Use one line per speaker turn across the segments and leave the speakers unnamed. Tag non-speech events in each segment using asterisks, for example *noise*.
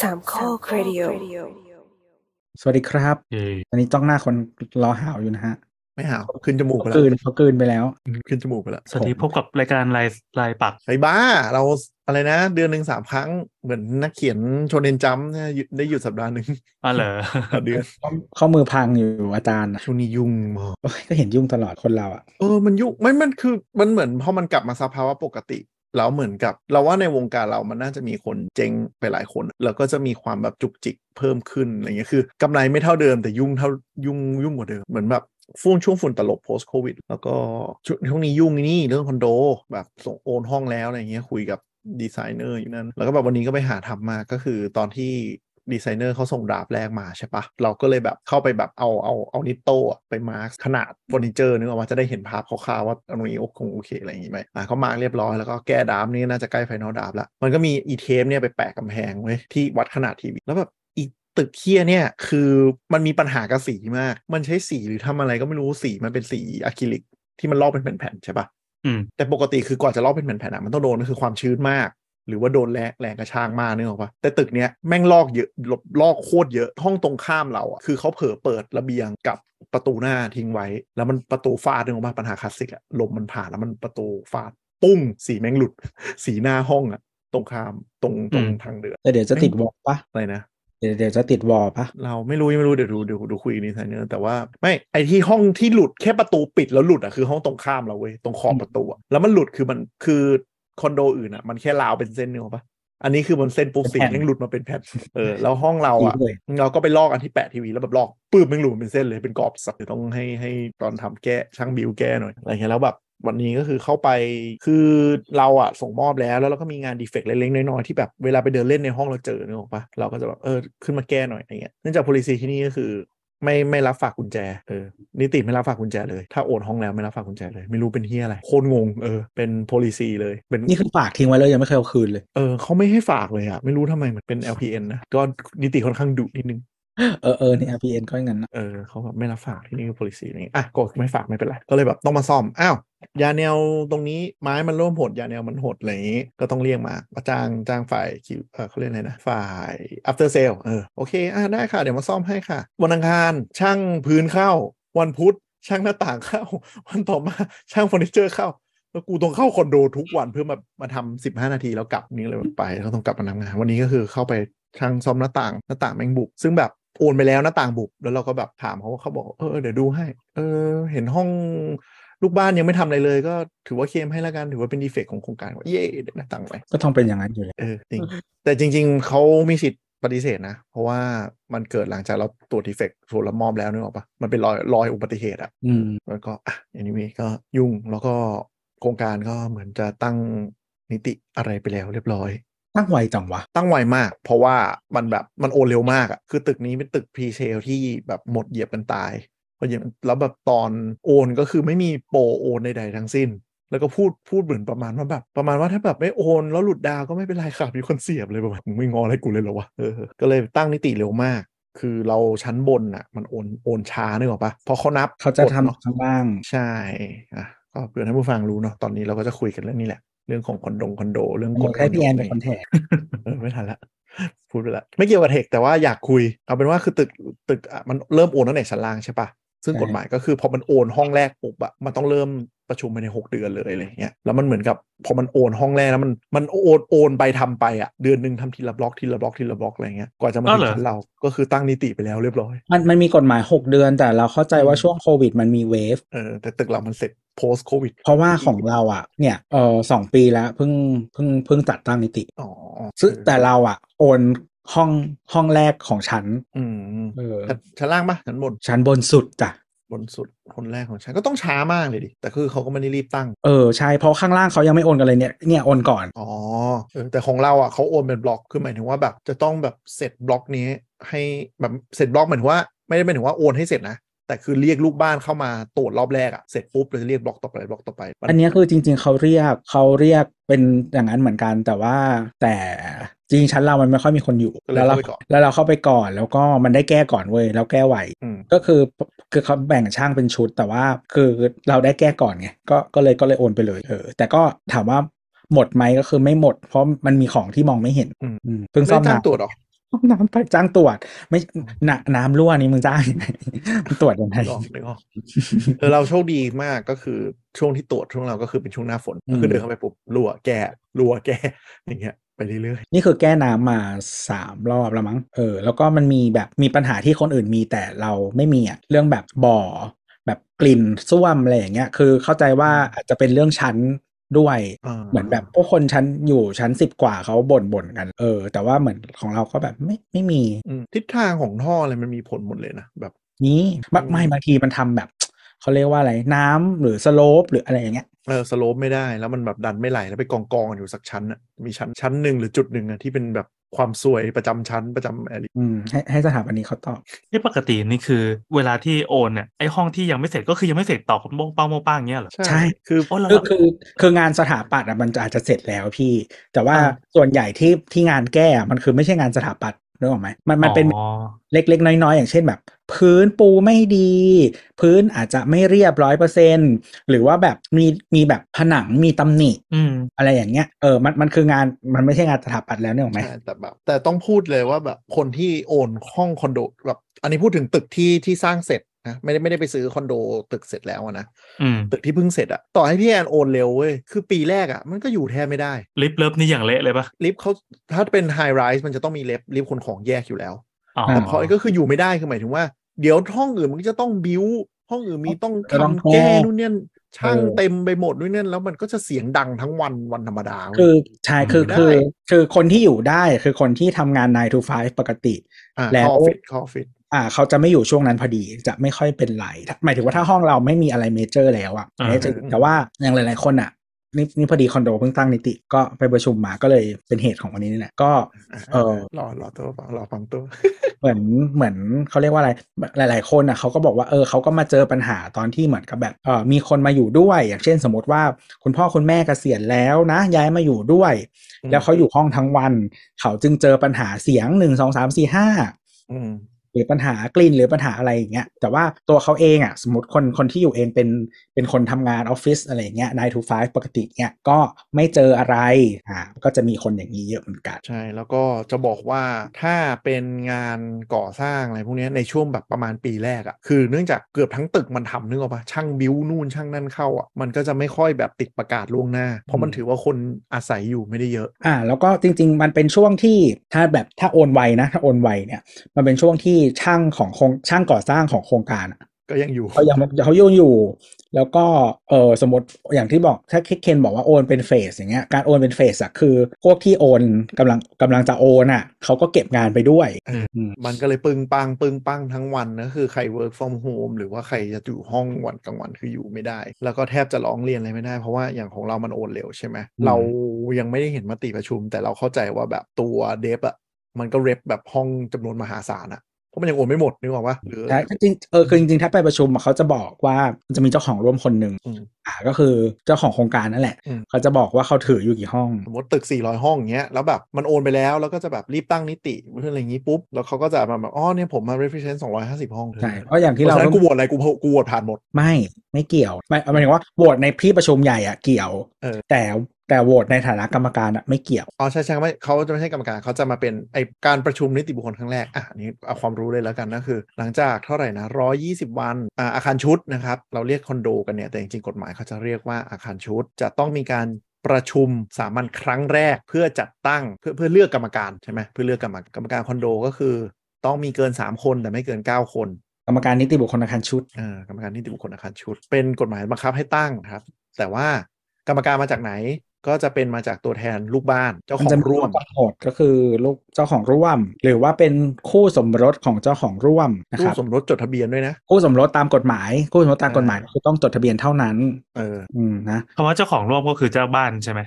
สามข้อครดิโอ
สวัสดีครับ
เอ้ย
อันนี้จ้องหน้าคนรอหาวอยู่นะฮะ
ไม่หาวขึ้นจมูก
เขา
ไปแล้
ก
ว
ลืนเขากลืนไปแล้ว
ขึ้นจมูกไปแล้ว
สวัสดีพบกับรายการลายลายปัก
ไอ้บ้า เราอะไรนะ เดือนหนึ่งสามครั้งเหมือนนักเขียนโชเนนจัมป์นะหยุดได้หยุดสัปดาห์หนึ่ง *laughs*
อ่ะเหรอ
ต่อเดือน
ข้อมือพังอยู่อาจารย์อะ
ช่วงนี้ยุ่งมาก
โอ๊ยก็เห็นยุ่งตลอดคนเราอ่ะ
เออมันยุ่งไม่มันคือมันเหมือนพอมันกลับมาสภาวะปกติแล้วเหมือนกับ เราว่าในวงการเรามันน่าจะมีคนเจ๊งไปหลายคน แล้วก็จะมีความแบบจุกจิกเพิ่มขึ้นอะไรเงี้ยคือกำไรไม่เท่าเดิมแต่ยุ่งเท่ายุ่งยุ่งกว่าเดิมเหมือนแบบช่วงช่วงฝุ่นตลบ post covid แล้วก็ช่วงช่วงนี้ยุ่งนี่เรื่องคอนโดแบบส่งโอนห้องแล้วอะไรเงี้ยคุยกับดีไซเนอร์อยู่นั่นแล้วก็แบบวันนี้ก็ไปหาทำมาก็คือตอนที่ ดีไซเนอร์เขาส่งดราฟต์แรกมาใช่ปะเราก็เลยแบบเข้าไปแบบเอาเอาเอานิตโต้อะไปมาร์คขนาดเฟอร์นิเจอร์นึกออกมาจะได้เห็นภาพคร่าวๆว่าอันนี้โอเคโอเคอะไรอย่างงี้ไหมอ่ะเขามาร์คเรียบร้อยแล้วก็แก้ดราฟต์นี่น่าจะใกล้ไฟนอลดราฟต์ละมันก็มีอีเทปเนี่ยไปแปะกำแพงไว้ยที่วัดขนาดทีวีแล้วแบบอีตึกเคียเนี่ยคือมันมีปัญหากับสีมาก มันใช้สีหรือทำอะไรก็ไม่รู้สีมันเป็นสีอะคริลิกที่มันลอกเป็นแผ่นๆใช่ปะ
อืม
แต่ปกติคือกว่าจะลอกเป็นแผ่นๆอะมันต้องโดนก็คือความชื้นมาก หรือว่าโดนแรงแรงกระชากมากนึกออกปะแต่ตึกเนี้ยแม่งลอกเยอะลบลอกโคตรเยอะห้องตรงข้ามเราอะคือเขาเผลอเปิดระเบียงกับประตูหน้าทิ้งไว้ แล้วมันประตูฟาดนึกออกปะปัญหาคลาสสิกอะลมมันผ่านแล้วมันประตูฟาด ปุ้ง สีแม่งหลุด *laughs* สีหน้าห้องอะตรงข้ามตรงตรง
อืม
ทางเดือน
แต่เดี๋ยวจะติดวอลปะ
อะไรนะ
เดี๋ยวเดี๋ยวจะติดวอลปะ
เราไม่รู้ยังไม่รู้เดี๋ยวดูเดี๋ยวดูคุยกับดีไซเนอร์แต่ว่าไม่ไอที่ห้องที่หลุดแค่ประตูปิดแล้วหลุดอ่ะคือห้องตรงข้ามเราเว้ยตรงขอบประตูอะแล้วมันหลุดคือมันคือคอนโดอื่นอ่ะมันแค่ราวเป็นเส้นเนื้ออกปะอันนี้คือมันเส้นปุ๊บสีแม่งหลุดมาเป็นแผ่นเออแล้วห้องเราอ่ะ
เลย
เราก็ไปลอกอันที่แปะทีวีแล้วแบบลอกปื้มแม่งหลุดเป็นเส้นเลยเป็นกรอบสับเดี๋ยวต้องให้ให้ตอนทำแก้ช่างบิวแก้หน่อยอะไรเงี้ยแล้วแบบวันนี้ก็คือเข้าไปคือเราอะส่งมอบแล้วแล้วเราก็มีงานดีเฟกต์เล็กๆน้อยๆที่แบบเวลาไปเดินเล่นในห้องเราเจอนึกออกปะเราก็จะแบบเออขึ้นมาแก้หน่อยอะไรเงี้ยเนื่องจาก policy ที่นี่ก็คือ ไม่ไม่รับฝากกุญแจเออนิติไม่รับฝากกุญแจเลย ถ้าโอนห้องแล้วไม่รับฝากกุญแจเลย ไม่รู้เป็นเฮียอะไรโคตรงงเออเป็น policy เลยเป็น
นี่คือฝากทิ้งไว้เลยยังไม่เคยเอาคืนเลย
เออเขาไม่ให้ฝากเลยอะไม่รู้ทำไมเหมือนเป็น LPN นะก็นิติค่อนข้างดุนิดนึง
เออเออใน RPN ก็อย่างนั้นนะ
เออเขาแบบไม่รับฝากที่นี่คือ policy อะไรอย่างงี้อ่ะกดไม่ฝากไม่เป็นไร ก็เลยแบบต้องมาซ่อม อ้าว ยาแนวตรงนี้ไม้มันเริ่มหด ยาแนวมันหดอะไรอย่างงี้ ก็ต้องเรียกมามาจ้างจ้างฝ่ายคิวเออเขาเรียกอะไรนะ ฝ่าย after sale เออโอเค อ่ะได้ค่ะ เดี๋ยวมาซ่อมให้ค่ะ วันอังคารช่างพื้นเข้า วันพุธช่างหน้าต่างเข้า วันต่อมาช่างเฟอร์นิเจอร์เข้า แล้วกูต้องเข้าคอนโดทุกวันเพื่อมามาทำสิบห้านาทีแล้วกลับนี่เลยไปแล้วต้องกลับมาทำงาน วันนี้ก็คือเข้าไปทางซ่อมหน้าต่างหน้าต่างแม่งบุบซึ่งแบบโอนไปแล้วหน้าต่างบุบแล้วเราก็แบบถามเขาว่าเขาบอกเออเดี๋ยวดูให้ เออ เห็นห้องลูกบ้านยังไม่ทำอะไรเลยก็ถือว่าเคลมให้ละกันถือว่าเป็นดีเฟกของโครงการว่าเย่ได้หน้าต่างไป
ก็ต้องเป็นอย่างนั้นอยู่แล้ว
เออจริงแต่จริง ๆเขามีสิทธิ์ปฏิเสธนะ เพราะว่ามันเกิดหลังจากเราตรวจดีเฟกต์โซลมอมแล้วนึกออกปะมันเป็นรอยรอยอุบัติเหตุอะ
อืม
แล้วก็อ่ะอันนี้ก็ยุ่งแล้วก็โครงการก็เหมือนจะตั้งนิติอะไรไปแล้วเรียบร้อย
ตั้งไวจังวะ
ตั้งไวมาก เพราะว่ามันแบบมันโอนเร็วมากอะคือตึกนี้เป็นตึกพรีเซลที่แบบหมดเหยียบกันตายเพราะอย่างแล้วแบบตอนโอนก็คือไม่มีโปรโอนใดๆทั้งสิ้น แล้วก็พูดพูดเหมือนประมาณว่าแบบประมาณว่าถ้าแบบไม่โอนแล้วหลุดดาวก็ไม่เป็นไรค่ะมีคนเสียบเลยประมาณมึงไม่งออะไรกูเลยเหรอวะเออก็เลยตั้งนิติเร็วมาก คือเราชั้นบนอะมันโอนโอนช้านึกออกปะเพราะเขานับ
เขาจะ
กดนอ
ทำข้างล่าง
ใช่อ่ะก็เพื่อให้ผู้ฟังรู้เนาะ ตอนนี้เราก็จะคุยกันเรื่องนี้แหละ เรื่องของคอนโดงคอนโด เรื่องก
ก
ฎ
ดให้พี่แอนเป็นคอนแทค
เออไม่ทันละ พูดไปละ ไม่เกี่ยวกับเทคแต่ว่าอยากคุย เอาเป็นว่าคือตึกตึกอ่ะมันเริ่มโอนตั้งแต่ชั้นล่างใช่ปะ ซึ่งกฎหมายก็คือพอมันโอนห้องแรกปุ๊บอะมันต้องเริ่มประชุมภายใน 6 เดือนเลยอะไรอย่างเงี้ย แล้วมันเหมือนกับพอมันโอนห้องแรกแล้วมันมันโอนโอนไปทำไปอะเดือนหนึ่งทำทีละบล็อกทีละบล็อกทีละบล็อกอะไรอย่างเงี้ย กว่าจะมา
อ้าว
ถึ
เหรง อ
ชั้นเรา ก็คือตั้งนิติไปแล้วเรียบร้อย
มันมันมีกฎหมาย 6 เดือน แต่เราเข้าใจว่าช่วงโควิดมันมีเวฟ
เออ แต่ตึกเรามันเสร็จ post covid
เพราะว่าของเราอ่ะเนี่ยเออสองปีแล้วเพิ่งเพิ่งเพิ่งจัดตั้งนิติ
อ๋อ
ซึ่งแต่เราอ่ะ โอนห้องห้องแรกของฉัน
อืม
เออ
ชั้นชั้นล่างปะชั้นบน
ชั้นบนสุดจ้ะ
บนสุดคนแรกของชั้นก็ต้องช้ามากเลยดิแต่คือเขาก็ไม่ได้รีบตั้ง
เออใช่เพราะข้างล่างเขายังไม่โอนกันเลยเนี่ยเนี่ยโอนก่อน
อ๋อเออแต่ของเราอ่ะเขาโอนเป็นบล็อกคือหมายถึงว่าแบบจะต้องแบบเสร็จบล็อกนี้ให้แบบเสร็จบล็อกหมายถึงว่าไม่ได้หมายถึงว่าโอนให้เสร็จนะแต่คือเรียกลูกบ้านเข้ามาตรวจรอบแรกอ่ะเสร็จปุ๊บเราจะเรียกบล็อกต่อไปบล็อกต่อไปมั
อันเนี้ยคือจริง ๆเขาเรียกเขาเรียกเป็นอย่างนั้นเหมือนกัน แต่ว่าแต่จริงๆชั้นเรามันไม่ค่อยมีคนอยู่
ก็เลย
แล้วเรา
เข้าไปก่อน
แล้วเราเข้าไปก่อนแล้วก็มันได้แก้ก่อนเว้ยแล้วแก้ไหว
อืม
ก็คือคือเขาแบ่งช่างเป็นชุด แต่ว่าคือเราได้แก้ก่อนไงก็ก็เลยก็เลยโอนไปเลยเออแต่ก็ถามว่าหมดไหมก็คือไม่หมด เพราะมันมีของที่มองไม่เห็น
อืม
อืมเพิ่ง
ไม่
ซ่อม
ได้จ้าง
มา
ตรวจหรอ
ห้องน้ำไปจ้างตรวจ ไม่นน้ำรั่วนี่มึงจ้างยังไง *laughs* มึงตรวจยังไง
นึกออกนึกออกเออเราโชคดีมากก็คือช่วงที่ตรวจช่วงเราก็คือเป็นช่วงหน้าฝน
อืม
ก็คือเดินเข้าไปปุ๊บรั่วแก้รั่วแก้ อย่างเงี้ยไปเรื่อย
นี่คือแก้น้ำมาสามรอบแล้วมั้ง เออ แล้วก็มันมีแบบมีปัญหาที่คนอื่นมีแต่เราไม่มีอะเรื่องแบบบ่อ แบบกลิ่นส้วมอะไรอย่างเงี้ย คือเข้าใจว่าอาจจะเป็นเรื่องชั้นด้วย
ๆา
เหมือนแบบพวกคนชั้นอยู่ชั้นสิบกว่าเขาบ่นบ่นๆกัน เออ แต่ว่าเหมือนของเราก็แบบไม่ไม่มี
อืมทิศทางของท่ออะไรมันมีผลหมดเลยนะแบบ
นี้ไม่
อืม
ไม่บางทีมันทำแบบ เขาเรียกว่าอะไรน้ำหรือสโลปหรืออะไรอย่างเงี้ย
เออสโลปไม่ได้แล้วมันแบบดันไม่ไหลแล้วไปกองกองอยู่สักชั้นอะมีชั้นชั้นหนึ่งหรือจุดหนึ่งอะที่เป็นแบบความซวยประจำชั้นประจำแอรี
อืมให้ให้สถาปนิกเขาตอบ
นี่ปกตินี่คือ เวลาที่โอนเนี่ยไอห้องที่ยังไม่เสร็จก็คือยังไม่เสร็จต่อโมงเป้าโมงป้างอย่างเงี้ยเหรอ
ใช่
คือ
โอ้เหรอ
คือคือคืองานสถาปัตย์อะมันจะอาจจะเสร็จแล้วพี่ แต่ว่า
อ่า
ส่วนใหญ่ที่ที่งานแก้อะมันคือไม่ใช่งานสถาปัตย์นึกออกไหมมันมันเป็น
อ๋อ
เล็กๆ น้อยๆ อย่างเช่นแบบ พื้นปูไม่ดี พื้นอาจจะไม่เรียบร้อยเปอร์เซนหรือว่าแบบมีมีแบบผนังมีตำหนิ
อืม
อะไรอย่างเงี้ยเออมันมันคืองานมันไม่ใช่งานสถาปัตย์แล้วนึกออกไหม
ใช่แต่แบบแต่ต้องพูดเลยว่าแบบคนที่โอนห้องคอนโดแบบอันนี้พูดถึงตึกที่ที่สร้างเสร็จนะไม่ได้ไม่ได้ไปซื้อคอนโดตึกเสร็จแล้วอะนะ
อืม
ตึกที่เพิ่งเสร็จอะต่อให้พี่แอนโอนเร็วเว้ย คือปีแรกอะมันก็อยู่แทบไม่ได้
ลิฟต์เลิฟนี่อย่างเละเลยปะ
ลิฟต์เขาถ้าเป็นไฮไรส์มันจะต้องมีเล็บลิฟต์คนของแยกอยู่แล้ว
อ๋อ
แต่พอไอ้ก็คืออยู่ไม่ได้คือหมายถึงว่า เดี๋ยวห้องอื่นมันก็จะต้องบิวห้องอื่นมีต้อง
ก็ต้อง
ทำแก้
แก้
นู่นเนี่ยช่าง
เออ
เต็มไปหมดนู่นเนี่ยแล้วมันก็จะเสียงดังทั้งวันวันธรรมดาเว้ย
คือใช่คือ
ได้
คือคือคนที่อยู่ได้คือคนที่ทำงาน9 to 5ปกติ
อ่า
แล้ว
คอฟิตคอฟิต
อ่าเขาจะไม่อยู่ช่วงนั้นพอดีจะไม่ค่อยเป็นไรถ้าหมายถึงว่าถ้าห้องเราไม่มีอะไรเมเจอร์แล้วอะ่ะเมเจอร์แต่ว่าอย่างหลายๆคนอะ่ะนี่นี่พอดีคอนโดเพิ่งตั้งนิติก็ไปประชุมมาก็เลยเป็นเหตุของวันนี้นี่แหละก็ เออ
รอรอตัวฟังรอฟังตัว
เหมือนเหมือนเขาเรียกว่าอะไรหลาย ๆ คนอ่ะเขาก็บอกว่าเออเขาก็มาเจอปัญหาตอนที่เหมือนกับแบบเออมีคนมาอยู่ด้วย อย่างเช่นสมมติว่าคุณพ่อคุณแม่เกษียณแล้วนะ ย้ายมาอยู่ด้วย
อืม
แล้วเขาอยู่ห้องทั้งวัน เขาจึงเจอปัญหาเสียงหนึ่งสองสามสี่ห้า
อืม
หรือปัญหากลิ่นหรือปัญหาอะไรอย่างเงี้ยแต่ว่าตัวเขาเองอ่ะสมมติคนคนที่อยู่เองเป็นเป็นคนทำงานออฟฟิศอะไรอย่างเงี้ย9 to 5ปกติเนี้ยก็ไม่เจออะไรอ่าก็จะมีคนอย่างนี้เยอะเหมือนกัน
ใช่ แล้วก็จะบอกว่าถ้าเป็นงานก่อสร้างอะไรพวกเนี้ยในช่วงแบบประมาณปีแรกอะ่ะคือเนื่องจากเกือบทั้งตึกมันทำนึกออกปะช่างบิวนู่นช่างนั่นเข้าอะ่ะมันก็จะไม่ค่อยแบบติดประกาศล่วงหน้า เพราะมันถือว่าคนอาศัยอยู่ไม่ได้เยอะ
อ่าแล้วก็จริง ๆ มันเป็นช่วงที่ถ้าแบบถ้าโอนไวนะถ้าโอนไวเนี่ยมันเป็นช่วงที่ช่างของโครงช่างก่อสร้างของโครงการอะ
ก็ยังอยู่
เขายังเขายังอยู่ แล้วก็เออสมมติอย่างที่บอกถ้าคิดเคนบอกว่าโอนเป็นเฟสอย่างเงี้ยการโอนเป็นเฟสอะคือพวกที่โอนกำลังกำลังจะโอนอะเขาก็เก็บงานไปด้วย
มันก็เลยปึงปังปึงปังทั้งวันนะคือใคร work from home หรือว่าใครจะอยู่ห้องวันกลางวันคืออยู่ไม่ได้ แล้วก็แทบจะร้องเรียนอะไรไม่ได้เพราะว่าอย่างของเรามันโอนเร็วใช่ไหม
อืม
เรายังไม่ได้เห็นมติประชุม แต่เราเข้าใจว่าแบบตัวเดฟอะมันก็เร p แบบห้องจำนวนมหาศาลอะเพราะมันยังโอนไม่หมดนึกออกปะหรือ
ใช่จริงๆเออคือจริงๆ ถ้าไปประชุมอะเขาจะบอกว่ามันจะมีเจ้าของร่วมคนหนึ่ง
อืม
อ่าก็คือเจ้าของโครงการนั่นแหละ
อืม
เขาจะบอกว่าเขาถืออยู่กี่ห้อง
สมมติตึก 400 ห้องอย่างเงี้ยแล้วแบบมันโอนไปแล้วแล้วก็จะแบบรีบตั้งนิติเรื่องอะไรอย่างงี้ปุ๊บแล้วเขาก็จะมาแบบอ๋อเนี่ยผมมา represent 250 ห้อง
ใช่ เพราะอย่างที่เรา
เพราะฉะนั้
ต้
นกู
อง
โหวตอะไรกูกูโหวตผ่านหมด
ไม่ไม่เกี่ยวไม่หมายถึงว่าโหวตในที่ประชุมใหญ่อะเกี่ยว
เออ
แต่แต่โหวตในฐานะกรรมการอะไม่เกี่ยว
อ๋อใช่ใช่ไม่เขาจะไม่ใช่กรรมการเขาจะมาเป็นไอการประชุมนิติบุคคลครั้งแรกอ่ะอันนี่เอาความรู้เลยแล้วกันก็คือ หลังจากเท่าไหร่นะร้อยี่สิบวันอ่าอาคารชุดนะครับ เราเรียกคอนโดกันเนี่ยแต่จริงๆกฎหมายเขาจะเรียกว่าอาคารชุด จะต้องมีการประชุมสามัญครั้งแรกเพื่อจัดตั้งเพื่อเพื่อเลือกกรรมการใช่ไหมเพื่อเลือกกรรมการกรรมการคอนโดก็คือ ต้องมีเกิน 3 คนแต่ไม่เกิน 9 คน
กรรมการนิติบุคคลอาคารชุด
อ่ากรรมการนิติบุคคลอาคารชุด เป็นกฎหมายบังคับให้ตั้งครับ แต่ว่ากรรมการมาจากไหนก็จะเป็นมาจากตัวแทนลูกบ้านเจ้า
มั
ข
น
อ
จะ
ง
มี
ร่วม
กำหนดก็คือลูกเจ้าของร่วม หรือว่าเป็นคู่สมรสของเจ้าของร่วมนะค
คู่
รับ
สมรสจดทะเบียนด้วยนะ
คู่สมรสตามกฎหมาย คู่สมรสตามกฎหมาย
อ่า
คือต้องจดทะเบียนเท่านั้น
เออ
อืมนะ
คำว่าเจ้าของร่วมก็คือเจ้าบ้านใช่ไหม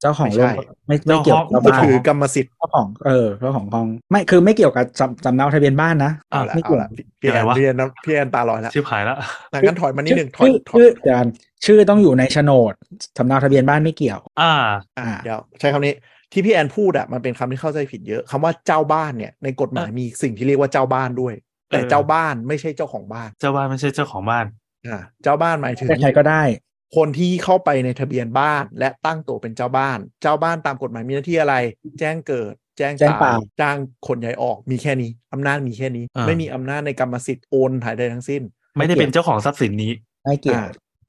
เจ้าของร่วม
ไม่ใช่
ไม่ไม่เกี่ยวกับ
เจ้าของ
ก็
บ้าน
คือกรรมสิทธิ์
เจ้าของเออเจ้าของห้องไม่คือไม่เกี่ยวกับจำจำเนาทะเบียนบ้านนะ
เอาละ
ไม่
เอา
เกี่ยว
ละพี่แอน
อะไรวะ
พี่แอนนะพี่แอนตาลอยละ
ชิบหายละ
ดังนั้นถอยมานิดหนึ่งถอย
ชื่อชื่
ถอย
อเดี๋ยวก่อนชื่อต้องอยู่ในโฉนดสำเนาทะเบียนบ้านไม่เกี่ยว
อ่า
อ่ะ
อ่า
เดี๋ยวใช้คำนี้ที่พี่แอนพูดอะมันเป็นคำที่เข้าใจผิดเยอะคำว่าเจ้าบ้านเนี่ยในกฎหมายมีสิ่งที่เรียกว่าเจ้าบ้านด้วย แต่
เออ
เจ้าบ้านไม่ใช่เจ้าของบ้าน
เจ้าบ้านไม่ใช่เจ้าของบ้าน
อ่ะเจ้าบ้านหมายถึง
ใครก็ได้
คนที่เข้าไปในทะเบียนบ้าน และตั้งตัวเป็นเจ้าบ้าน เจ้าบ้านตามกฎหมายมีหน้าที่อะไร แจ้งเกิด แจ้ง
แจ้งป่า
ป่าจ้างคนย้ายออกมีแค่นี้อำนาจมีแค่นี้
อ่า
ไม่มีอำนาจในกรรมสิทธิ์โอนถ่ายใดทั้งสิ้น
ไม่ได้เป็นเจ้าของทรัพย์สินนี้
ไม่เกี่ยว
อ่า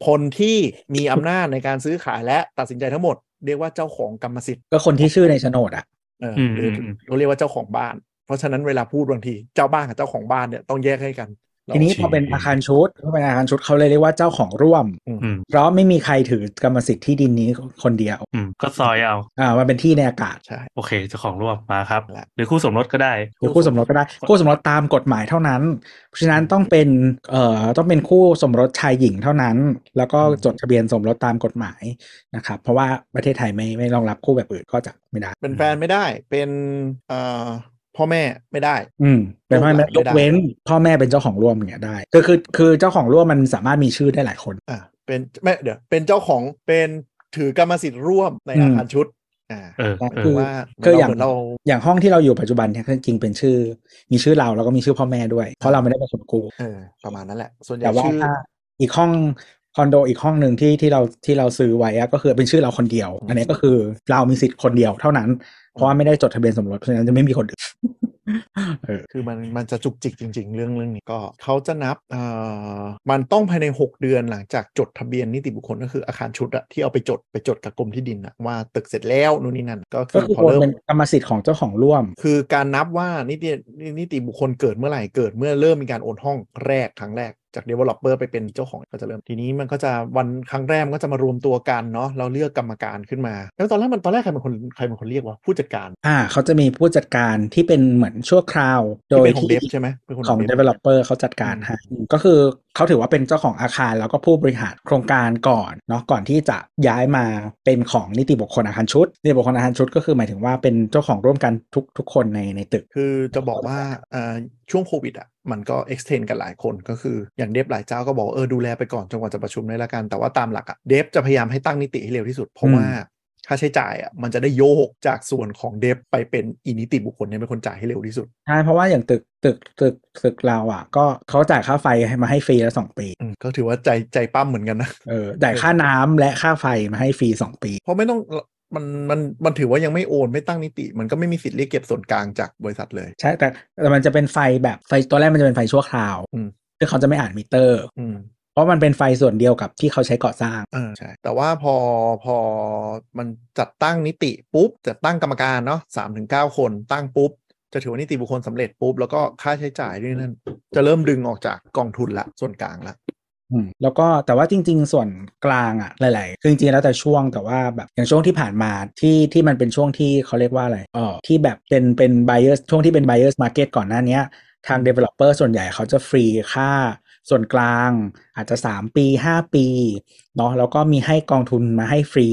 คนที่มีอำนาจในการซื้อขายและตัดสินใจทั้งหมด เรียกว่าเจ้าของกรรมสิทธิ์
ก็คนที่ชื่อในโฉนดอ่ะ
เอออ
ม
หรืออ
ม
เขาเรียกว่าเจ้าของบ้าน เพราะฉะนั้นเวลาพูดบางทีเจ้าบ้านกับเจ้าของบ้านเนี่ยต้องแยกให้กันเรา
ทีนี้
ชิ
พอเป็นอาคารชุดพอเป็นอาคารชุดเขาเลยเรียกว่าเจ้าของร่วม
อืม
เพราะไม่มีใครถือกรรมสิทธิ์ที่ดินนี้คนเดียว
อืมก็ซอยเอา
อ่ามันเป็นที่ในอากาศ
ใช่
โอเคเจ้าของร่วมมาครับ
และ
หรือคู่สมรสก็ได้
หรือคู่สมรสก็ได้ คู่สมรสตามกฎหมายเท่านั้น เพราะฉะนั้นต้องเป็นเอ่อต้องเป็นคู่สมรสชายหญิงเท่านั้น แล้วก็
อืม
จดทะเบียนสมรสตามกฎหมายนะครับเพราะว่าประเทศไทยไม่ไม่รองรับคู่แบบอื่นก็จะไม่ได้
เป็นแฟนไม่ได้เป็นเอ่อพ่อแม่ไม่ได้
อืมเป็นพ่อแม่ย
ลูก
ก
หลานไม่ได้
เว้นพ่อแม่เป็นเจ้าของร่วมอย่างเนี่ยได้คือคือคือเจ้าของร่วมมันสามารถมีชื่อได้หลายคน
อ่าเป็นไม่เดี๋ยวเป็นเจ้าของเป็นถือกรรมสิทธิ์ร่วมใน
อืม
อาคารชุดอ่า
เออเอ
คื
อ
อ
ว่า
คืออ
เรา
ย่าง
เหมือนเรา
อย่างห้องที่เราอยู่ปัจจุบันเนี่ยจริงๆเป็นชื่อ มีชื่อเราแล้วก็มีชื่อพ่อแม่ด้วย เพราะเราไม่ได้เป็นสมกู
เออประมาณนั้นแหละ ส่วนใหญ่
แต่ว่า
ชื่อ
ถ้าอีกห้องคอนโดอีกห้องหนึ่งที่ที่เราที่เราซื้อไว้อะก็คือเป็นชื่อเราคนเดียว
อืม
อันนี้ก็คือเรามีสิทธิ์คนเดียวเท่านั้น เพราะว่าไม่ได้จดทะเบียนสมรสเพราะฉะนั้นจะไม่มีคน
*laughs*
อื่น เออ
คือมันมันจะจุกจิกจริง ๆ เรื่องเรื่องนี้ก็เขาจะนับเอ่อมันต้องภายใน 6 เดือนหลังจากจดทะเบียนนิติบุคคลก็คืออาคารชุดอะที่เอาไปจดไปจดกับกรมที่ดินอะว่าตึกเสร็จแล้วนู่นนี่นั่นก็คื
ก็
อ
คือ
พอ
โอน
เริ่ม
เป็นกรรมสิทธิ์ของเจ้าของร่วม
คือการนับว่านิตินิติบุคคลเกิดเมื่อไหร่เกิดเมื่อเริ่มมีการโอนห้องแรกครั้งแรกจาก developer ไปเป็นเจ้าของก็จะเริ่มทีนี้มันก็จะวันครั้งแรกมันก็จะมารวมตัวกันเนาะเราเลือกกรรมการขึ้นมา แล้วตอนแรกมันตอนแรกใครเป็นคนใครเป็นคนเรียกว่าผู้จัดการ
อ่าเขาจะมีผู้จัดการที่เป็นเหมือนชั่วคราว โด
ที่
ย
เป็นของ
ที่
เดฟใช่ไหมเป็นคน
ของ
เดฟ
developer เขาจัดการให้อืมก็คือเขาถือว่าเป็นเจ้าของอาคารแล้วก็ผู้บริหารโครงการก่อนเนาะก่อนที่จะย้ายมาเป็นของนิติบุคคลอาคารชุดนิติบุคคลอาคารชุดก็คือหมายถึงว่าเป็นเจ้าของร่วมกันทุกทุกคนในในตึก
คือจะบอกว่าเอ่อช่วงโควิดอ่ะมันก็ extend กันหลายคนก็คืออย่างเดฟหลายเจ้าก็บอกว่าเออดูแลไปก่อนจนกว่าจะประชุมได้ละกัน แต่ว่าตามหลักอ่ะเดฟจะพยายามให้ตั้งนิติให้เร็วที่สุด เพราะว่าค่าใช้จ่ายอ่ะมันจะได้โยกจากส่วนของเดฟไปเป็นอินิติบุคคลเนี่ยเป็นคนจ่ายให้เร็วที่สุด
ใช่เพราะว่าอย่างตึกตึกตึกตึกเราอ่ะ ก็เขาจ่ายค่าไฟให้มาให้ฟรีแล้วสองปี
อืมก็ถือว่าใจใจปั้มเหมือนกันนะ
เออจ่ายค่าน้ำและค่าไฟมาให้ฟรีสองปี
เพราะไม่ต้องมันมันมันถือว่ายังไม่โอนไม่ตั้งนิติ มันก็ไม่มีสิทธิ์เรียกเก็บส่วนกลางจากบริษัทเลย
ใช่แต่แต่มันจะเป็นไฟแบบไฟตัวแรกมันจะเป็นไฟชั่วคราว
อืม
ซึ่งเขาจะไม่อ่านมิเตอร์
อืม
เพราะมันเป็นไฟส่วนเดียวกับที่เขาใช้ก่อสร้าง
เออใช่แต่ว่าพอพอมันจัดตั้งนิติปุ๊บจัดตั้งกรรมการเนาะสามถึงเก้าคนตั้งปุ๊บ จะถือว่านิติบุคคลสำเร็จปุ๊บ แล้วก็ค่าใช้จ่ายด้วยนั่นจะเริ่มดึงออกจากกองทุนละส่วนกลางละ
อืมแล้วก็แต่ว่าจริง ๆ ส่วนกลางอะหลายๆคือจริงๆแล้วแต่ช่วงแต่ว่าแบบอย่างช่วงที่ผ่านมาที่ที่มันเป็นช่วงที่เขาเรียกว่าอะไรเออที่แบบเป็นเป็น buyers ช่วงที่เป็น buyers market ก่อนหน้าเนี้ยทาง developer ส่วนใหญ่เขาจะฟรีค่าส่วนกลาง อาจจะ 3 ปี 5 ปีเนาะแล้วก็มีให้กองทุนมาให้ฟรี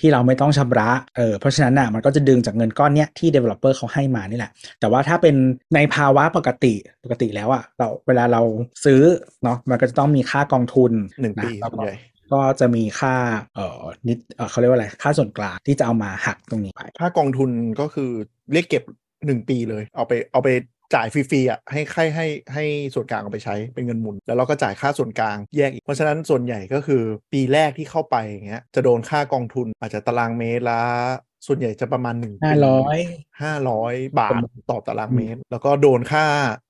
ที่เราไม่ต้องชำระเออเพราะฉะนั้นอ่ะมันก็จะดึงจากเงินก้อนเนี้ยที่ developer เขาให้มานี่แหละ แต่ว่าถ้าเป็นในภาวะปกติปกติแล้วอะเราเวลาเราซื้อเนาะมันก็จะต้องมีค่ากองทุน
หนึ่งปี
ะแล้ว
ส่วน
ก็
ใหญ่
ก็จะมีค่าเอ่อนิดเอ่อเขาเรียกว่าอะไรค่าส่วนกลางที่จะเอามาหักตรงนี้ไป
ค่ากองทุนก็คือเรียกเก็บหนึ่งปีเลย เอาไปเอาไปจ่ายฟรีๆอ่ะให้ใครให้ให้ส่วนกลางเอาไปใช้เป็นเงินหมุน แล้วเราก็จ่ายค่าส่วนกลางแยกอีก เพราะฉะนั้นส่วนใหญ่ก็คือปีแรกที่เข้าไปอย่างเงี้ยจะโดนค่ากองทุนอาจจะตารางเมตรละส่วนใหญ่จะประมาณหนึ่งปี
500
500 บาทต่อตารางเมตร แล้วก็โดนค่า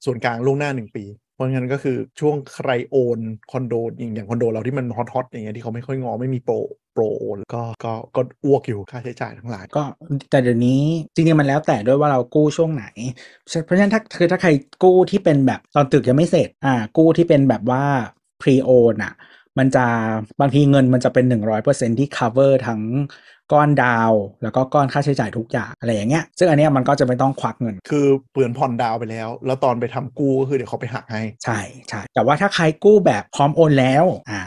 ส่วนกลางล่วงหน้า 1 ปี เพราะงั้นก็คือช่วงใครโอนคอนโดอย่างอย่างคอนโดเราที่มันฮอตฮอตอย่างเงี้ยที่เขาไม่ค่อยงอไม่มีโปรโปรโอนก็ก็ก็อ้วกอยู่ค่าใช้จ่ายทั้งหลาย
ก็แต่เดี๋ยวนี้จริงๆมันแล้วแต่ด้วยว่าเรากู้ช่วงไหน เพราะฉะนั้นถ้าคือถ้าใครกู้ที่เป็นแบบตอนตึกยังไม่เสร็จอ่ากู้ที่เป็นแบบว่า pre own อ่ะมันจะบางทีเงินมันจะเป็น 100%ที่ cover ทั้งก้อนดาวน์แล้วก็ก้อนค่าใช้จ่ายทุกอย่างอะไรอย่างเงี้ยซึ่งอันเนี้ยมันก็จะไม่ต้องควักเงิน
คือเปลือนผ่อนดาวไปแล้ว แล้วตอนไปทำกู้ก็คือเดี๋ยวเขาไปหักให้
ใช่ใช่แต่ว่าถ้าใครกู้แบบพร้อมโอนแล้วอ่า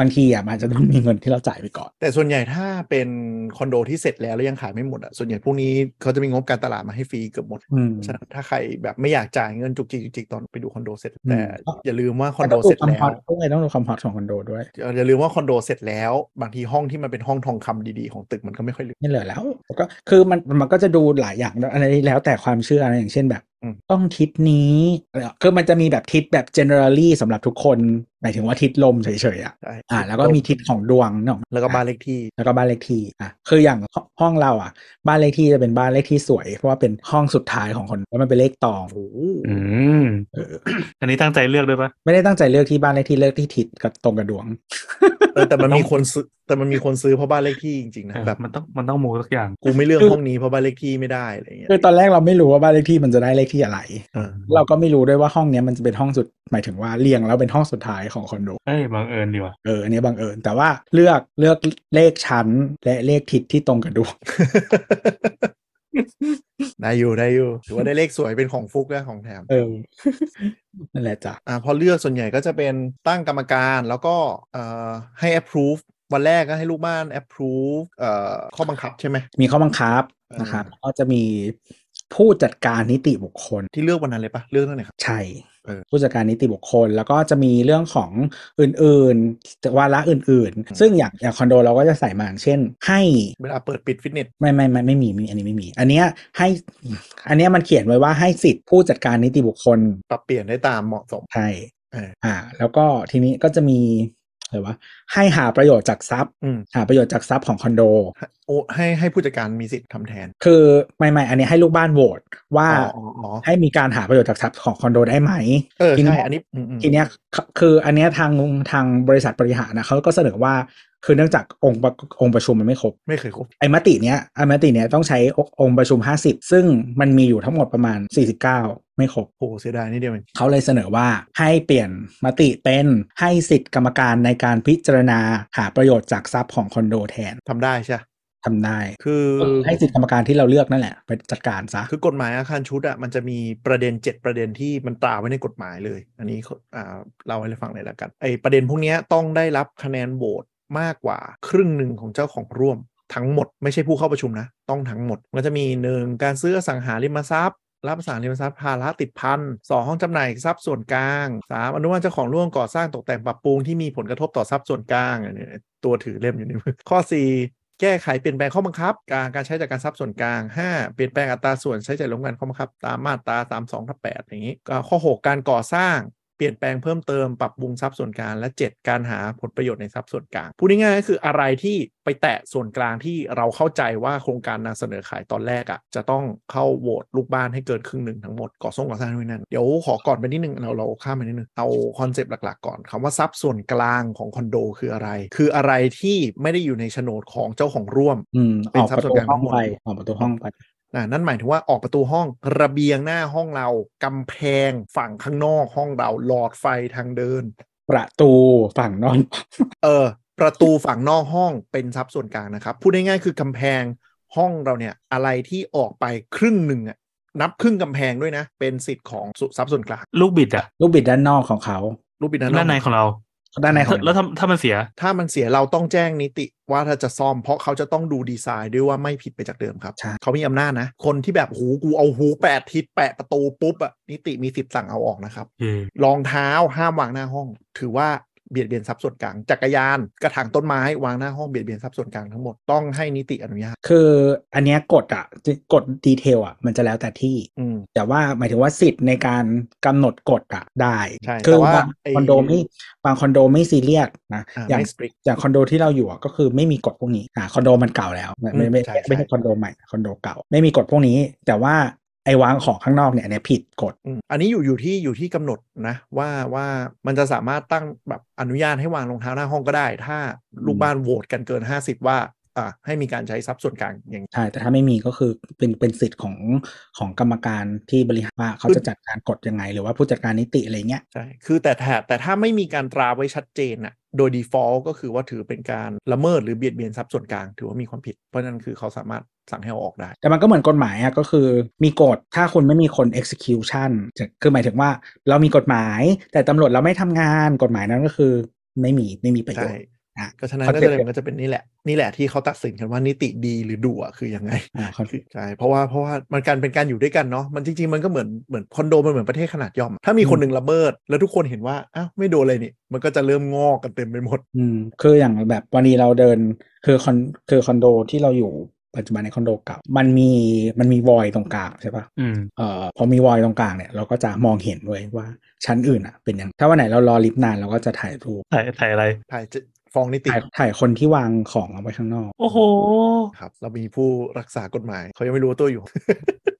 บางทีอ่ะมันอาจจะต้องมีเงินที่เราจ่ายไปก่อน
แต่ส่วนใหญ่ถ้าเป็นคอนโดที่เสร็จแล้วแล้วยังขายไม่หมดอ่ะส่วนใหญ่พวกนี้เขาจะมีงบการตลาดมาให้ฟรีเกือบหมด
อืม
ฉะนั้นถ้าใครแบบไม่อยากจ่ายเงินจุกจิกจุกจิกตอนไปดูคอนโดเสร็จแต่
อืม
อย่าลืมว่าคอนโดเสร็จ
ต้อง
แล้ว
ความฮอตด้วยต้องดูความฮอตของคอนโดด้วย
อย่าลืมว่าคอนโดเสร็จแล้วบางทีห้องที่มันเป็นห้องทองคำดีๆ ของตึกมันก็ไม่ค่อยเหลือ
ไม่เหลือแล้วก็คือมันมันก็จะดูหลายอย่างนะอะไรแล้วแต่ความเชื่อนะอย่างเช่นแบบ
อืม
ต้องทิศนี้เอ่อคือมันจะมีแบบทิศแบบ generally สำหรับทุกคน หมายถึงว่าทิศลมเฉยๆอ่ะ
ใช่
อ่าแล้วก็มีทิศของดวงเนาะ
แล้วก็บ้านเลขที่
แล้วก็บ้านเลขที่อ่ะคืออย่างห้องเราอ่ะ บ้านเลขที่จะเป็นบ้านเลขที่สวย เพราะว่าเป็นห้องสุดท้ายของคนแล้วมันเป็นเลขตอง
โอ้โห
อืม
เออ
อันนี้ตั้งใจเลือกด้วยปะ
ไม่ได้ตั้งใจเลือกที่บ้านเลขที่เลือกที่ทิศกับตรงกับดวง
เออแต่มันมีคนซื้อแต่มันมีคนซื้อเพราะบ้านเลขที่จริงๆนะ
เออ
แบบ
มันต้องมันต้องมูสักอย่าง
กูไม่เลือกห้องนี้เพราะบ้านเลขที่ไม่ได้อะไรอย่างเงี้ย
คือตอนแรกเราไม่รู้ว่าบ้านเลขที่มันจะได้เลขที่อะไร
เออ
เราก็ไม่รู้ด้วยว่าห้องเนี้ยมันจะเป็นห้องสุดหมายถึงว่าเรียงแล้วเป็นห้องสุดท้ายของคอนโด
เอ้ยบังเอิญดีว่ะ
เอออันนี้บังเอิญแต่ว่าเลือกเลือกเลขชั้นและเลขทิศที่ตรงกับดวง
*laughs* ได้อยู่ได้อยู่ถือว่าได้เลขสวยเป็นของฟุกและของแถม
เออ นั่นแหละจ้ะ
อ่าพอเลือกส่วนใหญ่ก็จะเป็นตั้งกรรมการแล้วก็เอ่อให้ approve วันแรกก็ให้ลูกบ้าน approve เอ่อข้อบังคับใช่ไหม
มีข้อบังคับนะครับ
เออ
ก็จะมีผู้จัดการนิติบุคคล
ที่เลือกวันนั้นเลยปะเลือกตั้งไหนครับ
ใช่
เออ
ผู้จัดการนิติบุคคล แล้วก็จะมีเรื่องของอื่นๆวาระอื่น
อืม
ๆ ซึ่งอย่างอย่างคอนโดเราก็จะใส่มาอย่างเช่น ให้
เวลาเปิดปิดฟิตเนส
ไม่ไม่ไม่ไม่มีไม่มีอันนี้ไม่มี อันเนี้ยให้ อันเนี้ยมันเขียนไว้ว่าให้สิทธิผู้จัดการนิติบุคคล
ปรับเปลี่ยนได้ตามเหมาะสม
ใช่
เอออ่
อ่า แล้วก็ทีนี้ก็จะมีอะไรวะให้หาประโยชน์จากทรัพย์
อืม
หาประโยชน์จากทรัพย์ของคอนโด
ให้โอให้ให้ผู้จัดการมีสิทธิ์ทำแทน
คือไม่ไม่อันนี้ให้ลูกบ้านโหวตว่า
อ๋ออ๋ออ๋อ
ให้มีการหาประโยชน์จากทรัพย์ของคอนโดได้ไหม
เออ
ทีนี้
ใช่อันนี้อืมอืม
ทีเนี้ยคคืออันเนี้ยทางทางบริษัทบริหารนะเขาก็เสนอว่าคือเนื่องจากองค์ประองค์ประชุมมันไม่ครบ
ไม่เคยครบ
ไอ้มติเนี้ยไอ้มติเนี้ยต้องใช้อองค์ประชุม 50 ซึ่งมันมีอยู่ทั้งหมดประมาณ 49 ไม่ครบ
โอ้เสียดายนี่เดียวเอง
เขาเลยเสนอว่าให้เปลี่ยนมติเป็นให้สิทธิ์กรรมการในการพิจารณาหาประโยชน์จากทรัพย์ของคอนโดแทน
ทำได้ใช่ปะ
ทำได้
คือ
ให้สิทธิ์กรรมการที่เราเลือกนั่นแหละไปจัดการซะ
คือกฎหมายอาคารชุดอะมันจะมีประเด็น 7 ประเด็นที่มันตราไว้ในกฎหมายเลย อันนี้ขออ่าเล่าให้เราฟังเลยละกันไอประเด็นพวกเนี้ยต้องได้รับคะแนนโหวตมากกว่าครึ่งหนึ่งของเจ้าของร่วม ทั้งหมดไม่ใช่ผู้เข้าประชุมนะ ต้องทั้งหมดมันก็จะมีหนึ่งการซื้ออสังหาริมทรัพย์ รับอสังหาริมทรัพย์ภาระติดพันสองห้องจำหน่ายทรัพย์ส่วนกลางสามอนุมัติเจ้าของร่วมก่อสร้างตกแต่งปรับปรุงที่มีผลกระทบต่อทรัพย์ส่วนกลางอันนี้ตัวถือเล่มอยู่ในมือข้อสี่แก้ไขเปลี่ยนแปลงข้อบังคับ การการใช้จากการทรัพย์ส่วนกลางห้าเปลี่ยนแปลงอัตราส่วนใช้จ่ายร่วมกันข้อบังคับ ตามมาตรา3 2ทับ8อย่างนี้ก็ข้อหกการก่อสร้าง เปลี่ยนแปลงเพิ่มเติมปรับปรุงทรัพย์ส่วนกลางและ 7 การหาผลประโยชน์ในทรัพย์ส่วนกลางพูดง่ายๆก็คืออะไรที่ไปแตะส่วนกลางที่เราเข้าใจว่าโครงการนำเสนอขายตอนแรกอะ่ะจะต้องเข้าโหวตลูกบ้านให้เกินครึ่งหนึ่งทั้งหมดก่อส่งก่อสร้างด้วยนั่นเดี๋ยวขอก่อนไปนิดนึงเราเราข้ามไปนิดนึงเอาคอนเซปต์หลักๆก่อนคำว่าทรัพย์ส่วนกลางของคอนโดคืออะไร คืออะไรที่ไม่ได้อยู่ในโฉนดของเจ้าของร่วม
อืม
เป็
อน อก
ทรัพ
ประ
ย์ส่วน
ตู
กลาง
ห้อง
ทั้งหมด
ไปออกประตูห้องไป
อ่านั่นหมายถึงว่าออกประตูห้องระเบียงหน้าห้องเรากำแพงฝั่งข้างนอกห้องเราหลอดไฟทางเดิน
ประตูฝั่งน *laughs* อก
เออประตูฝั่งนอกห้องเป็นทรัพย์ส่วนกลางนะครับ พูดง่ายๆคือกำแพงห้องเราเนี่ยอะไรที่ออกไปครึ่งหนึ่งอะนับครึ่งกำแพงด้วยนะ เป็นสิทธิ์ของสุทรัพย์ส่วนกลาง
ลูกบิดอะ
ลูกบิดด้านนอกของเขา
รูปบิดนั้น
ด้านในของเรา
ด้านในของ
แล้วถ้าถ้ามันเสีย
ถ้ามันเสียเราต้องแจ้งนิติว่าถ้าจะซ่อมเพราะเขาจะต้องดูดีไซน์ด้วยว่าไม่ผิดไปจากเดิมครับ
ใช่
เขามีอำนาจนะ คนที่แบบหูกูเอาหูแปดทิศแปะประตูปุ๊บอะนิติมีสิทธิ์สั่งเอาออกนะครับ
เย่
รองเท้าห้ามวางหน้าห้อง ถือว่าเบียดเบียนทรัพย์ส่วนกลางจักรยานกระถางต้นไม้วางหน้าห้องเบียดเบียนทรัพย์ส่วนกลางทั้งหมดต้องให้นิติอนุญาต
คืออันเนี้ยกฎอ่ะกฎดีเทลอ่ะมันจะแล้วแต่ที่
อืม
แต่ว่าหมายถึงว่าสิทธิ์ในการกำหนดกฎอ่ะได้
ใช่
คื
แต่
อ
ว่า
บาง
ไอ้
คอนโดไม่บางคอนโดไม่ซีเรียสนะ
อ่า
อย่าง
ไม่ strict
อย่างคอนโดที่เราอยู่อะก็คือไม่มีกฎพวกนี้อ่าคอนโดมันเก่าแล้วไม่ไม่ไม่
ใช่ใช่
ไม่ใช่คอนโดใหม่คอนโดเก่า ไม่มีกฎพวกนี้ แต่ว่าไอ้วางของข้างนอกเนี่ยอันเนี้ยผิดกฎ
อืมอันนี้อยู่อยู่ที่อยู่ที่กำหนดนะว่าว่ามันจะสามารถตั้งแบบอนุญาตให้วางรองเท้าหน้าห้องก็ได้ ถ้าลูกบ้านโหวตกันเกิน 50 ว่าอ่าให้มีการใช้ทรัพย์ส่วนกลางอย่างนี้
ใช่แต่ถ้าไม่มีก็คือเป็นเป็นสิทธิ์ของของกรรมการที่บริหารว่าเขาจะจัดการกฎยังไง หรือว่าผู้จัดการนิติอะไรเงี้ย
ใช่คือแต่ถ้าแต่ถ้าไม่มีการตราไว้ชัดเจนน่ะโดย default ก็คือว่าถือเป็นการละเมิดหรือเบียดเบียนทรัพย์ส่วนกลางถือว่ามีความผิดเพราะฉะนั้นคือเขาสามารถสั่งให้เอาออกได้
แต่มันก็เหมือนกฎหมายอะก็คือมีกฎถ้าคุณไม่มีคน execution จะคือหมายถึงว่าเรามีกฎหมาย แต่ตำรวจเราไม่ทำงานกฎหมายนั้นก็คือไม่มีไม่มีประโย
ใช่
ชน์ อ่ะ
ก็ฉะนั้น
คอน
ก็
เซ็ปต์
จะเลยมันก็จะเป็นนี่แหละ นี่แหละที่เขาตัดสินกันว่านิติดีหรือดุอะคือยังไง
อ่าคอนเซ็ปต์
ใช่เพราะว่าเพราะว่ามันการเป็นการอยู่ด้วยกันเนาะมันจริงๆ มันก็เหมือนเหมือนคอนโดมันเหมือนประเทศขนาดย่อมอะถ้ามีคนหนึ่งระเบิด แล้วทุกคนเห็นว่าอ้าวไม่โดนเลยนี่ มันก็จะเริ่มงอกกันเต็มไปหมด
อืมคืออย่างแบบวันนี้เราเดินคือคอนคือคอนโดที่เราอยู่ ปัจจุบันในคอนโดเก่า มันมีมันมีวอยตรงกลางใช่ปะ
อืม
เอ่อพอมีวอยตรงกลางเนี่ยเราก็จะมองเห็นด้วยว่าชั้นอื่นอ่ะเป็นยังถ้าวันไหนเรารอลิฟต์นานเราก็จะถ่ายรูป
ถ่ายถ่ายอะไร
ถ่ายจะฟองนิติ
ถ่ายถ่ายคนที่วางของเอาไว้ข้างนอก
โอ้โห
ครับ เรามีผู้รักษากฎหมายเขายังไม่รู้ว่าตัวอยู่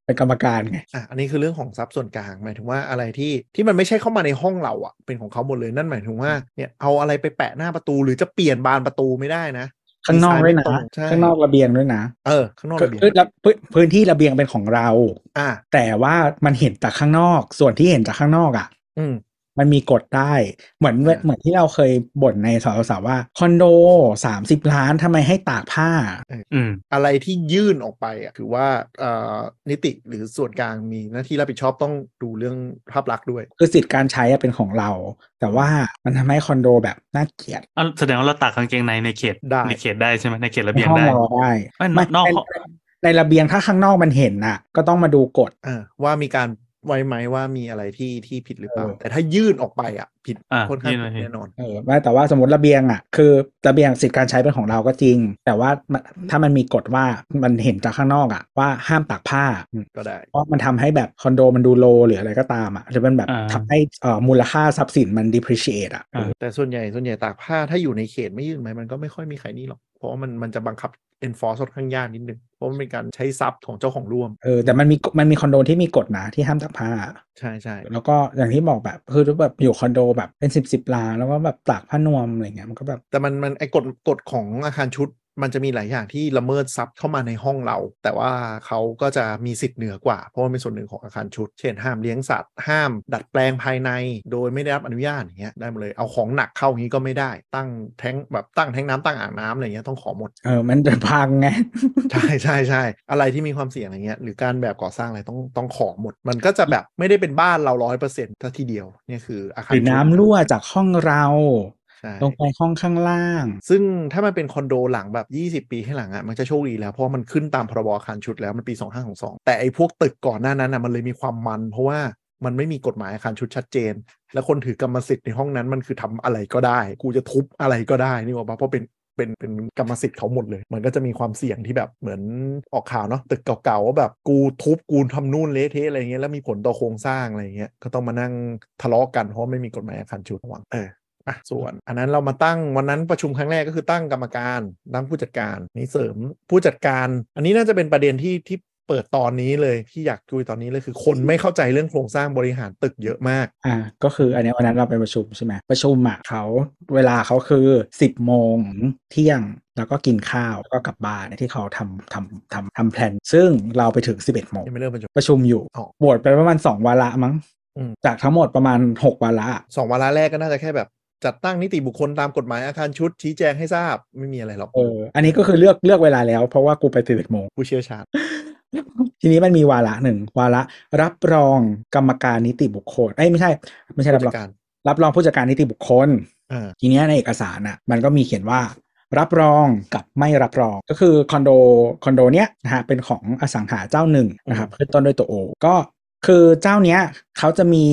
เป็นกรรมการไง
อ่ะอันนี้คือเรื่องของทรัพย์ส่วนกลางหมายถึงว่าอะไรที่ที่มันไม่ใช่เข้ามาในห้องเราอะ่ะเป็นของเขาหมดเลยนั่นหมายถึงว่าเนี่ยเอาอะไรไปแปะหน้าประตูหรือจะเปลี่ยนบานประตูไม่ได้นะ
ข้างนอกด้วยนะ
ดีไซน์ไม่ตรงใช่
ข้างนอกระเบียงด้วยนะ
เออข้างนอกระเบียง
คือแล้วพื้นพื้นที่ระเบียงเป็นของเรา
อ่ะ
แต่ว่ามันเห็นจากข้างนอก ส่วนที่เห็นจากข้างนอกอ่ะ
อืม
มันมีกฎได้เหมือน
อ่า
เหมือนที่เราเคยบ่นในสาวสาวว่าคอนโดสามสิบล้านทำไมให้ตากผ้า
อืม
อะไรที่ยื่นออกไปอ่ะถือว่าเอ่อนิติหรือส่วนกลางมีหน้าที่รับผิดชอบต้องดูเรื่องภาพลักษณ์ด้วย
คือสิทธิ์การใช้อะเป็นของเรา แต่ว่ามันทำให้คอนโดแบบน่าเกลียด
อ่ะแสดงว่าเราตากกางเกงในในเขต
ได้
ในเขตได้ใช่ไหมในเขตระ
ใน
เบียง
ห้อง
ได้
รอได้
ไม่นอก
ใน
ห้อง
ในระเบียงถ้าข้างนอกมันเห็นน่ะ ก็ต้องมาดูกฎ
อ่าว่ามีการไว้ไหมว่ามีอะไรที่ที่ผิดหรือเปล่า
เออ
แต่ถ้ายื่นออกไปอ่ะผิด
อ่ะ
ค่อนข้าง
ยื่นออกไป
ผิดแน่นอน
เออไม่แต่ว่าสมมติระเบียงอ่ะคือระเบียงสิทธิ์การใช้เป็นของเราก็จริง แต่ว่ามันถ้ามันมีกฎว่ามันเห็นจากข้างนอกอ่ะว่าห้ามตากผ้าอืม
ก็ได้
เพราะมันทำให้แบบคอนโดมันดูโลหรืออะไรก็ตามอ่ะหรือมันแบบ
อ่า
ทำให้เอ่อมูลค่าทรัพย์สินมัน depreciate อ่ะ
อ่า
แต่ส่วนใหญ่ส่วนใหญ่ตากผ้าถ้าอยู่ในเขตไม่ยื่นไหมมันก็ไม่ค่อยมีใครนี่หรอก เพราะว่ามันมันจะบังคับ enforce ค่อนข้างยากนิดนึง เพราะมันเป็นการใช้ทรัพย์ของเจ้าของร่วม
เออแต่มันมีมันมีคอนโดที่มีกฎนะที่ห้ามตากผ้า
ใช่ใช่
แล้วก็อย่างที่บอกแบบคือแบบอยู่คอนโดแบบเป็นสิบสิบล้านแล้วก็แบบตากผ้านวมอะไรเงี้ยมันก็แบบ
แต่มันมันไอ้กฎกฎของอาคารชุด มันจะมีหลายอย่างที่ละเมิดทรัพย์เข้ามาในห้องเรา แต่ว่าเขาก็จะมีสิทธิ์เหนือกว่า เพราะว่าเป็นส่วนหนึ่งของอาคารชุด เช่นห้ามเลี้ยงสัตว์ห้าม ดัดแปลงภายใน โดยไม่ได้รับอนุญาตอย่างเงี้ยได้หมดเลยเอาของหนักเข้าอย่างงี้ก็ไม่ได้ ตั้งแท้งแบบตั้งแท้งน้ำตั้งอ่างน้ำอะไรเงี้ยต้องขอหมด
เออมันจะพังไง
*laughs* ใช่ใช่ใช่อะไรที่มีความเสี่ยงอะไรเงี้ยหรือการแบบก่อสร้างอะไรต้องต้องขอหมด มันก็จะแบบไม่ได้เป็นบ้านเราร้อยเปอร์เซ็นต์ทีเดียวเนี่ยคืออาคาร
หรือน้ำรั่วจากห้องเรา
ใช่
ลงไปห้องข้างล่าง
ซึ่งถ้ามันเป็นคอนโดหลังแบบ 20 ปีให้หลังอะ่ะมันจะโชคดีแล้ว เพราะมันขึ้นตามพรบอาคารชุดแล้วมันปี 2522 แต่ไอ้พวกตึกก่อนหน้านั้นอ่ะมันเลยมีความมัน เพราะว่ามันไม่มีกฎหมายอาคารชุดชัดเจน และคนถือกรรมสิทธิ์ในห้องนั้นมันคือทำอะไรก็ได้ กูจะทุบอะไรก็ได้นี่ว่าปะเพราะเป็น เป็นเป็นกรรมสิทธิ์เขาหมดเลย มันก็จะมีความเสี่ยงที่แบบเหมือนออกข่าวเนาะตึกเก่าๆว่าแบบกูทุบกูทำนู่นเละเทะอะไรเงี้ยแล้วมีผลต่อโครงสร้างอะไรเงี้ยก็ต้องมานั่งทะเลาะกันเพราะไม่มีกฎหมายอาคารชุดระหวังเอออ่ะส่วน อันนั้นเรามาตั้งวันนั้นประชุมครั้งแรกก็คือตั้งกรรมการตั้งผู้จัดการนี่เสริมผู้จัดการ อันนี้น่าจะเป็นประเด็นที่ที่เปิดตอนนี้เลยที่อยากคุยตอนนี้เลยคือ คนไม่เข้าใจเรื่องโครงสร้างบริหารตึกเยอะมาก
อ่า ก็คืออันเนี้ยวันนั้นเราไปประชุมใช่ไหมประชุมอ่ะเขาเวลาเขาคือ 10โมงถึงเที่ยง แล้วก็กินข้าวแล้วก็กลับบ้านที่เขาทำทำทำทำแผนซึ่งเราไปถึง 11โมง
ยังไม่เริ่มประชุม
ประชุมอยู่
อ๋อ
โหวตไปประมาณ 2 วาระมั้ง
อืม
จากทั้งหมดประมาณ 6 วาระ
สองวาระแรกก็น่าจะแค่แบบจัดตั้งนิติบุคคลตามกฎหมายอาคารชุดชี้แจงให้ทราบไม่มีอะไรหรอก
เออ อันนี้ก็คือเลือกเลือกเวลาแล้ว เพราะว่ากูไป11โมง
ผู้เชี่ยวชาญ
ทีนี้มันมีวาระหนึ่งวาระรับรองกรรมการนิติบุคคลเอ้ยไม่ใช่ ไม่ใช่รับรอง
การ
รับรองผู้จัดการนิติบุคคล
อ่า
ทีเนี้ยในเอกสารน่ะมันก็มีเขียนว่า รับรองกับไม่รับรองก็คือคอนโดคอนโดเนี้ยนะฮะเป็นของอสังหาเจ้าหนึ่งนะครับขึ้นต้นด้วยตัวโอก็คือเจ้าเนี้ยเขาจะมี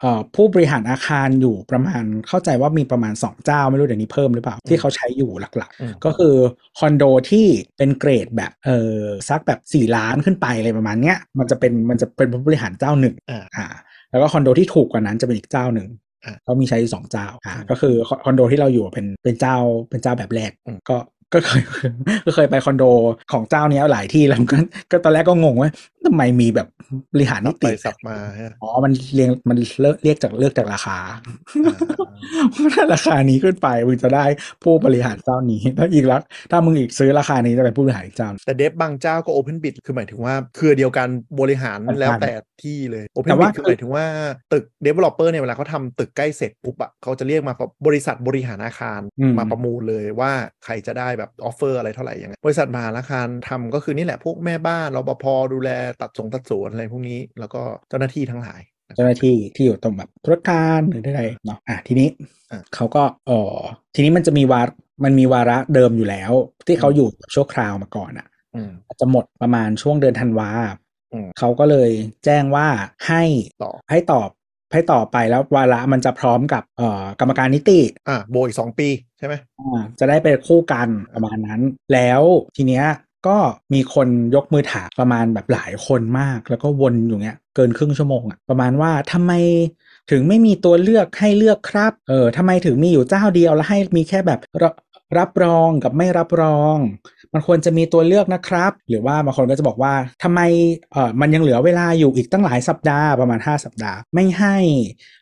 เอ่อผู้บริหารอาคารอยู่ประมาณเข้าใจว่ามีประมาณ 2 เจ้าไม่รู้เดี๋ยวนี้เพิ่มหรือเปล่า ที่เขาใช้อยู่หลัก
อืม
ๆ ก็คือคอนโดที่เป็นเกรดแบบเออสักแบบ 4 ล้านขึ้นไปอะไรประมาณเนี้ยมันจะเป็นมันจะเป็นผู้บริหารเจ้าหนึ่ง
อ่า
อ่าแล้วก็คอนโดที่ถูกกว่านั้นจะเป็นอีกเจ้าหนึ่ง
อ่ะ
ก็มีใช้อยู่สองเจ้าอ่า
อืม
ก็คือคคอนโดที่เราอยู่เป็นเป็นเจ้าเป็นเจ้าแบบแรก
อืม
ก็ก็เคย *laughs* ก็เคยไปคอนโดของเจ้าเนี้ยหลายที่แล้ว *laughs* ก็ก็ตอนแรกก็งงว่าทำไมมีแบบบริหารนิ
ไป
ติ
สับมาฮะ
อ๋อมันเรียงมันเลือกเรียกจากเลือกจากราค *laughs* า
อ่า
ถ้าราคานี้ขึ้นไปมึงจะได้ผู้บริหารเจ้านี้แล้วอีกลักถ้ามึงอีกซื้อราคานี้จะเป็นผู้บริหารอีกเจ้า
แต่เดฟบางเจ้าก็โอเพนบิดคือหมายถึงว่าเครือเดียวกันบริหาร
มัน
แล้วแต่ที่เลยโอเพน
แต่
บิด
ว่า
คือหมายถึงว่าตึกเดเวลลอปเปอร์เนี่ยเวลาเขาทำตึกใกล้เสร็จปุ๊บอ่ะเขาจะเรียกมาประบริษัทบริหารอาคาร
อืม
มาประมูลเลยว่าใครจะได้แบบออฟเฟอร์อะไรเท่าไหร่ยังไงบริษัทมหาอาคารทำก็คือนี่แหละพวกแม่บ้านรปภดูแลตัดสงตัดสวนอะไรพวกนี้ แล้วก็เจ้าหน้าที่ทั้งหลายนะครับ
เจ้าหน้าที่ที่อยู่ตรงแบบธุรการหรือใดๆเนาะอ่ะทีนี้
อ่ะ
เขาก็เออทีนี้มันจะมีวาระมันมีวาระเดิมอยู่แล้ว ที่เขา
อืม
อยู่แบบชั่วคราวมาก่อนอ่ะ
อืม
อาจจะหมดประมาณช่วงเดือนธันวา
อืม
เขาก็เลยแจ้งว่าให้
ต่อ
ให้ตอบให้ต่อไปแล้ววาระมันจะพร้อมกับเอ่อกรรมการนิติ
อ่ะโบอีกสองปีใช่ไหม
อ่าจะได้ไปคู่กันประมาณนั้น แล้วทีเนี้ย ก็มีคนยกมือถามประมาณแบบหลายคนมาก แล้วก็วนอยู่เงี้ยเกินครึ่งชั่วโมงอะประมาณว่าทำไมถึงไม่มีตัวเลือกให้เลือกครับเออทำไมถึงมีอยู่เจ้าเดียวแล้วให้มีแค่แบบรับรับรองกับไม่รับรอง มันควรจะมีตัวเลือกนะครับ หรือว่าบางคนก็จะบอกว่าทำไมเออมันยังเหลือเวลาอยู่อีกตั้งหลายสัปดาห์ประมาณ 5 สัปดาห์ไม่ให้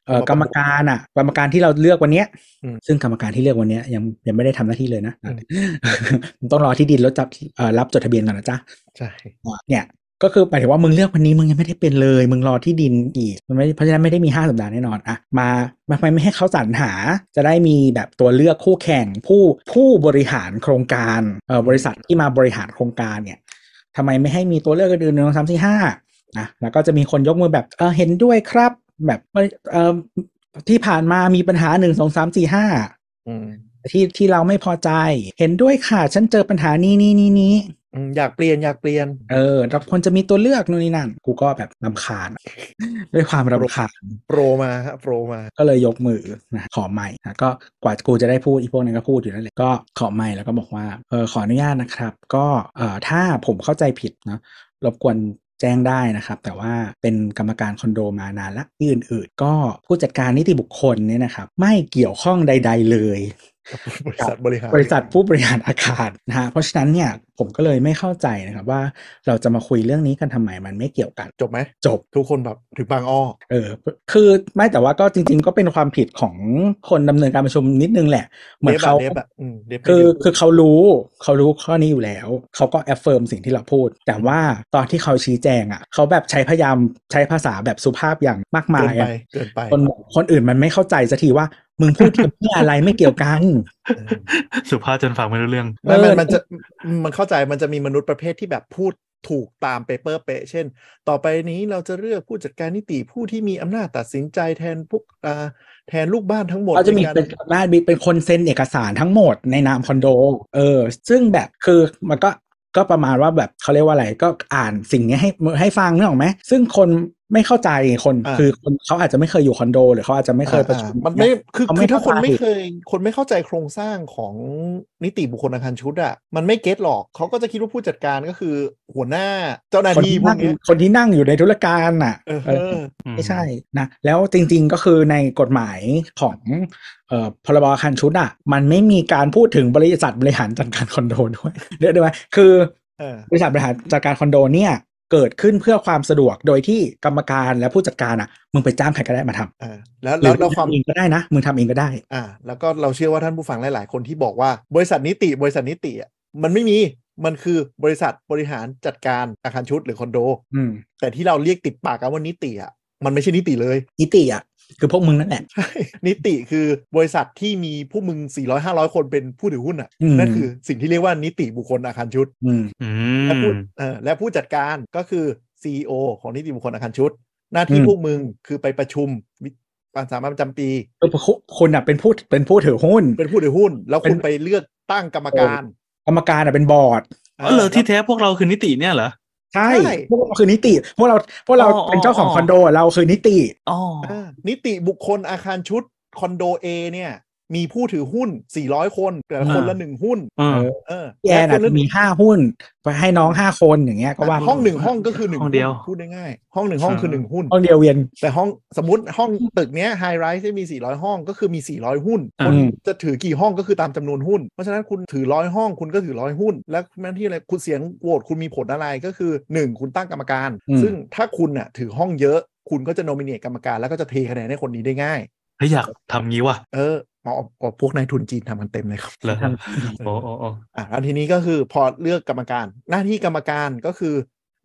เออ
มาป
กร
ระ
ร
มู
ม
ล
การอ่ะกรรมการที่เราเลือกวันเนี้ย
อืม
ซึ่งกรรมการที่เลือกวันเนี้ยยังยังไม่ได้ทำหน้าที่เลยนะ
อืม
*laughs* ต้องรอที่ดินแล้วจับเอ่อรับจดทะเบียนก่อนนะจ๊ะ
ใช่
เนี่ยก็คือหมายถึงว่ามึงเลือกวันนี้มึงยังไม่ได้เป็นเลย มึงรอที่ดินอีกมันไม่เพราะฉะนั้นไม่ได้มี 5 สัปดาห์แน่นอนอะมามาทำไมไม่ให้เขาสรรหา จะได้มีแบบตัวเลือกคู่แข่งผู้ผู้บริหารโครงการเอ่อบริษัทที่มาบริหารโครงการเนี่ยทำไมไม่ให้มีตัวเลือกอื่นๆหนึ่งสองสามสี่ห้านะแล้วก็จะมีคนยกมือแบบเออเห็นด้วยครับแบบเออที่ผ่านมามีปัญหาหนึ่งสองสามสี่ห้า
อืม
ที่ที่เราไม่พอใจเห็นด้วยค่ะ ฉันเจอปัญหานี้นี้นี้นี้
อืมอยากเปลี่ยนอยากเปลี่ยน
เออเราควรจะมีตัวเลือกนู่นนี่นั่น กูก็แบบรำคาญ *laughs* ด้วยความรำคาญ
โปรมาฮะโปรมา *laughs*
ก็เลยยกมือนะขอไม่นะก็กว่ากูจะได้พูดอีพวกนั้นก็พูดอยู่นั่นแหละก็ขอไม่แล้วก็บอกว่าเออขออนุญาตนะครับ ก็เออถ้าผมเข้าใจผิดเนาะรบกวนแจ้งได้นะครับ แต่ว่าเป็นกรรมการคอนโดมานานละที่อื่นๆ ก็ผู้จัดการนิติบุคคลเนี่ยนะครับ ไม่เกี่ยวข้องใด ๆ เลย
บริษัทบริหาร
บริษัทผู้บริหารอาคารนะฮะเพราะฉะนั้นเนี่ยผมก็เลยไม่เข้าใจนะครับว่าเราจะมาคุยเรื่องนี้กันทำไมมันไม่เกี่ยวกัน
จบไหม
จบ
ทุกคนแบบถึงบางอ้อ
เออคือไม่แต่ว่าก็จริง ๆ ก็เป็นความผิดของคนดำเนินการประชุมนิดนึงแหละ เหมือนเขา
เดฟอะเดฟอะอืมเดฟไม่
คือ
อยู่
คือเขารู้เขารู้ข้อนี้อยู่แล้ว เขาก็แอ f เฟิร์มสิ่งที่เราพูด แต่ว่าตอนที่เขาชี้แจงอ่ะเขาแบบใช้พยายามใช้ภาษาแบบสุภาพอย่างมากมา
เกิ
ย
นไป
อะ
เกินไป
คนคนอื่นมันไม่เข้าใจสักทีว่ามึงพูดเพื่ออะไรไม่เกี่ยวกัน
สุภาพจนฟังไม่รู้เรื่อง
ไม่มัน
เออ
มันจะมันเข้าใจมันจะมีมนุษย์ประเภทที่แบบพูดถูกตามเปเปอร์เป๊ะเช่น ต่อไปนี้เราจะเลือกผู้จัดการนิติผู้ที่มีอำนาจตัดสินใจแทนพวกอ่าแทนลูกบ้านทั้งหมด
เขาจะมี
ใกร
เป็นหน้าเป็นคนเซ็นเอกสารทั้งหมดในนามคอนโด เออ ซึ่งแบบคือมันก็ก็ประมาณว่าแบบเขาเรียกว่าอะไรก็อ่านสิ่งนี้ให้ให้ฟังนึกออกไหมซึ่งคนไม่เข้าใจคน
อ่า
คือคนเขาอาจจะไม่เคยอยู่คอนโด หรือเขาอาจจะไม่เคยประชุม
อ่ามันไม่คือ
เขาไม่
คือถ้าคน
เข้าใจ
ไม่เคย คนไม่เข้าใจโครงสร้างของนิติบุคคลอาคารชุดอะมันไม่เก็ตหรอกเขาก็จะคิดว่าผู้จัดการก็คือ หัวหน้าเจ้าหน้า
คน
ที่
ที่
พว
นั่
ก
ง
เนี้ย
คนที่นั่งอยู่ในธุรการน่ะ
เออ
เออ
อื
ไม่ใช่นะแล้วจริงๆก็คือในกฎหมายของเอ่อพรบอาคารชุดอ่ะมันไม่มีการพูดถึงบริษัทบริหารจัดการคอนโดด้วยเรียกได้ไหมคือ
เออบ
ริษัทบริหารจัดการคอนโดเนี่ยเกิดขึ้นเพื่อความสะดวกโดยที่กรรมการและผู้จัดการอ่ะมึงไปจ้างใครก็ได้มาทำ
อ่าแล้ว
ห
แล้ว
อ
แล้วความ
ทำเองก็ได้นะมึงทำเองก็ได้
อ่าแล้วก็เราเชื่อว่าท่านผู้ฟังหลาย ๆ คนที่บอกว่าบริษัทนิติบริษัทนิติอ่ะมันไม่มีมันคือบริษัทบริหารจัดการอาคารชุดหรือคอนโด
อืม
แต่ที่เราเรียกติดปากกันว่านิติอ่ะมันไม่ใช่นิติเลย *laughs*
นิติอ่ะคือพวกมึงนั่นแหละ
นิติคือบริษัทที่มีผู้มึง 400 500 คนเป็นผู้ถือหุ้นอ่ะ
อืม
นั่นคือสิ่งที่เรียกว่านิติบุคคลอาคารชุด
อืม
อื
และผู้
ม
เอ่อและผู้จัดการก็คือ CEO ของนิติบุคคลอาคารชุด หน้าที่
อืม
พวกมึงคือไปประชุมวิสามัญประจำปี
เออคนอ่ะเป็นผู้เป็นผู้ถือหุ้น
เป็นผู้ถือหุ้น แล้วคุ
เป็น
ณไปเลือกตั้งกรรมการ
กรรมการอ่ะเป็นบอร์ด
อ๋อเหรอที่แท้พวกเราคือนิติเนี่ยเหรอ
ใช่
ใช่
พวกเราคือนิติพวกเราพวกเรา
อ๋อ
เป็นเจ้าของ
อ๋อ
คอนโดเราคือนิติ
อ๋อ
อ่านิติบุคคลอาคารชุดคอนโด A เนี่ย มีผู้ถือหุ้น 400 คน แต่ละคน
อ่า
ละหนึ่งหุ้น
อืม
เออ
พี่แอน
ค
อ่ะ
ละ
มีห้าหุ้นไปให้น้องห้าคนอย่างเงี้ยก็ว่า
ห้องหนึ่งห้องก็คือหนึ่ง
ห้องเดียว
พูดง่ายๆห้องหนึ่งห้องคือหนึ่งหุ้น
ห้องเดียวเวียน
แต่ห้องสมมติห้องตึกเนี้ยไฮไรส์มี 400 ห้องก็คือมี 400 หุ้น
อืม
คนจะถือกี่ห้องก็คือตามจำนวนหุ้น เพราะฉะนั้นคุณถือร้อยห้องคุณก็ถือร้อยหุ้น แล้วหน้าที่อะไรคุณเสียงโหวตคุณมีผลอะไรก็คือ 1 คุณตั้งกรรมการ
อืม
ซึ่งถ้าคุณน่ะถือห้องเยอะคุณก็จะโนมิเนตกรรมการแล้วก็จะเทคะแนนให้คนนี้ได้ง่าย
เฮ้ยอยากทำงี้ว่ะ
เออหมออ๋อพวกนายทุนจีนทำกันเต็มเลยครับ
เหรอโอ้โอ้โอ้
อ่ะแล้วทีนี้ก็คือพอเลือกกรรมการ หน้าที่กรรมการก็คือ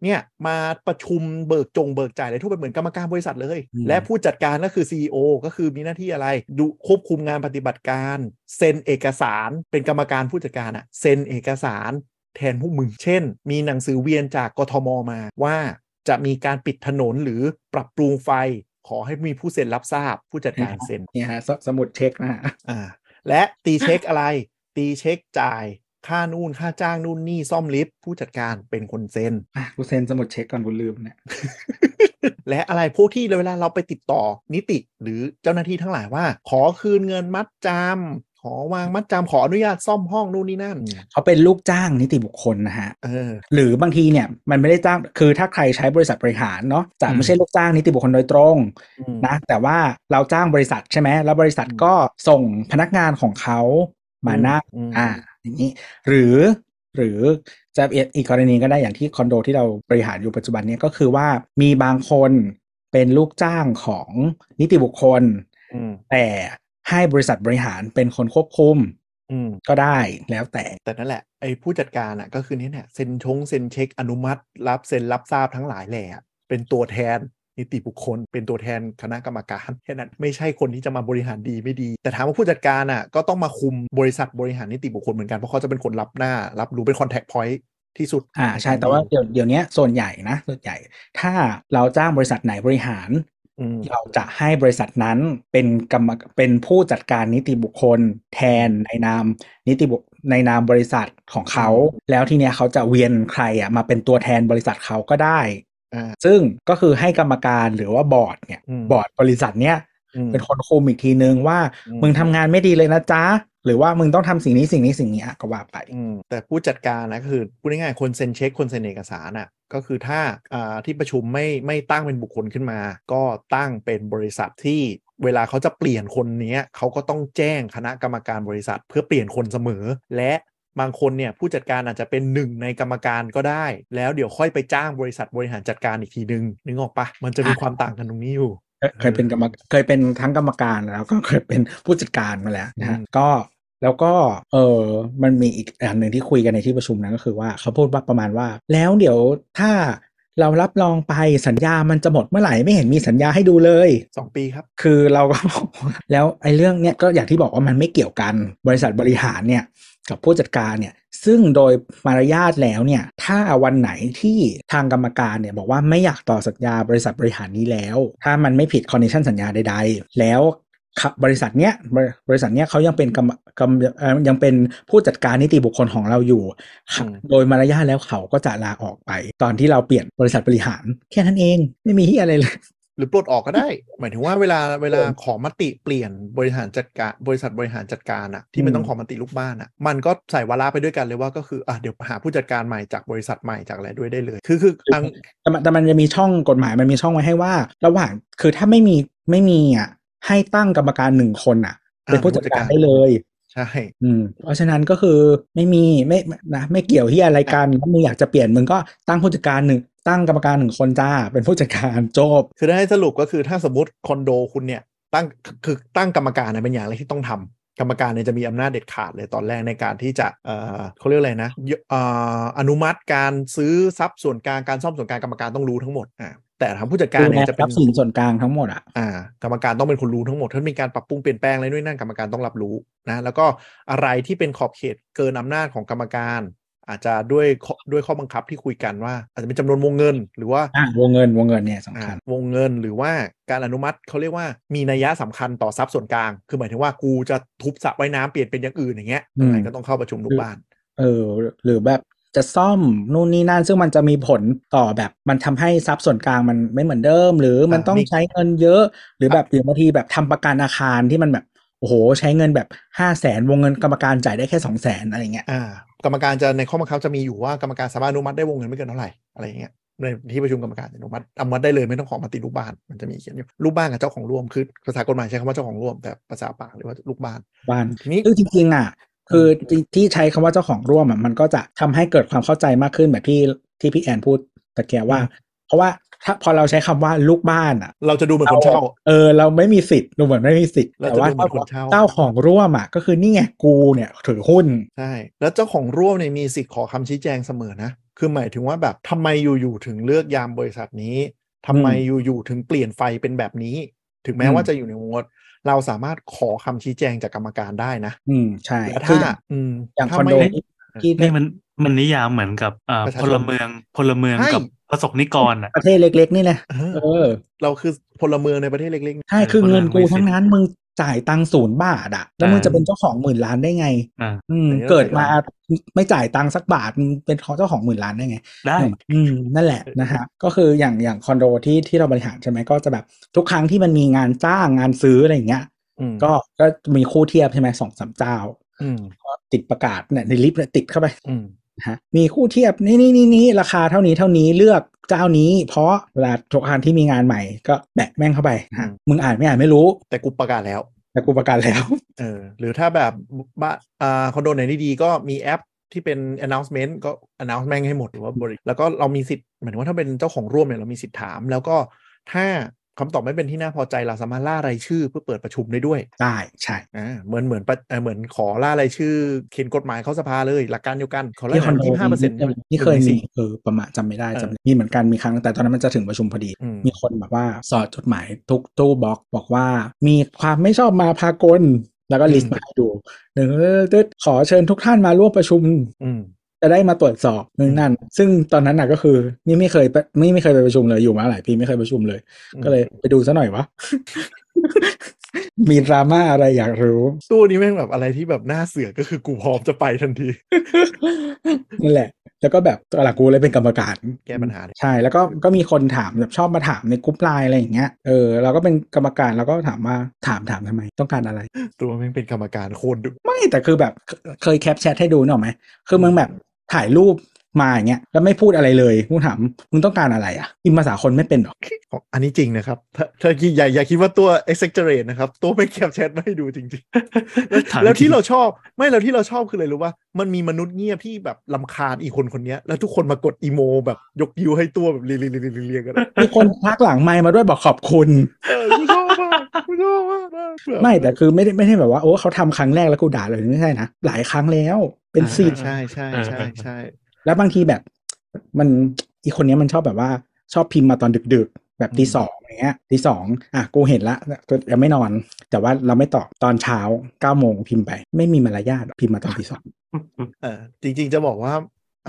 เนี่ยมาประชุมเบิกจงเบิกจ่ายอะไรทุกเป็นเหมือนกรรมการบริษัทเลย
อืม
และผู้จัดการก็คือ CEO ก็คือมีหน้าที่อะไร ดูควบคุมงานปฏิบัติการ เซ็นเอกสารเป็นกรรมการผู้จัดการอะเซ็นเอกสารแทนผู้มึง เช่น มีหนังสือเวียนจากกทมมาว่าจะมีการปิดถนนหรือปรับปรุงไฟ ขอให้มีผู้เซ็นรับทราบ ผู้จัดการเซ็น
เนี่ยฮะสสมุดเช็คนะฮะ
อ่าและตีเช็คอะไร ตีเช็คจ่าย ค่านู่นค่าจ้างนู่นนี่ซ่อมลิฟต์ผู้จัดการเป็นคนเซ็น *laughs*
อ่ะกูเซ็นสมุดเช็คก่อนกูลืมเนี่ย
และอะไรพวกที่เวลาเราไปติดต่อนิติหรือเจ้าหน้าที่ทั้งหลายว่า ขอคืนเงินมัดจำ ขอวางมัดจำขออนุญาตซ่อมห้องนู่นนี่นั่น
เขาเป็นลูกจ้างนิติบุคคลนะฮะ
เออ
หรือบางทีเนี่ยมันไม่ได้จ้าง คือถ้าใครใช้บริษัทบริหารเนาะจะ
อืม
ไม่ใช่ลูกจ้างนิติบุคคลโดยตรงนะแต่ว่าเราจ้างบริษัทใช่ไหมแล้วบริษัท
อืม
ก็ส่งพนักงานของเขามานั่ง
ม
อ่าอย่างนี้หรือหรือจะเอียดอีกกรณีก็ได้อย่างที่คอนโดที่เราบริหารอยู่ปัจจุบันเนี้ก็คือว่ามีบางคนเป็นลูกจ้างของนิติบุคคล
อืม
แต่ให้บริษัทบริหารเป็นคนควบคุม
อืม
ก็ได้แล้วแต่
แต่นั่นแหละไอ้ผู้จัดการอ่ะก็คือเนี่ยเนี่ยเซ็นชงเซ็นเช็คอนุมัติ รับเซ็นรับทราบทั้งหลายแหละเป็นตัวแทนนิติบุคคล เป็นตัวแทนคณะกรรมการแค่นั้นไม่ใช่คนที่จะมาบริหารดีไม่ดี แต่ถามว่าผู้จัดการอ่ะก็ต้องมาคุมบริษัทบริหารนิติบุคคลเหมือนกันเพราะเขาจะเป็นคนรับหน้า รับรู้เป็นคอนแทคพอยต์ที่สุด
อ่าใช่แต่ว่าเดี๋ยวเดี๋ยวเนี้ยส่วนใหญ่นะส่วนใหญ่ ถ้าเราจ้างบริษัทไหนบริหาร
อืม
เราจะให้บริษัทนั้นเป็นกรรมเป็นผู้จัดการนิติบุคคล แทนในนามนิติบุคในนามบริษัทของเขา แล้วทีเนี้ยเขาจะเวียนใครอ่ะมาเป็นตัวแทนบริษัทเขาก็ได้
อ่า
ซึ่งก็คือให้กรรมการหรือว่าบอร์ดเนี่ย
อืม
บอร์ดบริษัทเนี้ย
อืม
เป็นคนคุมอีกทีนึงว่า
อืม
มึงทำงานไม่ดีเลยนะจ๊ะหรือว่ามึงต้องทำสิ่งนี้สิ่งนี้สิ่งนี้อ่ะก็ว่าไป
อืมแต่ผู้จัดการนะก็คือพูดง่ายๆคนเซ็นเช็คคนเซ็นเอกสารอ่ะก็คือถ้าอ่าที่ประชุมไม่ไม่ตั้งเป็นบุคคลขึ้นมา ก็ตั้งเป็นบริษัทที่เวลาเขาจะเปลี่ยนคนเนี้ยเขาก็ต้องแจ้งคณะกรรมการบริษัท เพื่อเปลี่ยนคนเสมอ และบางคนเนี่ยผู้จัดการอาจจะเป็นหนึ่งในกรรมการก็ได้ แล้วเดี๋ยวค่อยไปจ้างบริษัทบริหารจัดการอีกทีนึงนึกออกปะมันจะมีความต่างกันตรงนี้อยู่
เคยเป็นกรรมเคยเป็นทั้งกรรมการแล้วก็เคยเป็นผู้จัดการมาแล้วนะฮะ
อืม
ก็แล้วก็เออมันมีอีกอันหนึ่งที่คุยกันในที่ประชุมนั้นก็คือว่าเขาพูดว่าประมาณว่า แล้วเดี๋ยวถ้าเรารับรองไปสัญญามันจะหมดเมื่อไหร่ไม่เห็นมีสัญญาให้ดูเลย
สองปีครับ
คือเราก็บอกว่า *laughs* แล้วไอ้เรื่องเนี้ยก็อย่างที่บอกว่ามันไม่เกี่ยวกันบริษัทบริหารเนี่ยกับผู้จัดการเนี่ยซึ่งโดยมารยาทแล้วเนี่ยถ้าวันไหนที่ทางกรรมการเนี่ยบอกว่าไม่อยากต่อสัญญาบริษัทบริหารนี้แล้ว ถ้ามันไม่ผิดคอนดิชันสัญญาใดๆ แล้วครับบริษัทเนี้ยบริบริษัทเนี้ยเขายังเป็นกรรมกรรมเอ่อยังเป็นผู้จัดการนิติบุคคลของเราอยู่ครับ
อืม
โดยมารยาทแล้วเขาก็จะลาออกไป ตอนที่เราเปลี่ยนบริษัทบริหาร แค่นั้นเองไม่มีที่อะไรเลย
หรือปลดออกก็
*laughs*
ได้ หมายถึงว่าเวลาเวลาขอมติเปลี่ยนบริหารจัดการบริษัทบริหารจัดการอะที่มัน
อืม
ต้องขอมติลูกบ้านอะมันก็ใส่วาระไปด้วยกันเลยว่าก็คืออ่ะเดี๋ยวหาผู้จัดการใหม่จากบริษัทใหม่จากอะไรด้วยได้เลย คือคืออัง
แต่มันแต่มันจะมีช่องกฎหมายมันมีช่องไว้ให้ว่า ระหว่างคือถ้าไม่มีไม่มีอ่ะให้ตั้งกรรมการหนึ่งคนอ่ะ เป็นผู้จัดการได้เลย
ใช่
อืม เพราะฉะนั้นก็คือไม่มีไม่นะไม่เกี่ยวที่อะไรกันถ้ามึงอยากจะเปลี่ยนมึงก็ตั้งผู้จัดการหนึ่งตั้งกรรมการหนึ่งคนจ้า เป็นผู้จัดการจบ
คือได้สรุปก็คือถ้าสมมติคอนโดคุณเนี่ยตั้งคือคือตั้งกรรมการเนี่ยเป็นอย่างแรกที่ต้องทำกรรมการเนี่ยจะมีอำนาจเด็ดขาดเลยตอนแรกในการที่จะเอ่อเขาเรียกอะไรนะยเอ่ออนุมัติการซื้อทรัพย์ส่วนกลางการซ่อมส่วนกลางกรรมการต้องรู้ทั้งหมดอ่ะแต่ทางผู้จัดการ
ดู
เนี่
แล
ยจะเป็
ทรั
น
พย์สินส่วนกลางทั้งหมดอ่ะ
อ่ากรรมการต้องเป็นคนรู้ทั้งหมดถ้ามีการปรับปรุงเปลี่ยนแปลงอะไรนู่นนนั่นกรรมการต้องรับรู้นะแล้วก็อะไรที่เป็นขอบเขตเกินอำนาจของกรรมการ อาจจะด้วยข้อด้วยข้อบังคับที่คุยกันว่า อาจจะเป็นจำนวนวงเงิน หรือว่า
อ่ะวงเงินวงเงินเนี่ยสำ
อ่า
คัญ
วงเงินหรือว่าการอนุมัติเขาเรียกว่ามีนัยยะสำคัญต่อทรัพย์ส่วนกลาง คือหมายถึงว่ากูจะทุบสระว่ายน้ำเปลี่ยนเป็นอย่างอื่นอย่างเงี้ย
อืม
ไหนก็ต้องเข้าประชุมลูกบ้าน
เออหรือแบบจะซ่อมนู่นนี่นั่นซึ่งมันจะมีผลต่อแบบมันทำให้ทรัพย์ส่วนกลางมันไม่เหมือนเดิม หรือมัน
อ่า
ต้อง
มี
ใช้เงินเยอะ หรือแบบหรือบางทีแบบทำประกันอาคารที่มันแบบโอ้โหใช้เงินแบบห้าแสนวงเงินกรรมการจ่ายได้แค่สองแสนอะไรเงี้ย
อ่ากรรมการจะในข้อบังคับจะมีอยู่ว่ากรรมการสามารถอนุมัติได้วงเงินไม่เกินเท่าไหร่อะไรอย่างเงี้ยในที่ประชุมกรรมการอนุมัติอนุมัติได้เลยไม่ต้องขอมาติลูกบ้านมันจะมีเขียนอยู่ลูกบ้านกับเจ้าของร่วมคือภาษากฎหมายใช้คำว่าเจ้าของร่วมแต่ภาษาปากเรียกว่าลูกบ้าน
บ้าน
ทีนี้
คือจริงๆอ่ะคือที่ที่ใช้คำว่าเจ้าของร่วมอ่ะมันก็จะทำให้เกิดความเข้าใจมากขึ้นแบบที่ที่พี่แอนพูดตะเกียว่า เพราะว่าถ้าพอเราใช้คำว่าลูกบ้านอ่ะ
เราจะดูเหมือนคนเช่า
เออเราไม่มีสิทธิ์ดูเหมือนไม่มีสิทธิ์
เรา
แต่
จะ
ว่า
ดูเหมือนคนเช่า
เจ้าของร่วมอ่ะก็คือนี่ไงกูเนี่ยถือหุ้น
ใช่แล้วเจ้าของร่วมเนี่ยมีสิทธิ์ขอคำชี้แจงเสมอนะ คือหมายถึงว่าแบบทำไมอยู่ๆถึงเลือกยามบริษัทนี้ทำไมอยู่ๆถึงเปลี่ยนไฟเป็นแบบนี้ ถึงแม้
อืม
ว่าจะอยู่ในวงเงินเราสามารถขอคำชี้แจงจากกรรมการได้นะ
อืมใช่
และ
คือ
ถ้า
อย่าง
อืม
อย่าง
ถ้
คอน
ไม่
โดที่ที่
นี่มันมันนิยามเหมือนกับอ่า
ประชาช
พ
น
ลเมืองพลเมือง
ใช่
กับประสบนิกรอ่ะ
ประเทศเล็ก ๆ นี่แหละ
เออ
เออ
เราคือพลเมืองในประเทศเล็กๆ
ใช่คือ
คนละ
เงินกู
ไม่สิ
ทั้งนั้นมึงจ่ายตังค์ศูนย์บาทอ่ะแล้วมึง
อ่า
จะเป็นเจ้าของหมื่นล้านได้ไง
อ่า
อืมเกิดมาไม่จ่ายตังค์สักบาทมึงเป็นเจ้าของหมื่นล้านได้ไง
ได้
อืมนั่นแหละนะฮะก็คืออย่างอย่างคอนโดที่ที่เราบริหารใช่ไหมก็จะแบบทุกครั้งที่มันมีงานจ้างงานซื้ออะไรอย่างเงี้ย
อืม
ก็ก็มีคู่เทียบใช่ไหมสองสามเจ้า
อืม
ก็ติดประกาศเนี่ยในลิฟต์เนี่ยติดเข้าไป
อืม
นะฮะมีคู่เทียบนี่นี่นี่นี่ราคาเท่านี้เท่านี้เลือกเจ้านี้ เพราะเวลาทุกครั้งที่มีงานใหม่ก็แบะแม่งเข้าไปนะฮะ
อืม
มึงอ่านไม่อ่านไม่รู้
แต่กูประกาศแล้ว
แต่กูประกาศแล้ว
เออหรือถ้าแบบบ้านอ่าคอนโดไหนที่ดีก็มีแอปที่เป็น announcement ก็ announce แม่งให้หมดหรือว่าบริแล้วก็เรามีสิทธิ์หมายถึงว่าถ้าเป็นเจ้าของร่วมเนี่ยเรามีสิทธิ์ถาม แล้วก็ถ้าคำตอบไม่เป็นที่น่าพอใจเราสามารถล่ารายชื่อเพื่อเปิดประชุมได้ด้วย
ได้ใช่
อ่าเหมือนเหมือนปะเอ่อเหมือนขอล่ารายชื่อ เขียนกฎหมายเข้าสภาเลย หลักการเดียวกันขอล่า
ที่คอนโด
ยี่ห้าเปอร์เซ็นต์
นี่เคยมีเออประมาณจำไม่ได้
เออ
จำไม่ได้มีเหมือนกันมีครั้งแต่ตอนนั้นมันจะถึงประชุมพอดี
อืม
มีคนแบบว่าสอดจดหมายทุกตู้บล็อกบอกว่า มีความไม่ชอบมาพากลแล้วก็ลิสต์มาให้ดูหนึ่งเออตึ๊ดขอเชิญทุกท่านมาร่วมประชุม
อืม
จะได้มาตรวจสอบนู่นนนั่น ซึ่งตอนนั้นน่ะก็คือนี่ไม่เคยไปไม่ไม่เคยไปประชุมเลยอยู่มาหลายปีไม่เคยประชุมเลย
อืม
ก็เลยไปดูซะหน่อ *laughs* ยวะ มีดราม่าอะไรอยากรู้
ตู้นี้แม่งแบบอะไรที่แบบน่าเสือกก็คือกูพร้อมจะไปทันที
นั่นแหละ แล้วก็แบบตอนหลักกูเลยเป็นกรรมการ
แก้ปัญหาเลย
ใช่ แล้วก็ก็มีคนถามแบบชอบมาถามในกลุ่มไลน์อะไรอย่างเงี้ยเออเราก็เป็นกรรมการเราก็ถามว่าถามถามทำไม ต้องการอะไร
ตัวแม่งเป็นกรรมการโคตรดุ
ไม่แต่คือแบบเคเคยแคปแชทให้ดูเนกอะไหมคือมึงแบบถ่ายรูปมาอย่างเงี้ยแล้วไม่พูดอะไรเลยกูถามมึงต้องการอะไรอ่ะอิมภาษาคนไม่เป็นเหรอ
อันนี้จริงนะครับ ถ้าถ้าคิดอย่าอย่าคิดว่าตัว exaggerate นะครับ ตัวไม่แคปแชทมาให้ดูจริง *laughs* ๆแล้ว
ถาม
แล้ว
จริ
ที่
ง
เราชอบไม่แล้วที่เราชอบคืออะไรรู้ว่ามันมีมนุษย์เงียบที่แบบลำคาญอีกคนคนเนี้ย แล้วทุกคนมากดอีโมแบบยกยิ้วให้ตัวแบบเรียงๆๆๆๆเรียงกันอะ
มีคนพักหลังไมค์มาด้วยบอกขอบคุณ
*laughs* เออกูชอบมากกูชอบมากแบบ
ไม่แต่คือไม่ได้ไม่ได้แบบว่าโอ้เขาทำครั้งแรกแล้วกูด่าเลยไม่ใช่นะหลายครั้งแล้วเป็นสิบ
ใช่ใช่ใช่ใช่
แล้วบางทีแบบ มันอีคนเนี้ยมันชอบแบบว่าชอบพิมพ์มาตอนดึกๆ แบบตีสองอย่างเงี้ยตีสองอ่ะกูเห็นละก็ยังไม่นอน แต่ว่าเราไม่ตอบตอนเช้าเก้าโมงพิมพ์ไป ไม่มีมารยาทพิมพ์มาตอนตี
*laughs*
สอง
เออจริง ๆจะบอกว่า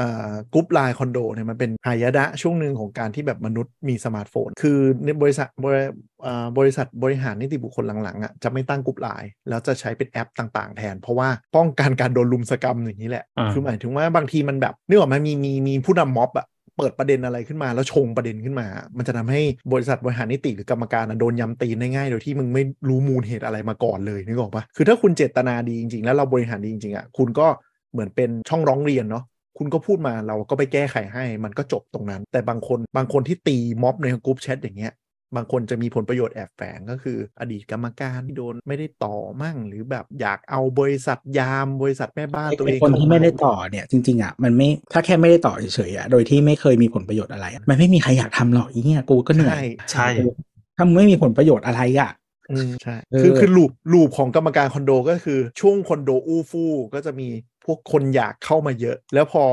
อ่ากรุ๊ปไลน์คอนโดเนี่ยมันเป็นหายนะช่วงหนึ่งของการที่แบบมนุษย์มีสมาร์ทโฟน คือในบริษัทบริอ่าบริษัทบริหารนิติบุคคลหลังๆอ่ะจะไม่ตั้งกรุ๊ปไลน์แล้วจะใช้เป็นแอปต่างๆ แทน เพราะว่าป้องกันการโดนลุมสกรรมอย่างนี้แหละ
อ่า
คือหมายถึงว่าบางทีมันแบบนึกออกไหมมีมีมีผู้นำม็อบอ่ะเปิดประเด็นอะไรขึ้นมาแล้วชงประเด็นขึ้นมา มันจะทำให้บริษัทบริหารนิติหรือกรรมการอะโดนยำตีนได้ง่ายโดยที่มึงไม่รู้มูลเหตุอะไรมาก่อนเลยนึกออกปะคือถ้าคุณเจตนาดีจริงๆ แล้วเราบริหารดีจริงๆอ่ะคุณก็เหมือนเป็นช่องร้องเรียนเนาะคุณก็พูดมาเราก็ไปแก้ไขให้ มันก็จบตรงนั้น แต่บางคนบางคนที่ตีม็อบในกลุ่มแชทอย่างเงี้ย บางคนจะมีผลประโยชน์แอบแฝงก็คือ อดีตกรรมการที่โดนไม่ได้ต่อมั่ง หรือแบบอยากเอาบริษัทยามบริษัทแม่บ้านตัว
ไอ้
เอง
คนที่ไม่ได้
เข้าา
ต่อเนี่ย จริงๆอ่ะมันไม่ถ้าแค่ไม่ได้ต่อเฉยๆอ่ะโดยที่ไม่เคยมีผลประโยชน์อะไรอะมันไม่มีใครอยากทำหรอกอีเนี่ยกูก็เหนื่อย
ใช่
ใช่
ถ้ามึงไม่มีผลประโยชน์อะไรอ่ะ
อืมใช่
เออ
คือคือลูปลูปของกรรมการคอนโดก็คือช่วงคอนโดอู้ฟู่ก็จะมีพวกคนอยากเข้ามาเยอะ แล้วพอ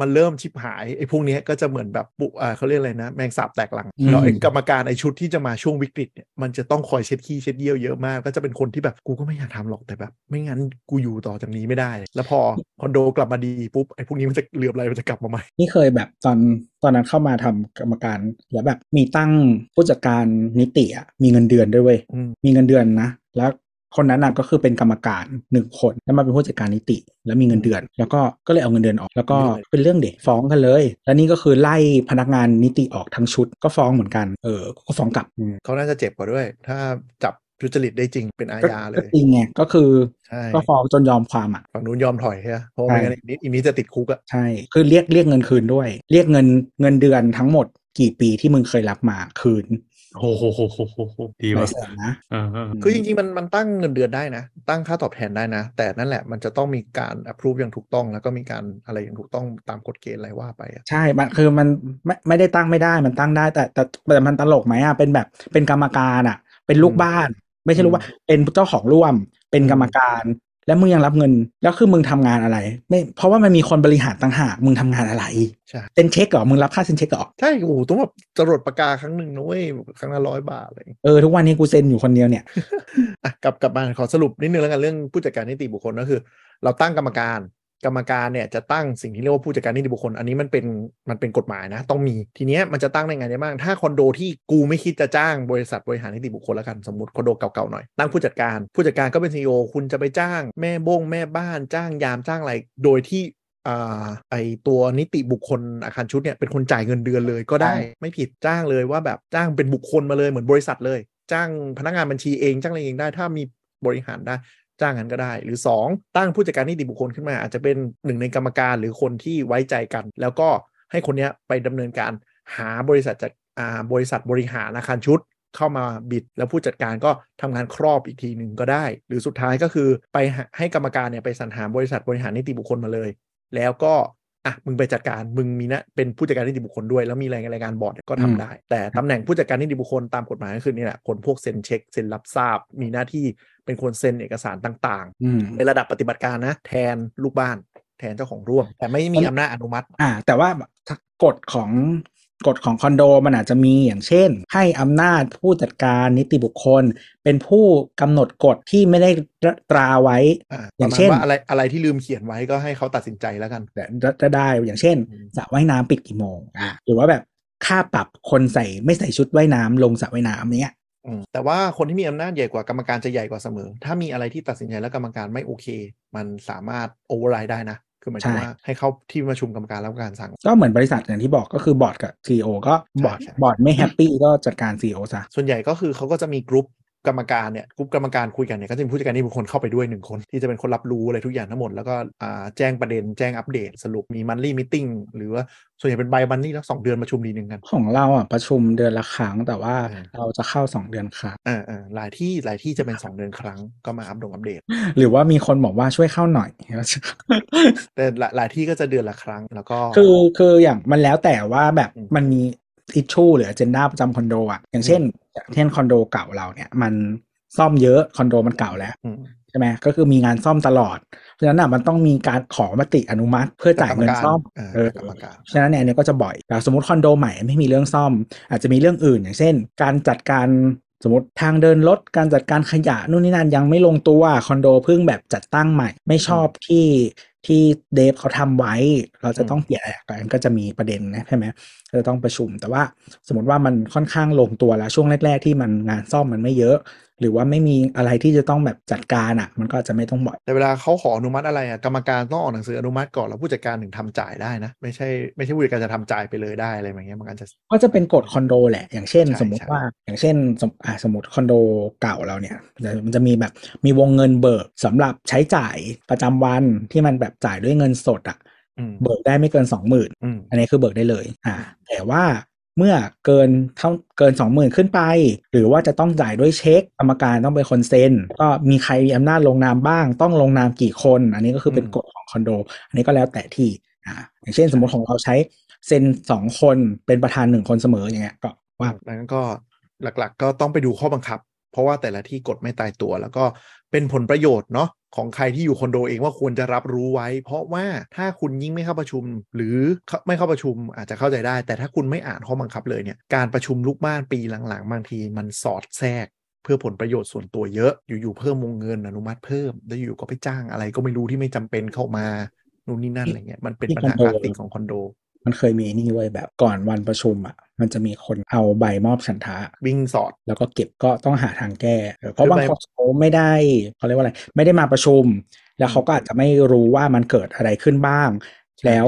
มันเริ่มชิบหายไอ้พวกเนี้ยก็จะเหมือนแบบปุอ่าเขาเรียกอะไรนะ แมงสาบแตกหลัง
อืม
แล้วไอ้กรรมการไอ้ชุดที่จะมาช่วงวิกฤตเนี่ยมันจะต้องคอยเช็ดขี้เช็ดเยี่ยวเยอะมาก ก็จะเป็นคนที่แบบกูก็ไม่อยากทำหรอกแต่แบบ ไม่งั้นกูอยู่ต่อจากนี้ไม่ได้ แล้วพอคอนโดกลับมาดีปุ๊บไอ้พวกนี้มันจะเหลือบอะไรมันจะกลับมาใหม่
นี่เคยแบบตอนตอนนั้นเข้ามาทำกรรมการแล้วแบบมีตั้งผู้จัดการนิติอ่ะมีเงินเดือนด้วยเว้ย
อืม
มีเงินเดือนนะแล้วคนนั้นน่ะก็คือเป็นกรรมการหนึ่งคนแล้วมาเป็นผู้จัดการนิติ แล้วมีเงินเดือน แล้วก็ก็เลยเอาเงินเดือนออก แล้วก็เป็นเรื่องเด็กฟ้องกันเลย แล้วนี่ก็คือไล่พนักงานนิติออกทั้งชุดก็ฟ้องเหมือนกันเออก็ฟ้องกลับ
เขาน่าจะเจ็บกว่าด้วย ถ้าจับทุจริตได้จริงเป็นอาญาเล
ก็
ย
จริงไงก็คือ
ใช่
ก็ฟ้องจนยอมความอ่ะ
ฝั่งนู้นยอมถอยใช่ไหมเพราะว่าไม่งั้นอีกนิดอีกนี้จะติดคุกอะ
ใช่ คือเรียกเรียกเงินคืนด้วย เรียกเงินเงินเดือนทั้งหมดกี่ปีที่มึงเคยรับมาคืน
โอ้โหโหโหโหโหดี
หลา
ว่ะ
ยแสนนะ
เออเออ
คือจริงๆมันมันตั้งเงินเดือนได้นะ ตั้งค่าตอบแทนได้นะ แต่นั่นแหละมันจะต้องมีการ approve อย่างถูกต้อง แล้วก็มีการอะไรอย่างถูกต้องตามกฎเกณฑ์อะไรว่าไปอะ
ใช่ มันคือมันไม่ไม่ได้ตั้งไม่ได้ มันตั้งได้แต่แต่แต่มันตลกไหมอ่ะ เป็นแบบเป็นกรรมการอ่ะ เป็นลูกบ้าน ไม่ใช่ลูกบ้านเป็นเจ้าของร่วม เป็นกรรมการ แล้วมึงยังรับเงิน แล้วคือมึงทำงานอะไร ไม่ เพราะว่ามันมีคนบริหารต่างหาก มึงทำงานอะไร
ใช่
เซ็นเช็คเหรอ มึงรับค่าเซ็นเช็คเหรอ
ใช่โอ้โหต้องแบบจรดปากกาครั้งหนึ่งนะเว้ยครั้งละร้อยบาทอะไรอย่างเงี้ย
เออ ทุกวันนี้กูเซ็นอยู่คนเดียวเนี่ย
อ่ะกลับกลับมาขอสรุปนิดนึงแล้วกันเรื่องผู้จัดการนิติบุคคลก็คือ เราตั้งกรรมการ กรรมการเนี่ยจะตั้งสิ่งที่เรียกว่าผู้จัดการนิติบุคคล อันนี้มันเป็นมันเป็นกฎหมายนะ ต้องมีทีเนี้ยมันจะตั้งได้ไงได้บ้างถ้าคอนโดที่กูไม่คิดจะจ้างบริษัทบริหารนิติบุคคลแล้วกันสมมติคอนโดเก่าๆหน่อยตั้งผู้จัดการ ผู้จัดการก็เป็นซีอคุณจะไปจ้างแม่บ้งแม่บ้านจ้างยามจ้างอะไรโดยที่อ่าไอตัวนิติบุคคลอาคารชุดเนี่ยเป็นคนจ่ายเงินเดือนเลยก็ได้ ไม่ผิดจ้างเลยว่าแบบจ้างเป็นบุคคลมาเลยเหมือนบริษัทเลย จ้างพนักงานบัญชีเองจ้างอะไรเองได้ถ้ามี บริหารได้จ้างกันก็ได้ หรือ 2 ตั้งผู้จัดการนิติบุคคลขึ้นมา อาจจะเป็นหนึ่งในกรรมการหรือคนที่ไว้ใจกัน แล้วก็ให้คนเนี้ยไปดำเนินการหาบริษัทจัดอ่าบริษัทบริหารอาคารชุด เข้ามาบิด แล้วผู้จัดการก็ทำงานครอบอีกทีหนึ่งก็ได้ หรือสุดท้ายก็คือไปหาให้กรรมการเนี่ยไปสรรหาบริษัทบริหารนิติบุคคลมาเลย แล้วก็อ่ะมึงไปจัดการมึงมีหนะเป็นผู้จัดการนิติบุคคลด้วย แล้วมีรายงานรายการบอร์ดก็ทำได้ แต่ตำแหน่งผู้จัดการนิติบุคคลตามกฎหมายก็คือนี่แหละคนพวกเซ็นเช็คเซ็นรับทราบ มีหน้าที่เป็นคนเซ็นเอกสารต่าง
อืม
ๆ ในระดับปฏิบัติการนะ แทนลูกบ้าน แทนเจ้าของร่วม แต่ไม่มีอำนาจอนุมัติ
อ่าแต่ว่าแบบถ้ากฎของกฎของคอนโดมันอาจจะมีอย่างเช่น ให้อำนาจผู้จัดการนิติบุคคล เป็นผู้กำหนดกฎที่ไม่ได้ตราไว้
อ่าอ
อา
ย่ย่าง ง
เช่น
เช่นว่าอะไรอะไรที่ลืมเขียนไว้ก็ให้เขาตัดสินใจแล้วกัน
แต่จะได้อย่างเช่น
อืม
สระว่ายน้ำปิดกี่โมงอ่ะหรือว่าแบบค่าปรับคนใส่ไม่ใส่ชุดว่ายน้ำลงสระว่ายน้ำเนี้ย
อืมแต่ว่าคนที่มีอำนาจใหญ่กว่ากรรมการจะใหญ่กว่าเสมอ ถ้ามีอะไรที่ตัดสินใจแล้วกรรมการไม่โอเค มันสามารถโอเวอร์ไ e ได้นะ คือหมายถึงว่าให้เข้าที่ประชุมกรรมการแล้วกรรมการสั่ง
ก็เหมือนบริษัทอย่างที่บอกก็คือบอร์ดกับซีอก็บอร์ด
ใช่ใช่
บอร์ดไม่แฮปปี้ก็จัดการซีอซะ
ส่วนใหญ่ก็คือเขาก็จะมีกรุ๊ปกรรมการเนี่ยกรุ๊ปกรรมการคุยกันเนี่ยก็จะมีผู้จัดการนิติบุคคลเข้าไปด้วยหนึ่งคน ที่จะเป็นคนรับรู้อะไรทุกอย่างทั้งหมด แล้วก็อ่าแจ้งประเด็นแจ้งอัปเดตสรุปมีมันลี่มิ팅หรือว่าส่วนใหญ่เป็นใบมันลี่แล้วสองเดือนประชุมทีหนึ่งกัน
ของเราอ่ะประชุมเดือนละครั้งแต่ว่า
อ่า
เราจะเข้าสองเดือนครั้ง
อ่าอ่าหลายที่หลายที่จะเป็นสองเดือนครั้งก็มาอัปดงอัปเดต
หรือว่ามีคนบอกว่าช่วยเข้าหน่อย *laughs*
แต่หลายหลายที่ก็จะเดือนละครั้งแล้วก็
คือคืออย่างมันแล้วแต่ว่าแบบ
อืม
มันมีอิชชูหรือ a เจนดาประจำคอนโดอ่ะอย่างเช่นอย่างเช่นคอนโดเก่าเราเนี่ยมันซ่อมเยอะคอนโดมันเก่าแล้ว
ม
ใช่ไหมก็คือมีงานซ่อมตลอด เพราะฉะนั้นอ่ะมันต้องมีการขอมติอนุมัติเพื่อจ่ายเงินซ่อม
อ่า
เออ
จากกรรมการ
ฉะนั้นเนี่ยอันเนี้ยก็จะบ่อยแต่สมมติคอนโดใหม่ไม่มีเรื่องซ่อม อาจจะมีเรื่องอื่น อย่างเช่น การจัดการสมมติทางเดินรถการจัดการขยะนู่นนี่นั่นยังไม่ลงตัวคอนโดเพิ่งแบบจัดตั้งใหม่ ไม่ชอบที่ที่เดฟเขาทำไว้ เราจะต้องเปลี่ยนอะไรกันก็จะมีประเด็นนะใช่ไหมก็จะต้องประชุม แต่ว่าสมมติว่ามันค่อนข้างลงตัวแล้วช่วงแรก ๆ ที่มันงานซ่อมมันไม่เยอะ หรือว่าไม่มีอะไรที่จะต้องแบบจัดการอ่ะ มันก็อาจจะไม่ต้องบ่อย
แต่เวลาเขาขออนุมัติอะไรอะกรรมการต้องออกหนังสืออนุมัติก่อนแล้วผู้จัดการถึงทำจ่ายได้นะ ไม่ใช่ไม่ใช่ผู้จัดการจะทำจ่ายไปเลยได้อะไรแบบเงี้ยมันอาจจะ
ก็จะเป็นกฎคอนโดแหละ อย่างเช่น
ใช่
สมมติ
ใช่
ว่าอย่างเช่นสมอ่ะสมมติคอนโดเก่าเราเนี่ยเดี๋ยวมันจะมีแบบมีวงเงินเบิกสำหรับใช้จ่ายประจำวันที่มันแบบจ่ายด้วยเงินสดอ่ะ
อืม
เบิกได้ไม่เกินสองหมื่น
อืม
อันนี้คือเบิกได้เลยอ่าแต่ว่าเมื่อเกินเท่าเกินสองหมื่นขึ้นไป หรือว่าจะต้องจ่ายด้วยเช็คกรรมการต้องเป็นคนเซ็นก็มีใครมีอำนาจลงนามบ้าง ต้องลงนามกี่คน อันนี้ก็คือเป็นกฎของคอนโด อันนี้ก็แล้วแต่ที่อ่าอย่างเช่น สมมติของเราใช้เซ็นสองคนเป็นประธานหนึ่งคนเสมออย่างเงี้ยก็ว่า
ดังนั้นก็หลักๆ ก็ต้องไปดูข้อบังคับ เพราะว่าแต่ละที่กฎไม่ตายตัว แล้วก็เป็นผลประโยชน์เนาะของใครที่อยู่คอนโดเองว่าควรจะรับรู้ไว้ เพราะว่าถ้าคุณยิ่งไม่เข้าประชุม หรือเข้าไม่เข้าประชุมอาจจะเข้าใจได้ แต่ถ้าคุณไม่อ่านข้อบังคับเลยเนี่ยการประชุมลูกบ้านปีหลังๆบางทีมันสอดแทรก เพื่อผลประโยชน์ส่วนตัวเยอะ อยู่ๆเพิ่มวงเงินอนุมัติเพิ่ม แล้วอยู่ก็ไปจ้างอะไรก็ไม่รู้ที่ไม่จำเป็นเข้ามา นู่นนี่นั่นอะไรเงี้ย มันเป็นปัญหาคลาสสิกของคอนโด
มันเคยมีนี่เว้ยแบบก่อนวันประชุมอ่ะมันจะมีคนเอาใบมอบฉันทะ
วิ่งสอด
แล้วก็เก็บก็ต้องหาทางแก้เออเพราะ
หรื
บา
อง ใบ
คนเขาไม่ได้เขาเรียกว่าอะไร ไม่ได้มาประชุม แล้วเขาก็อาจจะไม่รู้ว่ามันเกิดอะไรขึ้นบ้าง แล้ว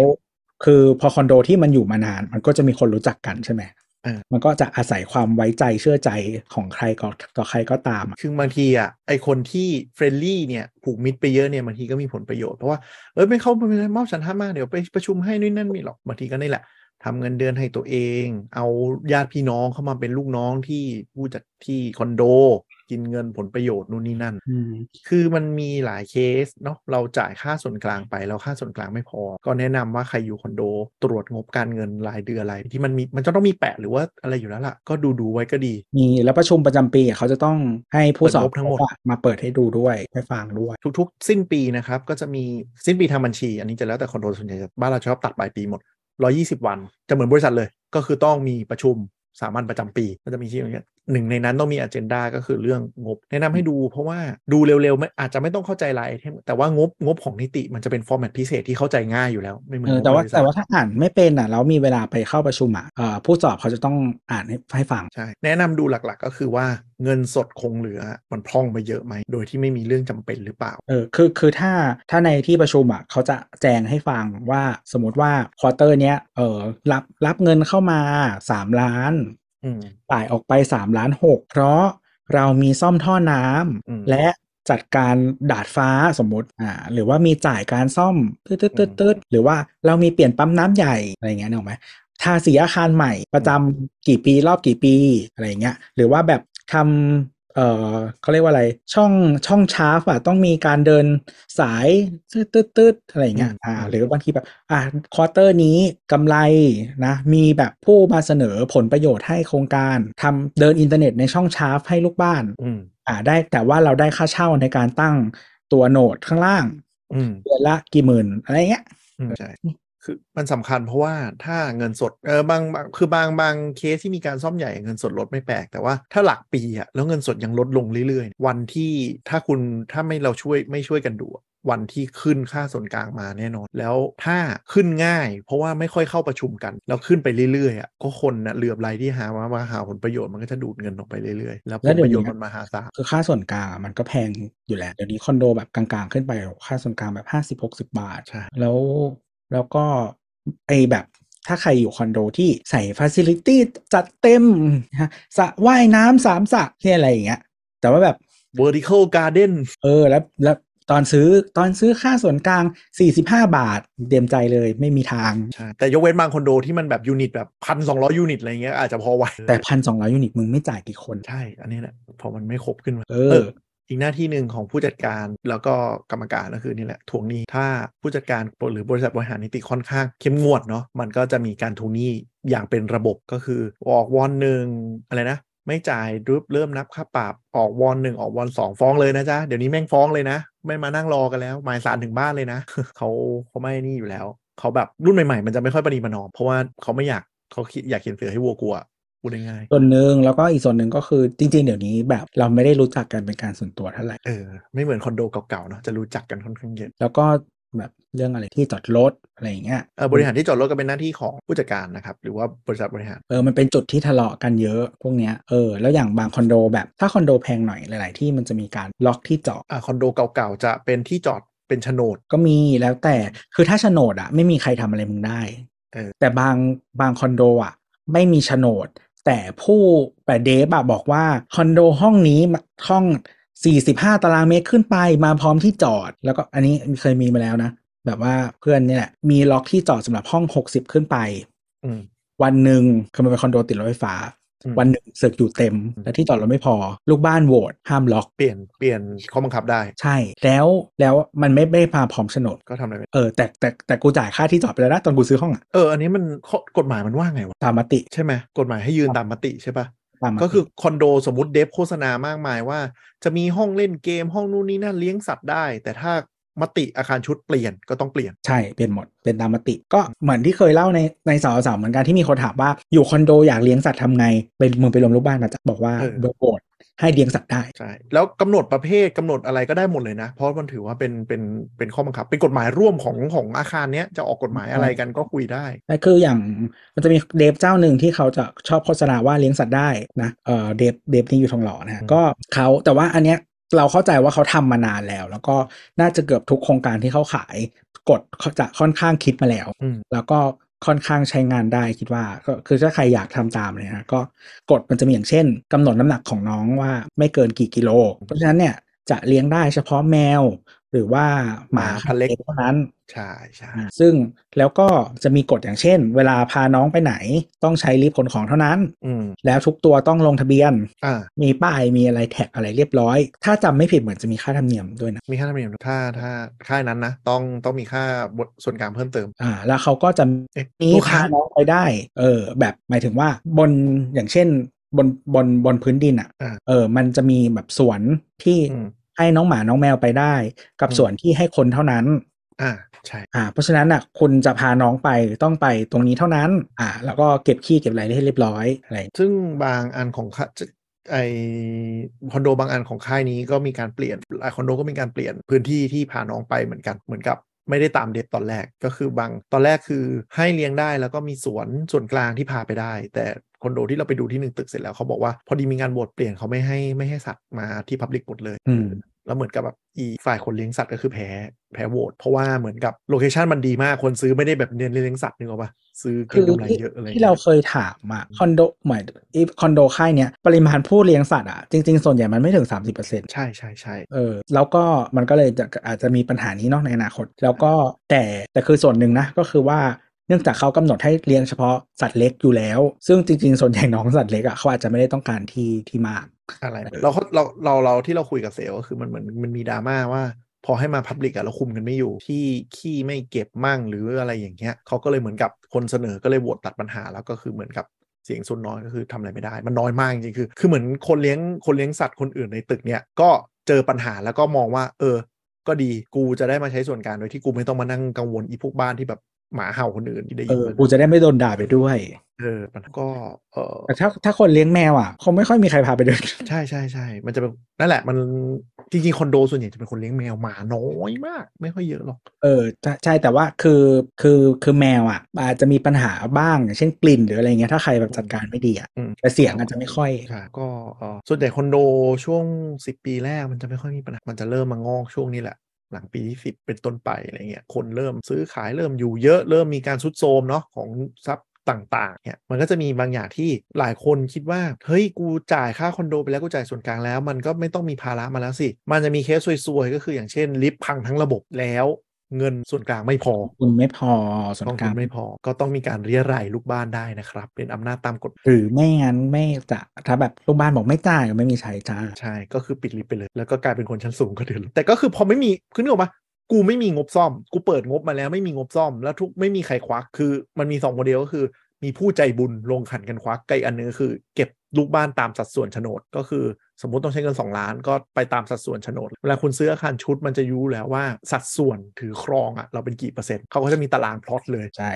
คือพอคอนโดที่มันอยู่มานาน มันก็จะมีคนรู้จักกันใช่ไหม
เออ
มันก็จะอาศัยความไว้ใจเชื่อใจของใครก็ต่อใครก็ตามอะ
คือบางทีอ่ะไอคนที่เฟรนลี่เนี่ยผูกมิตรไปเยอะเนี่ยบางทีก็มีผลประโยชน์ เพราะว่าเออไม่เข้าไม่เป็นไรมอบฉันท่ามาเดี๋ยวไปประชุมให้นู่นนั่นนี่หรอกบางทีก็นี่แหละทำเงินเดือนให้ตัวเอง เอาญาติพี่น้องเข้ามาเป็นลูกน้องที่ผู้จัดที่คอนโด กินเงินผลประโยชน์นู่นนี่นั่น
อืม
คือมันมีหลายเคสเนาะเราจ่ายค่าส่วนกลางไปแล้วค่าส่วนกลางไม่พอ ก็แนะนำว่าใครอยู่คอนโด ตรวจงบการเงินรายเดือนอะไรที่มันมีมันจะต้องมีแปะหรือว่าอะไรอยู่แล้วล่ะ ก็ดูดูๆไว้ก็ดี
มีแล้วประชุมประจำปีอะเขาจะต้องให้ผู้สอบ
เปิดงบทั้งหมด
อะมาเปิดให้ดูด้วยให้ฟังด้วย
ทุกๆ สิ้นปีนะครับ ก็จะมีสิ้นปีทางบัญชี อันนี้จะแล้วแต่คอนโดส่วนใหญ่จะบ้านเราชอบตัดปลายปีหมด 120 วัน จะเหมือนบริษัทเลย ก็คือต้องมีประชุมสามัญประจำปี ก็จะมีชื่ออย่างเงี้ยหนึ่งในนั้นต้องมีอ g e n d a ก็คือเรื่องงบ แนะนำให้ดูเพราะว่าดูเร็วๆไม่อาจจะไม่ต้องเข้าใจรายไอเทมแต่ว่างบงบของนิติมันจะเป็นฟอร์แมตพิเศษที่เข้าใจง่ายอยู่แล้วไม่เหมือ
เอน อง
บ
แต่ว่า
บริษัท
แต่ว่าถ้าอ่านไม่เป็นอ่ะแล้วมีเวลาไปเข้าประชุมอ่ะเอ่อผู้สอบเขาจะต้องอ่านให้ให้ฟัง
ใช่แนะนำดูหลักๆ ก็คือว่าเงินสดคงเหลือมันพร่องไปเยอะไหมโดยที่ไม่มีเรื่องจำเป็นหรือเปล่า
เออคือคือถ้าถ้าในที่ประชุมอ่ะเขาจะแจงให้ฟังว่าสมมติว่าควอเตอร์เนี้ยเออรับรับเงินเข้ามา 3 ล้าน
อืม
จ่ายออกไป 3 ล้าน 6 เพราะเรามีซ่อมท่อน้ำ
อืม
และ จัดการดาดฟ้าสมมุติอ่าหรือว่ามีจ่ายการซ่อมตืดตืดตืดตืดหรือว่าเรามีเปลี่ยนปั๊มน้ำใหญ่อะไรอย่างเงี้ยนึกออกไหมทาสีอาคารใหม่ประจำกี่ปีรอบกี่ปีอะไรอย่างเงี้ยหรือว่าแบบทำเออเขาเรียกว่าอะไรช่องช่องชาร์ฟอะต้องมีการเดินสายตืดตืดตืดอะไรอย่างเงี้ย
อืม
อ่าหรือบางทีแบบอ่าควอเตอร์นี้กำไรนะมีแบบผู้มาเสนอผลประโยชน์ให้โครงการทำเดินอินเทอร์เน็ตในช่องชาร์ฟให้ลูกบ้าน
อืม
อ่าได้แต่ว่าเราได้ค่าเช่าในการตั้งตัวโหนดข้างล่าง
อืม
เดือนละกี่หมื่นอะไรเงี้ย
อืมใช่ คือมันสำคัญเพราะว่าถ้าเงินสด เออบางบางคือบางบางเคสที่มีการซ่อมใหญ่เงินสดลดไม่แปลก แต่ว่าถ้าหลักปีอะแล้วเงินสดยังลดลงเรื่อยๆ วันที่ถ้าคุณถ้าไม่เราช่วยไม่ช่วยกันดูอะวันที่ขึ้นค่าส่วนกลางมาแน่นอน แล้วถ้าขึ้นง่าย เพราะว่าไม่ค่อยเข้าประชุมกัน แล้วขึ้นไปเรื่อยๆอะก็คนนะเหลือบรายที่หามามาหาผลประโยชน์มันก็จะดูดเงินออกไปเรื่อยๆ แล้วผ
แล้ว
ล
เดี๋ย
ป
ว
ระ
นี้
โยชน์มันมหาศาล
คือค่าส่วนกลางอะมันก็แพงอยู่แล้ว เดี๋ยวนี้คอนโดแบบกลางๆขึ้นไป ค่าส่วนกลางแบบห้าสิบหกสิบาท
ใช่
แล้วแล้วก็ไอแบบถ้าใครอยู่คอนโดที่ใส่ฟ a ซิลิตี้จัดเต็มนะฮะสระว่ายน้ำสามสระที่อะไรอย่างเงี้ยแต่ว่าแบบ
เวอร์ติเคิลการ์เด้น
เออแล้วแล้วตอนซื้อตอนซื้อค่าส่วนกลาง 45 บาท เตรียมใจเลยไม่มีทาง
ใช่แต่ยกเว้นบางคอนโดที่มันแบบยูนิตแบบพันสองร้อยูนิตอะไรเงี้ยอาจจะพอไหว
แต่พันสองร้อยยูนิตมึงไม่จ่ายกี่คน
ใช่ อันนี้แหละพอมันไม่ครบขึ้นมา
เออ
อีกหน้าที่หนึ่งของผู้จัดการแล้วก็กรรมการก็คือนี่แหละทวงหนี้ถ้าผู้จัดการหรือบริษัทบริหารนิติค่อนข้างเข้มงวดเนาะมันก็จะมีการทวงหนี้อย่างเป็นระบบก็คือออกวอนหนึ่งอะไรนะ ไม่จ่ายรึบเริ่มนับค่าปรับออกวอนหนึ่งออกวอนสองฟ้องเลยนะจ๊ะเดี๋ยวนี้แม่งฟ้องเลยนะ ไม่มานั่งรอกันแล้ว หมายสารถึงบ้านเลยนะ *laughs* เขาเขาไม่นี่อยู่แล้ว เขาแบบรุ่นใหม่ๆ มันจะไม่ค่อยประนีประนอม เพราะว่าเขาไม่อยากเขาคิดอยากเขียนเสือให้วัวกลัวพูดง่าย
ส่วนหนึ่งแล้วก็อีกส่วนหนึ่งก็คือจริงๆ เดี๋ยวนี้แบบเราไม่ได้รู้จักกันเป็นการส่วนตัวเท่าไหร่
ๆเออไม่เหมือนคอนโดเก่าๆเนาะจะรู้จักกันค่อนข้างเยอะ
แล้วก็แบบเรื่องอะไรที่จอดรถอะไรอย่างเงี้ย
เออบริหารที่จอดรถก็เป็นหน้าที่ของผู้จัดการนะครับหรือว่าบริษัทบริหาร
เออมันเป็นจุดที่ทะเลาะกันเยอะพวกเนี้ยเออแล้วอย่างบางคอนโดแบบถ้าคอนโดแพงหน่อยหลาย ๆ ที่มันจะมีการล็อกที่จอด
อ่าคอนโดเก่าๆจะเป็นที่จอดเป็นโฉนด
ก็มีแล้วแต่คือถ้าโฉนดอะไม่มีใครทำอะไรมึงได้
เออ
แต่บางบางคอนโดอะไม่มีโฉนด แต่ผู้แต่เดฟอะบอกว่าคอนโดห้องนี้มาห้อง 45 ตารางเมตรขึ้นไปมาพร้อมที่จอด แล้วก็อันนี้เคยมีมาแล้วนะ แบบว่าเพื่อนนี่แหละมีล็อกที่จอดสำหรับห้อง 60 ขึ้นไป
อืม
วันหนึ่งคือมันเป็นคอนโดติดรถไฟฟ้า
อืม
วันหนึ่งเสือกอยู่เต็ม
อืม
และที่จอดรถไม่พอ ลูกบ้านโหวตห้ามล็อก
เปลี่ยนเปลี่ยนข้อบังคับได้
ใช่ แล้วแล้วมันไม่ได้มาพร้อมโฉนด
ก็ทำอะไรไม่ได้
เออแต่แต่แต่กูจ่ายค่าที่จอดไปแล้วนะตอนกูซื้อห้องอะ
เอออันนี้มันข้อกฎหมายมันว่าไงวะ
ตามมติ
ใช่ไหมกฎหมายให้ยืนตามมติใช่ปะ
ตามมติ
ก็คือคอนโดสมมติเดฟโฆษณามากมายว่า จะมีห้องเล่นเกมห้องนู่นนี่นั่นเลี้ยงสัตว์ได้ แต่ถ้ามติอาคารชุดเปลี่ยนก็ต้องเปลี่ยน
ใช่เปลี่ยนหมดเป็นตามมติ ก็เหมือนที่เคยเล่าในในสาวสาวเหมือนกันที่มีคนถามว่าอยู่คอนโดอยากเลี้ยงสัตว์ทำไงไปมึงไปรวมลูกบ้านมาจ้ะบอกว่า
เออ
เบอร์โกดให้เลี้ยงสัตว์ได้
ใช่ แล้วกำหนดประเภทกำหนดอะไรก็ได้หมดเลยนะ เพราะมันถือว่าเป็นเป็นเป็นข้อบังคับ เป็นกฎหมายร่วมของของอาคารเนี้ยจะออกกฎหมายอะไรกันก็คุยได้
แต่คืออย่างมันจะมีเดฟเจ้าหนึ่งที่เขาจะชอบโฆษณาว่าเลี้ยงสัตว์ได้นะเออเดฟเดฟนี่อยู่ทองหล่อนะฮะ
อืม
ก็เขาแต่ว่าอันเนี้ยเราเข้าใจว่าเขาทำมานานแล้ว แล้วก็น่าจะเกือบทุกโครงการที่เขาขายกฎเขาจะค่อนข้างคิดมาแล้ว
อืม
แล้วก็ค่อนข้างใช้งานได้คิดว่าก็คือถ้าใครอยากทำตามเลยนะก็กฎมันจะมีอย่างเช่นกำหนดน้ำหนักของน้องว่าไม่เกินกี่กิโล เพราะฉะนั้นเนี่ยจะเลี้ยงได้เฉพาะแมว หรือว่าหมา
หมาพันธุ์เล็ก
เท่านั้น
ใช่ใช่
อ่าซึ่งแล้วก็จะมีกฎอย่างเช่น เวลาพาน้องไปไหนต้องใช้ลิฟต์ขนของเท่านั้น
อืม
แล้วทุกตัวต้องลงทะเบียน
อ่า
มีป้ายมีอะไรแท็กอะไรเรียบร้อย ถ้าจำไม่ผิดเหมือนจะมีค่าธรรมเนียมด้วยนะ
มีค่าธรรมเนียมถ้าถ้าค่ายนั้นนะต้องต้องมีค่าบทส่วนกลางเพิ่มเติม
อ่าแล้วเขาก็จะ
เอ๊ะ
มี
ลูกค้า
พาน้องไปได้เออแบบหมายถึงว่าบนอย่างเช่นบนบนบนพื้นดินอ่ะเออมันจะมีแบบสวนที่
อืม
ให้น้องหมาน้องแมวไปได้ กับ
อืม
สวนที่ให้คนเท่านั้น
อ่าใช่
อ่าเพราะฉะนั้นน่ะคุณจะพาน้องไปต้องไปตรงนี้เท่านั้นอ่าแล้วก็เก็บขี้เก็บอะไรให้เรียบร้อยอะไร
ซึ่งบางอันของค่าจะไอคอนโดบางอันของค่ายนี้ก็มีการเปลี่ยนหลายคอนโดก็มีการเปลี่ยนพื้นที่ที่พาน้องไปเหมือนกันเหมือนกับไม่ได้ตามเดทตอนแรกก็คือบางตอนแรกคือให้เลี้ยงได้แล้วก็มีสวนส่วนกลางที่พาไปได้ แต่คอนโดที่เราไปดูที่หนึ่งตึกเสร็จแล้วเขาบอกว่าพอดีมีงานโหวตเปลี่ยนเขาไม่ให้ไม่ให้สัตว์มาที่พับลิกหมดเลย
อืม
แล้วเหมือนกับแบบอีฝ่ายคนเลี้ยงสัตว์ก็คือแพ้แพ้โหวตเพราะว่าเหมือนกับโลเคชันมันดีมากคนซื้อไม่ได้แบบเน้นเลี้ยงสัตว์นึกออกปะซื้อเก็
คือก
งำไร
ที่
เยอะอะไร
ที่เราเคยถามอะคอนโดหมายไอ้คอนโดค่ายเนี้ยปริมาณผู้เลี้ยงสัตว์อะจริง ๆ ส่วนใหญ่มันไม่ถึง 30%เ
ใช่ใช่ใช่
เออแล้วก็มันก็เลยจะอาจจะมีปัญหานี้เนอกในอนาคต แล้วก็แต่แต่คือส่วนหนึ่งนะก็คือว่าเนื่องจากเขากำหนดให้เลี้ยงเฉพาะสัตว์เล็กอยู่แล้ว ซึ่งจริงๆ ส่วนใหญ่น้องสัตว์เล็กอะ่ะเขาอาจจะไม่ได้ต้องการที่ที่มาก
อะไรเราเขาเราเราเราที่เราคุยกับเซลล์ก็คือมันเหมือนมันมีดราม่าว่า พอให้มาพับลิกอะเราคุมกันไม่อยู่ที่ขี้ไม่เก็บมั่งหรืออะไรอย่างเงี้ยเขาก็เลยเหมือนกับคนเสนอก็เลยโหวตตัดปัญหาแล้วก็คือเหมือนกับเสียงส่วนน้อยก็คือทำอะไรไม่ได้ มันน้อยมากจริงๆคือ คือเหมือนคนเลี้ยงคนเลี้ยงสัตว์คนอื่นในตึกเนี่ยก็เจอปัญหาแล้วก็มองว่า เออ ก็ดีกูจะได้มาใช้ส่วนกลางโดยที่กูไม่ต้องมานั่งกังวลอีพวกบ้านที่แบบหมาเห่าคนอื่นที่ได้
เอ
ยิน
อ
มัน
กูจะได้ไม่โดนด่าไปด้วย
เออมันก็เออ
แต่ถ้าถ้าคนเลี้ยงแมวอะ่ะคงไม่ค่อยมีใครพาไปเดิน *laughs*
ใช่ใช่ใช่มันจะเป็นนั่นแหละ มันจริงๆ คอนโดส่วนใหญ่จะเป็นคนเลี้ยงแมวหมาน้อยมาก ไม่ค่อยเยอะหรอก
เออใช่ใช่แต่ว่าคือคือคือแมวอ่ะ อาจจะมีปัญหาบ้างอย่างเช่นกลิ่นหรืออะไรเงี้ยถ้าใครแบบจัดการไม่ดีอะ่ะ
อืม
แต่เสียงอาจจะไม่ค่อย
ค่ะก็เอ่อส่วนใหญ่คอนโดช่วง 10 ปีแรกมันจะไม่ค่อยมีปัญหา มันจะเริ่มมางอกช่วงนี้แหละ หลังปีที่ 10 เป็นต้นไปอะไรเงี้ยคนเริ่มซื้อขายเริ่มอยู่เยอะเริ่มมีการซุดโทรมเนาะของทรัพย์ต่างๆเนี่ยมันก็จะมีบางอย่างที่หลายคนคิดว่า เฮ้ยกูจ่ายค่าคอนโดไปแล้วกูจ่ายส่วนกลางแล้ว มันก็ไม่ต้องมีภาระมาแล้วสิ มันจะมีเคสซวยๆก็คืออย่างเช่น ลิฟต์พังทั้งระบบแล้ว เงินส่วนกลางไม่พอ
คุณไม่พอส่วน
กอง
ก
ทุ
ลาง
นไม่พอ ก็ต้องมีการเรียรัยลูกบ้านได้นะครับ เป็นอำนาจตามกฎ
หรือไม่งั้นไม่จะถ้าแบบลูกบ้านบอกไม่จ่ายก็ไม่มีใช้จ้า
ใช่ ก็คือปิดลิฟต์ไปเลย แล้วก็กลายเป็นคนชั้นสูงก็เดือดร้อนแต่ก็คือพอไม่มีคือนึกออกปะกูไม่มีงบซ่อม กูเปิดงบมาแล้วไม่มีงบซ่อม แล้วทุกไม่มีใครควัก คือ มันมีสองโมเดลก็คือ มีผู้ใจบุญลงขันกันควักกับอีกอันนึงก็คือ เก็บลูกบ้านตามสัดส่วนโฉนด ก็คือสมมติต้องใช้เงิน 2 ล้านก็ไปตามสัดส่วนโฉนด เวลาคุณซื้ออาคารชุดมันจะรู้แล้วว่าสัดส่วนถือครองอะเราเป็นกี่เปอร์เซ็นต์เขาก็จะมีตารางพลอตเลย
ใช่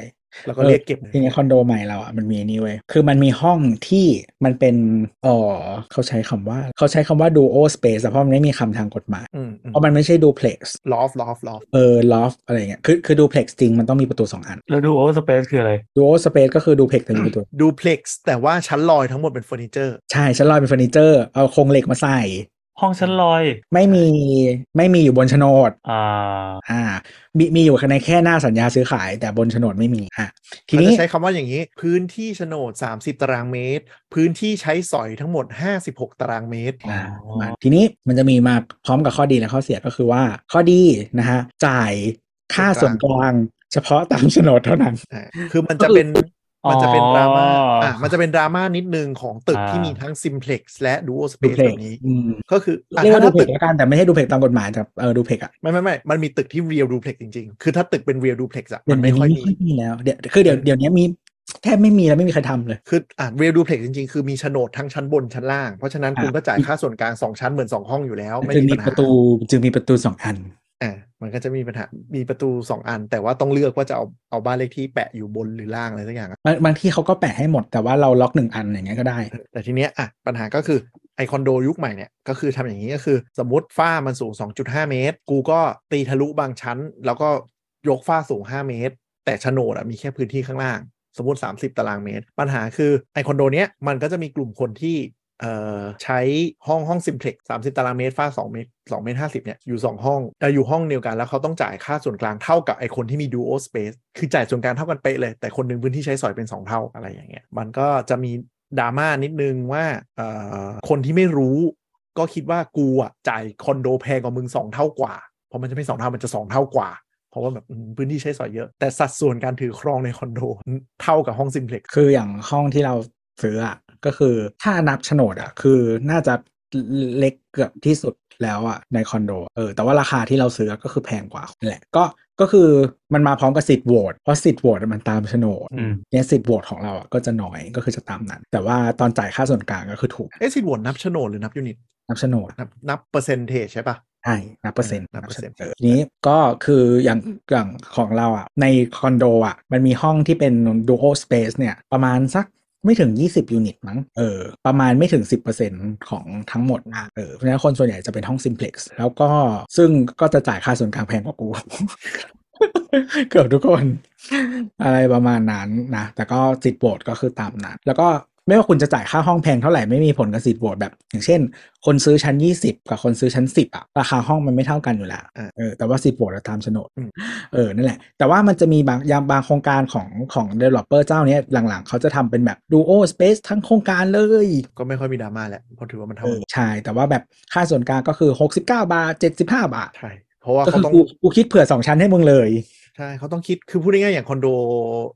แล้วก็เรียกเก็บเลย
ทีนี้คอนโดใหม่เราอ่ะมันมีนี่เว้ย คือมันมีห้องที่มันเป็นเออเขาใช้คำว่าเขาใช้คำว่า duo space อะเพราะมันไม่มีคำทางกฎหมาย
อืมอืม
เพราะมันไม่ใช่ duplex
ลอฟลอฟลอฟ
เออ loft อะไรเงี้ย คือคือ duplex จริงมันต้องมีประตู 2 อัน
แล้วดูโอเวอร์สเปซคืออะไร
duo space ก็คือ duplex แต่มีประตู
ดูเพล็กซ์แต่ว่าชั้นลอยทั้งหมดเป็นเฟอร์นิเจอร์
ใช่ชั้นลอยเป็นเฟอร์นิเจอร์ เอาโครงเหล็กมาใส่
ห้องชั้นลอย
ไม่มีไม่มีอยู่บนโฉนด
อ่า
อ่า มีมีอยู่ในแค่หน้าสัญญาซื้อขาย แต่บนโฉนดไม่มีอ่ะที
เขา
นี้
จะใช้คำว่าอย่างนี้ พื้นที่โฉนด 30 ตารางเมตร พื้นที่ใช้สอยทั้งหมด 56 ตารางเมตร
อ่า
อ๋อ
ทีนี้มันจะมีมาพร้อมกับข้อดีและข้อเสียก็คือว่าข้อดีนะฮะจ่ายค่าส่วนกลางเฉพาะตามโฉนดเท่านั้น
อ่าคือมันจะเป็นมันจะเป็นดราม่า
อ๋ออ่
อ่ามันจะเป็นดราม่านิดนึงของตึก
อ่า
ที่มีทั้งซิมเพล็กซ์และดูโอสเป
ดู
ซ
เพ
แบ
ก
บนี้
อืม
ก็คืออ่ะ
เรียก
ถ้า
ว่าดู
ถ้า
เพ
ตึ
ก
ก
แล้วกันแต่ไม่ใช่ดูเพกตามกฎหมายแต่เออดูเพกอะ
ไม่ไม่ไม่มันมีตึกที่เรียลดูเพล็กจริง ๆ คือถ้าตึกเป็นเรียลดูเพล็กซ์อะ
เดี๋
มั
ยวน นี้ไม่
ไม่ค่
ค่
อ
อย ยมี
มี
แล้วเดี๋ยวคือเดี๋ยวเดี๋ยวนี้มีแทบไม่มีแล้วไม่มีใครทำเลย
คืออ่านเรียลดูเพล็กจริงๆ คือมีโฉนดทั้งชั้นบนชั้นล่าง เพราะฉะนั้น
อ่า
คุณก็จ่ายค่าส่วนกลาง 2 ชั้นเหมือน 2 ห้องอยู่แล้วไม่
จึง
มี
มี
ปัญ
ป
หา
ระตูจึงมีประตูสองอัน
อ่ามันก็จะมีปัญหา มีประตู 2 อัน แต่ว่าต้องเลือกว่าจะเอาเอาบ้านเลขที่แปะอยู่บนหรือล่างอะไรสักอย่างอะ
บางบางที่เขาก็แปะให้หมดแต่ว่าเราล็อกหนึ่งอันอย่างเงี้ยก็ได้
แต่ทีเนี้ยอ่ะปัญหาก็คือไอคอนโดยุคใหม่เนี่ยก็คือทำอย่างนี้ก็คือ สมมติฝ้ามันสูง 2.5 เมตร กูก็ตีทะลุบางชั้น แล้วก็ยกฝ้าสูง 5 เมตร แต่โฉนดอะมีแค่พื้นที่ข้างล่าง สมมติ 30 ตารางเมตร ปัญหาคือไอคอนโดเนี้ยมันก็จะมีกลุ่มคนที่เอ่อใช้ห้องห้องซิมเพล็กสามสิบตารางเมตรฝ้าสองเมตรสองเมตรห้าสิบเนี่ยอยู่สองห้องแต่อยู่ห้องเดียวกันแล้วเขาต้องจ่ายค่าส่วนกลางเท่ากับไอคนที่มีดูโอสเปซคือจ่ายส่วนกลางเท่ากันเป๊ะเลย แต่คนหนึ่งพื้นที่ใช้สอยเป็น 2 เท่าอะไรอย่างเงี้ยมันก็จะมีดราม่านิดนึงว่าเอ่อคนที่ไม่รู้ ก็คิดว่ากูอ่ะจ่ายคอนโดแพงกว่ามึงสองเท่ากว่าเพราะมันจะไม่สองเท่ามันจะสองเท่ากว่า เพราะว่าแบบอืมพื้นที่ใช้สอยเยอะ แต่สัดส่วนการถือครองในคอนโดเท่ากับห้องซิมเพล็กซ์
คืออย่างห้องที่เราซื้ออะก็คือถ้านับโฉนดอะคือน่าจะเล็กเกือบที่สุดแล้วอะในคอนโดเออแต่ว่าราคาที่เราซื้อก็คือแพงกว่านั่นแหละก็ก็คือมันมาพร้อมกับสิทธิ์โหวตเพราะสิทธิ์โหวตมันตามโฉนด
อืม
เนี่ยสิทธิ์โหวตของเราอะก็จะน้อยก็คือจะตามนั้น แต่ว่าตอนจ่ายค่าส่วนกลางก็คือถูก
เอะสิทธิ์โหวตนับโฉนดหรือนับยูนิต
นับโฉนด
นับนับเปอร์เซนเทจใช่ปะ
ใช่นับเปอร์เซ็นต์
นับเปอร์เซ็นต์
ออทีนี้ก็คืออย่างอย่างของเราอะในคอนโดอะมันมีห้องที่เป็นดูโอสเปซเนี่ยประมาณสัก ไม่ถึง 20 ยูนิตมั้ง เออ ประมาณไม่ถึง 10%ของทั้งหมดอ่ะเออ เพราะฉะนั้นคนส่วนใหญ่จะเป็นห้องซิมเพล็กซ์ แล้วก็ซึ่งก็จะจ่ายค่าส่วนกลางแพงกว่ากู *laughs* เกือบทุกคน อะไรประมาณนั้นนะ แต่ก็สิทธิ์โหวตก็คือตามนั้น แล้วก็ ไม่ว่าคุณจะจ่ายค่าห้องแพงเท่าไหร่ไม่มีผลกับสิทธิ์โหวตแบบ อย่างเช่น คนซื้อชั้น 20 กับคนซื้อชั้น 10อะราคาห้องมันไม่เท่ากันอยู่แล้ว
อ่า
เออแต่ว่าสิทธิ์โหวตเราตามโฉนด
อืม
เออนั่นแหละ แต่ว่ามันจะมีบางยามบางโครงการของของ developer เจ้าเนี้ยหลังๆ เขาจะทำเป็นแบบดูโอสเปซทั้งโครงการเลย
ก็ไม่ค่อยมีดราม่าแหละเพราะถือว่ามันเท่า
เออใช่ แต่ว่าแบบค่าส่วนกลางก็คือ 69 บาท 75 บาท
ใช่เพราะว่า
ก็
เขา
คือ
ต้อง
กูกูคิดเผื่อ 2 ชั้นให้มึงเลย
ใช่เขาต้องคิดคือพูดง่ายๆอย่างคอนโด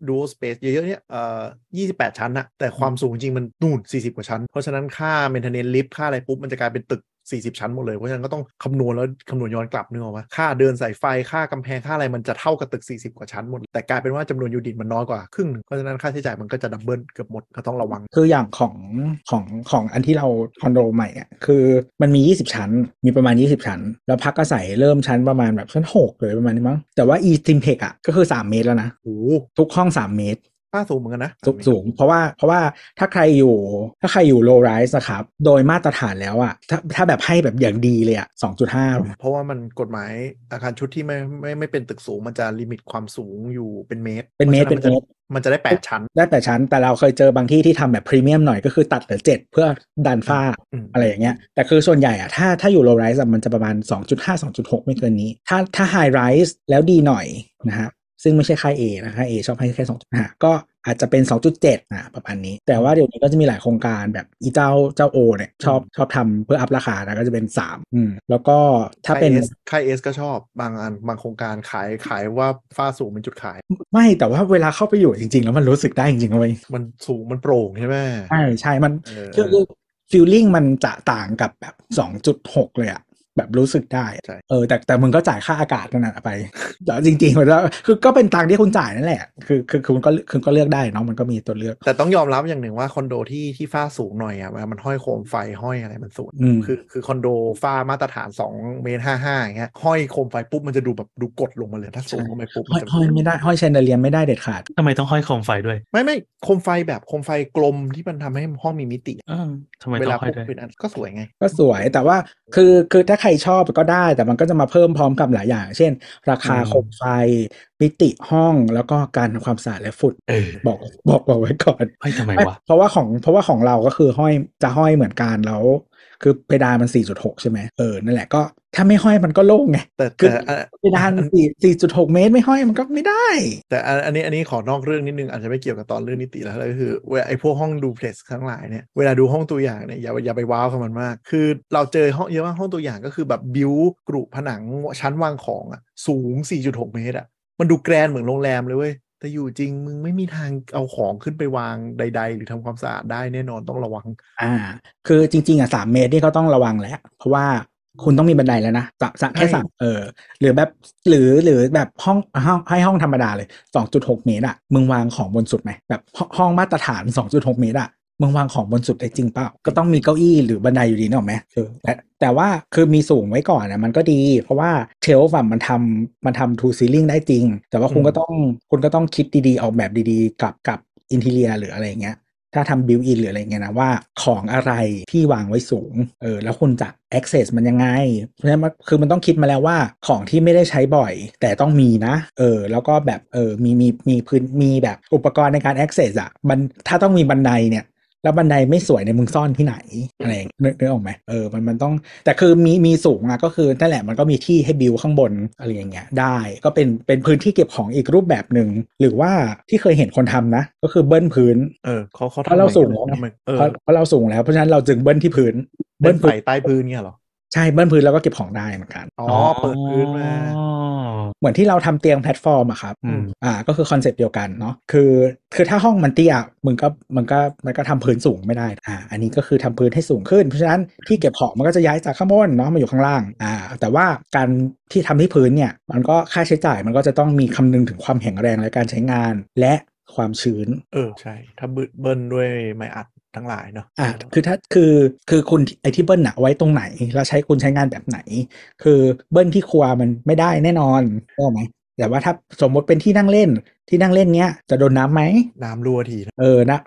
ดูสเปซเยอะๆเนี่ยเอ่อยี่สิบแปดชั้นอะแต่ความสูงจริงมันนู่นสี่สิบกว่าชั้น เพราะฉะนั้นค่าเมนเทนเนนลิฟต์ค่าอะไรปุ๊บมันจะกลายเป็นตึก 40 ชั้นหมดเลย เพราะฉะนั้นก็ต้องคำนวณแล้วคำนวณย้อนกลับนึกออกไหมค่าเดินสายไฟค่ากำแพงค่าอะไรมันจะเท่ากับตึก 40 กว่าชั้นหมดแต่กลายเป็นว่าจำนวนยูนิตมันน้อยกว่าครึ่งหนึ่งเพราะฉะนั้นค่าใช้จ่ายมันก็จะดับเบิลเกือบหมดก็ต้องระวัง
คืออย่างของของของอันที่เราคอนโดใหม่เนี่ยคือมันมี 20 ชั้น มีประมาณ 20 ชั้น แล้วพักอาศัยเริ่มชั้นประมาณแบบชั้น 6 เลยประมาณนี้มั้ง แต่ว่า e t i m p e c อ่ะก็คือ 3 เมตรแล้วนะ
โอ้โห
ทุกห้อง 3 เมตร
ค่าสูงเหมือนกันนะ
สูงสูงเพราะว่าเพราะว่าถ้าใครอยู่ถ้าใครอยู่ low rise นะครับ โดยมาตรฐานแล้วอ่ะถ้าถ้าแบบให้แบบอย่างดีเลยอ่ะ2.5
เพราะว่ามันกฎหมายอาคารชุดที่ไม่ไม่ไม่เป็นตึกสูงมันจะลิมิตความสูงอยู่เป็นเมตร
เป็นเมตร
พาะฉะ
เป็นเมตร
มันจะมันจะได้ 8 ชั้น
ได้แปดชั้นแต่เราเคยเจอบางที่ที่ทำแบบพรีเมียมหน่อยก็คือตัดเหลือเจ็ดเพื่อดันฝ้า
อืม
อะไรอย่างเงี้ยแต่คือส่วนใหญ่อะถ้าถ้าอยู่โลไรส์มันจะประมาณ 2.5 2.6 ไม่เกินนี้ ถ้าถ้าไฮไรส์แล้วดีหน่อยนะฮะซึ่งไม่ใช่ค่าย A นะค่าย A ชอบให้แค่ 2.5 ก็อาจจะเป็น 2.7นะประมาณนี้ แต่ว่าเดี๋ยวนี้ก็จะมีหลายโครงการแบบอีเจ้าเจ้าโอเนี่ยชอบชอบทำเพื่ออัพราคานะก็จะเป็น3อืมแล้วก็ถ้าเป็น
ค่ย S ค่ายเอสก็ชอบบางอันบางโครงการขายขายว่าฝ้าสูงเป็นจุดขาย
ไม่แต่ว่าเวลาเข้าไปอยู่จริง ๆ แล้วมันรู้สึกได้จริงๆนะเลย
มันสูงมันโปร่งใช่ไหม
ใช่ใช่มัน
เออ
คือคือฟีลลิ่งมันจะต่างกับแบบสองจุดหกเลยอะแบบรู้สึกได้อะ
ใช่
เออแต่แต่มึงก็จ่ายค่าอากาศนั่นนะไป *laughs* แต่จริงๆมันก็คือก็เป็นตังค์ที่คุณจ่ายนั่นแหละคือคือคือคุณก็คุณก็เลือกได้เนาะมันก็มีตัวเลือก
แต่ต้องยอมรับอย่างหนึ่งว่าคอนโดที่ที่ฝ้าสูงหน่อยอ่ะเวลามันห้อยโคมไฟห้อยอะไรมันสูง
อืม
คือคือคอนโดฝ้ามาตรฐาน2เมตรห้าห้าอย่างเงี้ยห้อยโคมไฟปุ๊บมันจะดูแบบดูกดลงมาเลยถ้าสูง
ใช่
ลงไปปุ๊บ
ห้อย
จะ
ห้อยไม่ได้ห้อยแชนเดอเลียร์ไม่ได้เด็ดขาด
ทำไมต้องห้อยโคมไฟด้วย
ไม่ไม่โคมไฟแบบโคมไฟกลมที่มันทำให้ห้องมีมิติอะ
เออทำไม
เว
ต้อ
ลาง
ห้อยด้
ปุ๊บ
วย
เป็นอันก็สวยไง
ก็สวยแต่ว่าคือคือถ้าใครชอบก็ได้ แต่มันก็จะมาเพิ่มพร้อมกับหลายอย่าง เช่น ราคา
อืม
โคมไฟมิติห้องแล้วก็การทำความสะอาดและฝุ่น
เออ
บอกบอกบอกไว้ก่อน
ห้อยทำไม
ไม่
วะ
เพราะว่าของเพราะว่าของเราก็คือห้อยจะห้อยเหมือนกันแล้ว คือเพดานมัน 4.6 ใช่ไหมเออนั่นแหละก็ถ้าไม่ห้อยมันก็โล่งไง
แต่
คือ
แต่อ่ะ
เพดานมัน4 4.6 เมตรไม่ห้อยมันก็ไม่ได้
แต่อันอันนี้อันนี้ขอนอกเรื่องนิดนึงอาจจะไม่เกี่ยวกับตอนเรื่องนิติแล้วก็คือเวลาไอ้พวกห้องดูเพล็กซ์ทั้งหลายเนี่ยเวลาดูห้องตัวอย่างเนี่ยอย่าอย่าไปว้าวกับมันมาก คือเราเจอห้องเยอะมากห้องตัวอย่างก็คือแบบบิวกรุผนังชั้นวางของอ่ะสูง 4.6 เมตรอ่ะมันดูแกรนเหมือนโรงแรมเลยเว้ยแต่อยู่จริงมึงไม่มีทางเอาของขึ้นไปวางใด ๆ หรือทำความสะอาดได้แน่นอนต้องระวัง
อ่า คือจริง ๆ อ่ะ 3 เมตรนี่ก็ต้องระวังแหละเพราะว่าคุณต้องมีบันไดแล้วนะจะจะแค่
ใช่
สามเออหรือแบบหรือหรือแบบห้องห้องให้ห้องธรรมดาเลย 2.6 เมตรอ่ะมึงวางของบนสุดไหมแบบห้องห้องมาตรฐาน 2.6 เมตรอ่ะมึงวางของบนสุดได้จริงเปล่าก็ต้องมีเก้าอี้หรือบันไดอยู่ดีนึกออกไหมเออแต่แต่ว่าคือมีสูงไว้ก่อนนะมันก็ดี เพราะว่าเชลฟ์อะมันทำมันทำทูซีลิงได้จริง แต่ว่าคุณก็ต้องคุณก็ต้องคิดดีๆออกแบบดีๆ กับกับอินเทียหรืออะไรอย่างเงี้ย ถ้าทำบิวอินหรืออะไรเงี้ยนะว่าของอะไรที่วางไว้สูงเออแล้วคุณจะ access มันยังไง เพราะฉะนั้นมันคือมันต้องคิดมาแล้วว่าของที่ไม่ได้ใช้บ่อย แต่ต้องมีนะเออแล้วก็แบบเออมีมีมีพื้นมีแบบอุปกรณ์ในการ access อะมันถ้าต้องมีบันไดเนี่ย แล้วบันไดไม่สวยในยมึงซ่อนที่ไหนอะไรอย่างเงี้ยนึกนึกออกไหมเออมันมันต้อง แต่คือมีมีสูงอะก็คือนั่นแหละมันก็มีที่ให้บิวข้างบนอะไรอย่างเงี้ยได้ ก็เป็นเป็นพื้นที่เก็บของอีกรูปแบบหนึ่งหรือว่าที่เคยเห็นคนทำนะ ก็คือเบิ้ลพื้น
เออเขาเขา
เพราะเราสูง
ทำไมเออ
เพราะเพราะเราสูงแล้วเพราะฉะนั้นเราจึงเบิ้ลที่พื้น
เบิ้
เบิ้
ล
ลพื้น
ไฟใต้พื้นเนี่ยเหรอ
ใช่เบิ้ลพื้นแล้วก็เก็บของได้เหมือนกัน
อ๋อเปิดพื้นมา
อ๋อ
เหมือนที่เราทำเตียงแพลตฟอร์มอะครับ
อืม
อ่าก็คือคอนเซปต์เดียวกันเนาะคือคือถ้าห้องมันเตี้ยมึงก็มันก็มันก็ทำพื้นสูงไม่ได้อ่าอันนี้ก็คือทำพื้นให้สูงขึ้น เพราะฉะนั้นที่เก็บของมันก็จะย้ายจากข้างบนเนาะมาอยู่ข้างล่างอ่าแต่ว่าการที่ทำที่พื้นเนี่ยมันก็ค่าใช้จ่ายมันก็จะต้องมีคำนึงถึงความแข็งแรงและการใช้งาน และความชื้น
เออใช่ถ้าบึเบิ้ลด้วยไม้อัดทั้งหลายเนาะ
อ่าคือถ้าคือคือคุณไอที่เบิ้ลอะไว้ตรงไหน แล้วใช้คุณใช้งานแบบไหน คือเบิ้ลที่ครัวมันไม่ได้แน่นอนเข้าไหมแต่ว่าถ้าสมมติเป็นที่นั่งเล่นที่นั่งเล่นเนี้ยจะโดนน้ำไหม
น้ำรั่วทีนะ
เออนะ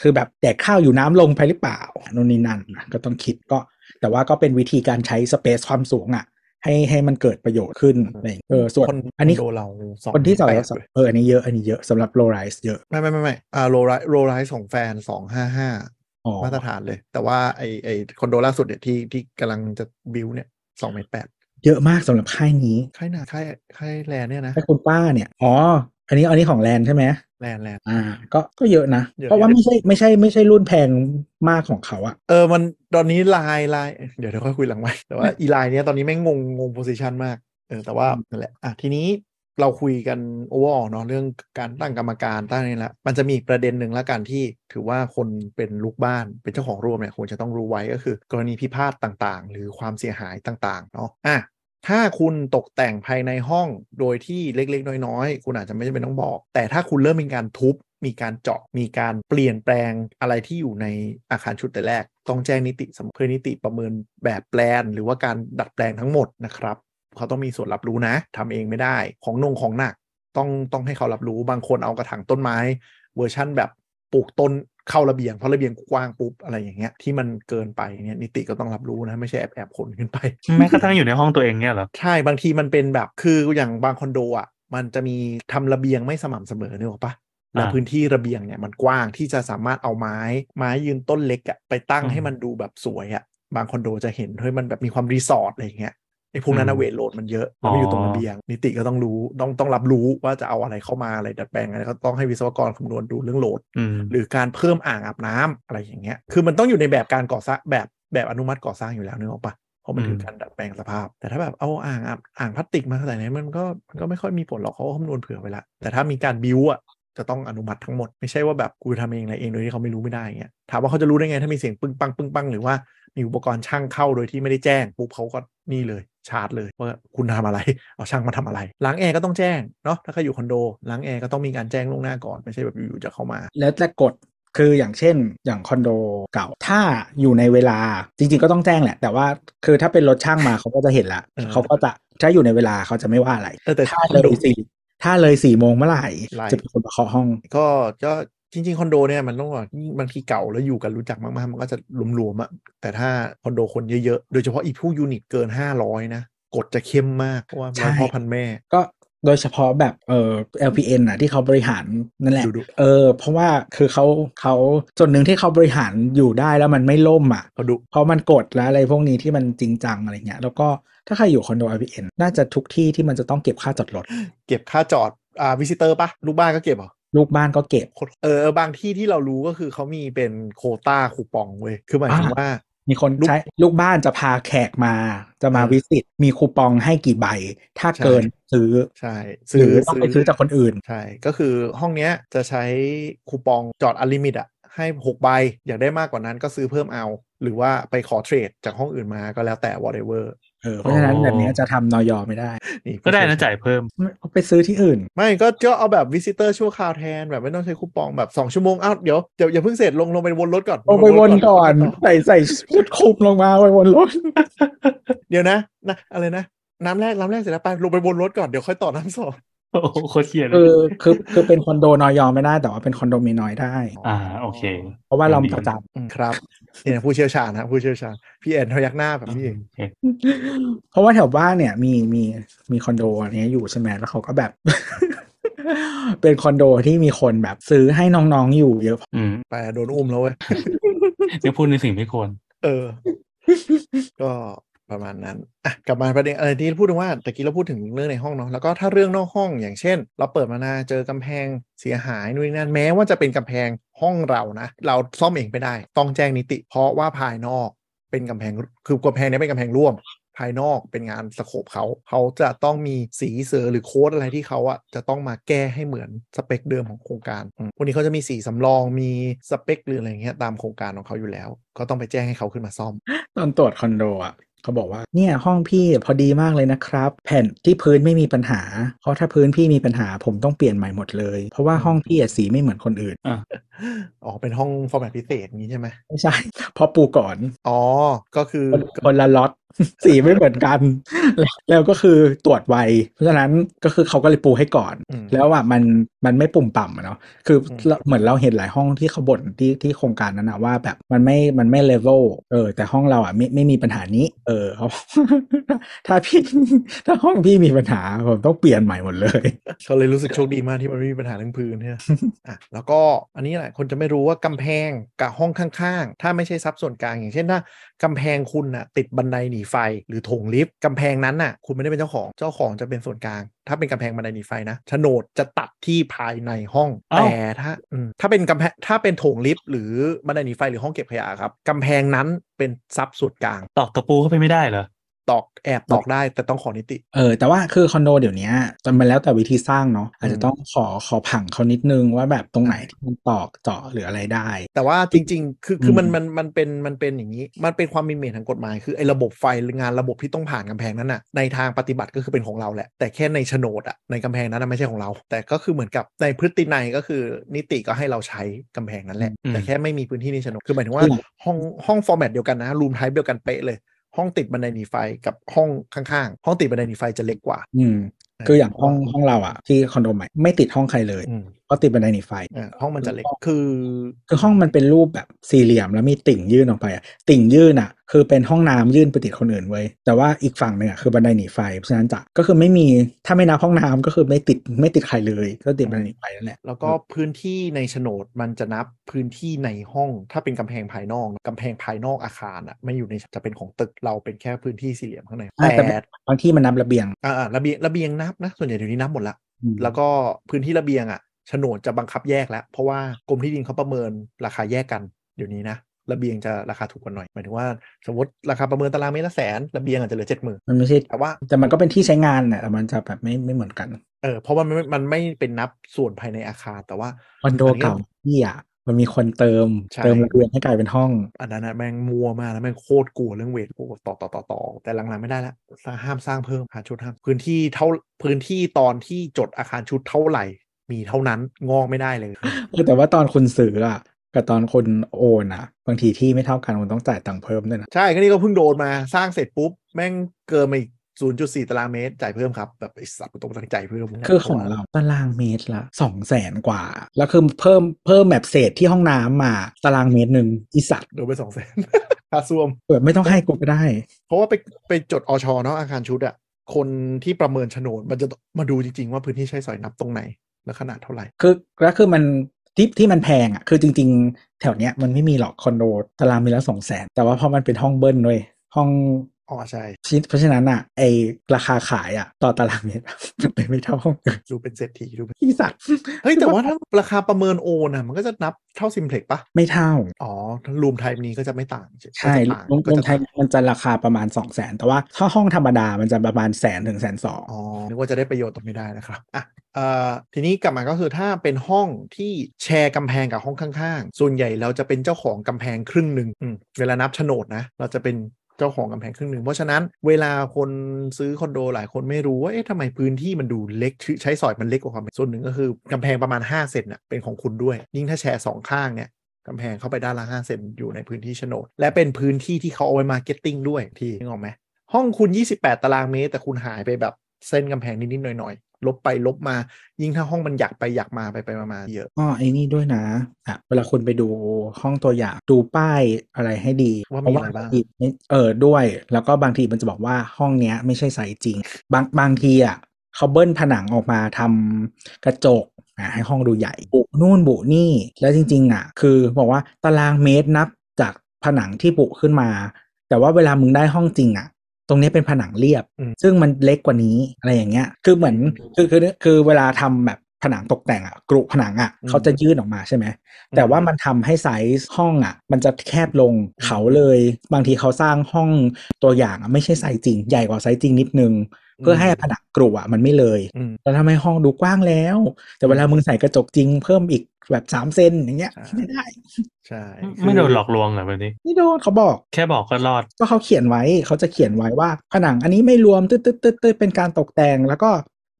คือแบบแดกข้าวอยู่น้ำลงไปหรือเปล่านู่นนี่นั่นนะก็ต้องคิดก็ แต่ว่าก็เป็นวิธีการใช้สเปซความสูงอะ ให้ให้มันเกิดประโยชน์ขึ้นอะไรอย่างเงี้ยเออส่วน
คน
อันนี้
โดเราสอง
คนที่สอง
แปด
สอง
เลย
เอออันนี้เยอะอันนี้เยอะสำหรับโลไรส์เยอะ
ไม่ไม่ไม่ไม่อ่าโรไรโรไรของแฟนสองห้าห้า
อ๋อ
มาตรฐานเลย แต่ว่าไอไอคอนโดล่าสุดเนี่ยที่ที่กำลังจะบิวเนี่ยสองเมตรแปด
เยอะมากสำหรับค่ายนี้
ค่ายหนาค่ายค่ายแลนเนี่ยนะ
ถ้าคุณป้าเนี่ยอ๋ออันนี้อันนี้ของแลนใช่ไหม
แลนแลน
อ่าก็ก็เยอะนะ
เยอะ
เพราะว่าไม่ใช่ไม่ใช่ไม่ใช่รุ่นแพงมากของเขาอะ
เออมันตอนนี้ไลน์ไลน์เดี๋ยวเดี๋ยวค่อยคุยหลังไว้แต่ว่าอีไลน์เนี้ย *laughs* ตอนนี้แม่งงงงงโพซิชันมากเออแต่ว่านั่นแหละอ่ะทีนี้เราคุยกันโอเวอร์เนาะเรื่องการตั้งกรรมการตั้งนี่ละมันจะมีอีกประเด็นหนึ่งละกันที่ถือว่าคนเป็นลูกบ้านเป็นเจ้าของร่วมเนี่ยควรจะต้องรู้ไว้ก็คือ กรณีพิพาทต่างๆ หรือความเสียหายต่างๆเนาะอ่ะ ถ้าคุณตกแต่งภายในห้องโดยที่เล็กๆ น้อยๆ คุณอาจจะไม่จำเป็นต้องบอก แต่ถ้าคุณเริ่มมีการทุบ มีการเจาะ มีการเปลี่ยนแปลงอะไรที่อยู่ในอาคารชุดแต่แรก ต้องแจ้งนิติสำเพื่อนิติประเมินแบบแปลน หรือว่าการดัดแปลงทั้งหมดนะครับ เขาต้องมีส่วนรับรู้นะทำเองไม่ได้ของนงของหนักต้องต้องให้เขารับรู้บางคนเอากระถางต้นไม้ เวอร์ชั่นแบบปลูกต้นเข้าระเบียงเพราะระเบียงกว้างปุ๊บอะไรอย่างเงี้ยที่มันเกินไปเนี่ยนิติก็ต้องรับรู้นะไม่ใช่แอบแอบขนขึ้นไป
แม้กระทั่งอยู่ในห้องตัวเองเนี่ยเหรอ
ใช่บางทีมันเป็นแบบคืออย่างบางคอนโดอ่ะมันจะมีทำระเบียงไม่สม่ำเสมอเนี่ยหรอกปะแล้ว
อ่า
พื้นที่ระเบียงเนี่ยมันกว้างที่จะสามารถเอาไม้ไม้ยืนต้นเล็กอ่ะไปตั้ง
อืม
ให้มันดูแบบสวยอ่ะบางคอนโดจะเห็นเฮ้ยมันแบบมีความรีสอร์ทอะไรอย่างเงี้ยไอ้พวกนั้น
อื
นะ
ม
เวทโหลดมันเยอะแล้วมันอยู่ตรง
อ๋อ
ระเบียง นิติก็ต้องรู้ต้องต้องรับรู้ว่าจะเอาอะไรเข้ามาอะไรดัดแปลงอะไรก็ต้องให้วิศวกรคำนวณดูเรื่องโหลด *laughs*
อืม
หรือการเพิ่มอ่างอาบน้ำอะไรอย่างเงี้ย คือมันต้องอยู่ในแบบการก่อสร้างแบบแบบอนุมัติก่อสร้างอยู่แล้วนึกออกปะเพราะมันคื
ม
อการดัดแปลงสภาพ แต่ถ้าแบบเอาอ่างอาบอ่างพลาสติกมาใส่ในนั้นมันก็มันก็ไม่ค่อยมีผลหรอกเขาก็คำนวณเผื่อไว้ละแต่ถ้ามีการบิวอะจะต้องอนุมัติทั้งหมด ไม่ใช่ว่าแบบกูทำเองอะไรเองโดยที่เขาไม่รู้ไม่ได้อย่างเงี้ยถามว่าเขาจะรู้ได้ไงถ้ามีเสียงปึ้งปังปึ้งปังหรือว่ามีอุปกรณ์ช่างเข้าโดยที่ไม่ได้แจ้งปุ๊บเขาก็นี่เลยชาร์จเลยว่าคุณทำอะไร เอาช่างมาทำอะไรล้างแอร์ก็ต้องแจ้งเนาะถ้าใครอยู่คอนโดล้างแอร์ก็ต้องมีการแจ้งล่วงหน้าก่อนไม่ใช่แบบอยู่ๆจะเข้ามา
แล้วแต่กฎคืออย่างเช่นอย่างคอนโดเก่าถ้าอยู่ในเวลาจริงๆก็ต้องแจ้งแหละ แต่ว่าคือถ้าเป็นรถช่างมา เขาก็จะเห็นละ
เออ
เขาก็จะถ้าอยู่ในเวลาเขาจะไม่ว่าอะไร
เออแต่
ถ้า
คอน
เล
โด
ยสี่ถ้าเลยสี่โมงเมื่อไหร่
ไล่
จะเป็นคนมาเคาะห้อง
ก็ก็จริง ๆ คอนโดเนี่ยมันต้องบอกยิ่งบางทีเก่าแล้วอยู่กันรู้จักมากๆ มันก็จะหลวมๆอะแต่ถ้าคอนโดคนเยอะๆ โดยเฉพาะอีผู้ยูนิตเกิน 500 นะกฎจะเข้มมาก เพราะว่า
ใช่
ร้อยพ่อพันแม่
ก็โดยเฉพาะแบบเอ่อ LPN น่ะที่เขาบริหารนั่นแหละ
ดูดู
เออเพราะว่าคือเขาเขาส่วนหนึ่งที่เขาบริหารอยู่ได้แล้วมันไม่ล่มอ่ะ
เขาดุ
เพราะมันกดและอะไรพวกนี้ที่มันจริงจังอะไรเงี้ย แล้วก็ถ้าใครอยู่คอนโด IPN น่าจะทุกที่ที่มันจะต้องเก็บค่าจอดรถ
เก็บค่าจอดอ่าวิซิเตอร์ปะลูกบ้านก็เก็บเหรอ
ลูกบ้านก็เก็บ
โคตรเออเออบางที่ที่เรารู้ก็คือเขามีเป็นโควต้าคูปองเว้ยคือหมายถึง
อ่า
ว่า
มีคน
ลูก
ใช้ลูกบ้านจะพาแขกมา จะมา
เออ
วิสิตมีคูปองให้กี่ใบ ถ้า
ใช่
เกินซื้อ
ใช่
หรือต้องไปซื้อจากคนอื่น
ใช่ ก็คือห้องเนี้ยจะใช้คูปองจอดอลิมิตอะให้ 6 ใบ อยากได้มากกว่านั้นก็ซื้อเพิ่มเอา หรือว่าไปขอเทรดจากห้องอื่นมาก็แล้วแต่ whatever
เออเพราะฉะนั้น
อ๋อ
แบบเนี้ยจะทำนอยอไม่ได้
นี่
ก็ได้นะจ่ายเพิ่ม
ไม่ไปซื้อที่อื่น
ไม่ก็ก็เอาแบบวิซิเตอร์ชั่วคราวแทน แบบไม่ต้องใช้คูปองแบบ 2 ชั่วโมงอ้าวเดี๋ยวเดี๋ยวอย่าเพิ่งเสร็จลงลงไปวนรถก่อน
ลงไปวนก่อน
ลงไปว
ใส่ใส่ชุดคลุมลงมาไปวนรถ
เดี๋ยวนะนะอะไรนะ น้ำแรกน้ำแรกเสร็จแล้วไปลงไปวนรถก่อนเดี๋ยวค่อยต่อน้ำสอง
โอ้โหโคตรเขียนเล
คื
ย
อคือคือเป็นคอนโดนอยอไม่ได้แต่ว่าเป็นคอนโดมินอยได้
อ่าโอเค
เพราะว่าเรา
ดี
ประจ
อืมครับนี่นะผู้เชี่ยวชาญนะผู้เชี่ยวชาญพี่แอนพยักหน้าแบบนี้เอง
โอเค
ำเพราะว่าแถวบ้านเนี่ยมีมีมีคอนโดอันเนี้ยอยู่ใช่ไหมแล้วเขาก็แบบ *laughs* เป็นคอนโดที่มีคนแบบซื้อให้น้องๆอยู่เยอะ
อืม
ไปอะโดนอุ้มแล้วเว้ย
นี่พูดในสิ่งไม่ควร
เออ ก็ประมาณนั้นอ่ะกลับมาประเด็นอะไรที่พูดถึงว่าตะกี้เราพูดถึงเรื่องในห้องเนาะแล้วก็ถ้าเรื่องนอกห้องอย่างเช่น เราเปิดมาหนาเจอกำแพงเสียหายนู่นนนั่นแม้ว่าจะเป็นกำแพงห้องเรานะ เราซ่อมเองไม่ได้ ต้องแจ้งนิติ เพราะว่าภายนอกเป็นกำแพงคือกำแพงเนี้เป็นกำแพงร่วม ภายนอกเป็นงานสโคปเขา เขาจะต้องมีสีเสือหรือโค้ดอะไรที่เขาอะจะต้องมาแก้ให้เหมือนสเปคเดิมของโครงการอืมวันนี้เขาจะมีสีสำรองมีสเปคหรืออะไรอย่างเงี้ยตามโครงการของเขาอยู่แล้ว ก็ต้องไปแจ้งให้เขาขึ้นมาซ่ *gasps* อม
ตอนตรวจคอนโดอ่ะเขาบอกว่าเนี่ยห้องพี่พอดีมากเลยนะครับ แผ่นที่พื้นไม่มีปัญหา เพราะถ้าพื้นพี่มีปัญหาผมต้องเปลี่ยนใหม่หมดเลย เพราะว่าห้องพี่อะสีไม่เหมือนคนอื่น
อ่ะ
อ๋อเป็นห้องฟอร์แมตพิเศษนี้ใช่ไหม
ไม่ใช่ *laughs* เพราะปูก่อน
อ๋อก็คือ
คนคนละล็อต *laughs* สีไม่เหมือน
*laughs*
กันแล้วแล้วก็คือตรวจไว เพราะฉะนั้นก็คือเขาก็เลยปูให้ก่อน
อืม
แล้วอ่ะมันมันไม่ปุ่มป่ำอะเนาะคืออ
ม
เราเหมือนเราเห็นหลายห้องที่เขาบ่นที่ที่โครงการนั้นนะว่าแบบมันไม่มันไม่เลเวลเออแต่ห้องเราอ่ะไม่ไม่มีปัญหานี้ เอ *laughs* อเขา ถ้าพี่ถ้าห้องพี่มีปัญหาผมต้องเปลี่ยนใหม่หมดเลย
เขาเลยรู้สึกโชคดีมากที่มันไม่มีปัญหาเรื่องพื้นเนี่ย อ่ะแล้วก็อันนี้แหละคนจะไม่รู้ว่ากำแพงกับห้องข้างๆ ถ้าไม่ใช่ทรัพย์ส่วนกลางอย่างเช่นถ้ากำแพงคุณน่ะติดบันไดหนีไฟหรือโถงลิฟต์กำแพงนั้นน่ะคุณไม่ได้เป็นเจ้าของเจ้าของจะเป็นส่วนกลาง ถ้าเป็นกำแพงบันไดหนีไฟนะโฉนดจะตัดที่ภายในห้อง
อ้าว
แต่ถ้าอืมถ้าเป็นกำแพงถ้าเป็นโถงลิฟต์หรือบันไดหนีไฟหรือห้องเก็บขยะครับกำแพงนั้นเป็นทรัพย์ส่วนกลาง
ตอกตะปูเข้าไปไม่ได้เหรอ
ตอกแอบตอกได้แต่ต้องขอนิติ
เออแต่ว่าคือคอนโดเดี๋ยวเนี้ยจะมันแล้วแต่วิธีสร้างเนาะอาจจะต้องขอขอผังเขานิดนึงว่าแบบตรงไหนที่มันตอกเจาะหรืออะไรได้
แต่ว่าจริงๆ คือคือ
ม
มันมันมันเป็นมันเป็นอย่างนี้ มันเป็นความมินเมนทางกฎหมาย คือไอ้ระบบไฟงานระบบที่ต้องผ่านกำแพงนั้นน่ะ ในทางปฏิบัติก็คือเป็นของเราแหละ แต่แค่ในโฉนดอะในกำแพงนั้นนะไม่ใช่ของเรา แต่ก็คือเหมือนกับในพฤตินัยก็คือนิติก็ให้เราใช้กำแพงนั้นแหละ
อืม
แต่แค่ไม่มีพื้นที่ในโฉนด คือหมายถึงว่าห้องห้องฟอร์แมตเดียวกันนะ รูมไทป์เดียวกันเป๊ะเลย ห้องติดบันไดหนีไฟกับห้องข้างๆ ห้องติดบันไดหนีไฟจะเล็กกว่า
อืมคืออย่างห้องห้องเราอะที่คอนโดใหม่ไม่ติดห้องใครเลย
อืม
ก็ติดบันไดหนีไฟ
อ่าห้องมันจะเล็ก คือ
คือห้องมันเป็นรูปแบบสี่เหลี่ยมแล้วมีติ่งยื่นออกไปอะติ่งยื่นอะคือเป็นห้องน้ำยื่นไปติดคนอื่นเว้ยแต่ว่าอีกฝั่งหนึ่งอะคือบันไดหนีไฟเพราะฉะนั้นจะก็คือไม่มีถ้าไม่นับห้องน้ำก็คือไม่ติดไม่ติดใครเลย ก็ติดบันไดหนีไฟนั่นแหละ
แล้วก็พื้นที่ในโฉนดมันจะนับพื้นที่ในห้อง ถ้าเป็นกำแพงภายนอกนะกำแพงภายนอกอาคารอ่ะไม่อยู่ในจะเป็นของตึกเราเป็นแค่พื้นที่สี่เหลี่ยมข้างใน
อ่าแต่
แต่
บางที่มันนับระเบียง
อ่าๆระเบียงระเบียงนับนะ ส่วนใหญ่เดี๋ยวนี้นับหมดละ
อืม
แล้วก็พื้นที่ระเบียงอ่ะโฉนดจะบังคับแยกแล้ว เพราะว่ากรมที่ดินเขาประเมินราคาแยกกันเดี๋ยวนี้นะระเบียงจะราคาถูกกว่าหน่อยหมายถึงว่าสมมติราคาประเมินตารางเมตรละแสนระเบียงอาจจะเหลือเจ็ดหมื่น
มันไม่ใช่
แต่ว่า
แต่มันก็เป็นที่ใช้งานแหละแต่มันจะแบบไม่ไม่เหมือนกัน
เออเพราะมันไม่มันไม่เป็นนับส่วนภายในอาคารแต่ว่า
คอนโดเก่าที่อ่ะมันมีคนเติม
ใช่
เติมระเบียงให้กลายเป็นห้อง
อันนั้นนะแม่งมัวมากแล้วแม่งโคตรกลัวเรื่องเวทกลัวต่อต่อต่อต่อแต่หลังๆไม่ได้ละสร้างห้ามสร้างเพิ่มหาชุดห้ามพื้นที่เท่าพื้นที่ตอนที่จดอาคารชุดเท่าไหร่ มีเท่านั้นงอกไม่ได้เลย
เออแต่ว่าตอนคุณซื้ออ่ะกับตอนคนโอนอ่ะ บางทีที่ไม่เท่ากันคุณต้องจ่ายตังค์เพิ่มด้วยนะ
ใช่ก็นี่ก็เพิ่งโดนมาสร้างเสร็จปุ๊บ แม่งเกินมาอีก0.4 ตารางเมตรจ่ายเพิ่มครับ แบบไอ้สัตว์กูต้องตั้งใจายเพิ่ม
คือของเราตารางเมตรละสองแสนกว่า แล้วคือเพิ่มเพิ่มแบบเศษที่ห้องน้ำมาตารางเมตรหนึ่งอีสัตว์
โดนไปสองแสน *laughs* ค่าซ่วม
เออไม่ต้องให้กูก็ได้
เพราะว่าไปไปจดอชเนาะอาคารชุดอะคนที่ประเมินโฉนดมันจะมาดูจริงๆว่าพื้นที่ใช้สอยนับตรงไหนและขนาดเท่าไหร่
คือแล้วคือมันที่ที่มันแพงอ่ะคือจริง ๆ แถวเนี้ยมันไม่มีหรอกคอนโดตารางเมตรละสองแสนแต่ว่าพอมันเป็นห้องเบิ้ลด้วยห้อง
อ๋อใช่
เพราะฉะนั้นอ่ะไอราคาขายอ่ะต่อตารางเมตร *laughs* มันเป็นไม่เท่าห้องเกิน
ดูเป็นเศรษฐีดูเป็น
ที่สัตว์
เฮ้ย แต่ว่าถ้าราคาประเมินโอนอ่ะมันก็จะนับเท่าซิมเพล็กปะ
ไม่เท่า
อ๋อรูมไทป์นี้ก็จะไม่ต่าง
ใช่
ก็จะต่าง
ลง
ก็
ลง
จะ
ไทยมันจะราคาประมาณ2 0 0แสนแต่ว่าถ้าห้องธรรมดามันจะประมาณแสนถึงแสนสอง
อ๋อนึกว่าจะได้ประโยชน์ตรงนี้ได้นะครับอ่ะเอ่อทีนี้กลับมาก็คือถ้าเป็นห้องที่แชร์กำแพงกับห้องข้างๆ ส่วนใหญ่เราจะเป็นเจ้าของกำแพงครึ่งหนึ่งอืมเวลานับโฉนดนะ เราจะเป็นเจ้าของกำแพงครึ่งหนึ่งเพราะฉะนั้นเวลาคนซื้อคอนโดหลายคนไม่รู้ว่าเอ๊ะทำไมพื้นที่มันดูเล็กชื่อใช้สอยมันเล็กกว่าความเป็นส่วนหนึ่งก็คือกำแพงประมาณ5เซนน่ะเป็นของคุณด้วย ยิ่งถ้าแชร์สองข้างเนี่ย กำแพงเข้าไปด้านละห้าเซนอยู่ในพื้นที่โฉนด และเป็นพื้นที่ที่เขาเอาไว้มาร์เก็ตติ้งด้วยที่นึกออกไหมห้องคุณ 28 ตารางเมตร แต่คุณหายไปแบบเส้นกำแพงนิดๆหน่อยๆ ลบไปลบมา ยิ่งถ้าห้องมันอยากไปอยากมาไปไปมามาเยอะ
อ๋อไอ้นี่ด้วยนะอ่ะเวลาคุณไปดูห้องตัวอย่างดูป้ายอะไรให้ดี
ว่ามี
เพราะว่า
อะไรบ้าง
อีกนิดเออด้วย แล้วก็บางทีมันจะบอกว่าห้องเนี้ยไม่ใช่ไซส์จริง บางบางทีอ่ะเขาเบิ้ลผนังออกมาทำกระจกอ่ะให้ห้องดูใหญ่ บุนู่นบุนี่ แล้วจริง ๆ อ่ะ คือบอกว่าตารางเมตรนับจากผนังที่บุขึ้นมา แต่ว่าเวลามึงได้ห้องจริงอ่ะ ตรงนี้เป็นผนังเรียบ
อืม
ซึ่งมันเล็กกว่านี้อะไรอย่างเงี้ย คือเหมือนคือคือคือเวลาทำแบบผนังตกแต่งอ่ะกรุผนังอ่ะ
อืม
เขาจะยืดออกมาใช่ไหม แต่ว่ามันทำให้ไซส์ห้องอ่ะ มันจะแคบลงเขาเลย บางทีเขาสร้างห้องตัวอย่างอะไม่ใช่ไซส์จริง ใหญ่กว่าไซส์จริงนิดนึง เพื่อให้ผนังกรุอ่ะมันไม่เลย
อืม
แล้วทำให้ห้องดูกว้างแล้ว แต่เวลามึงใส่กระจกจริงเพิ่มอีกแบบสามเซนอย่างเงี้ย
ใช่
ไม่ได้
ใช่
ไม่ไม่โดนหลอกลวงเหรอแบบนี้
ไม่โดนเขาบอก
แค่บอกก็รอด
ก็เขาเขียนไว้เขาจะเขียนไว้ว่า ผนังอันนี้ไม่รวมตึ๊ดตึ๊ดตึ๊ดตึ๊ดเป็นการตกแต่ง แล้วก็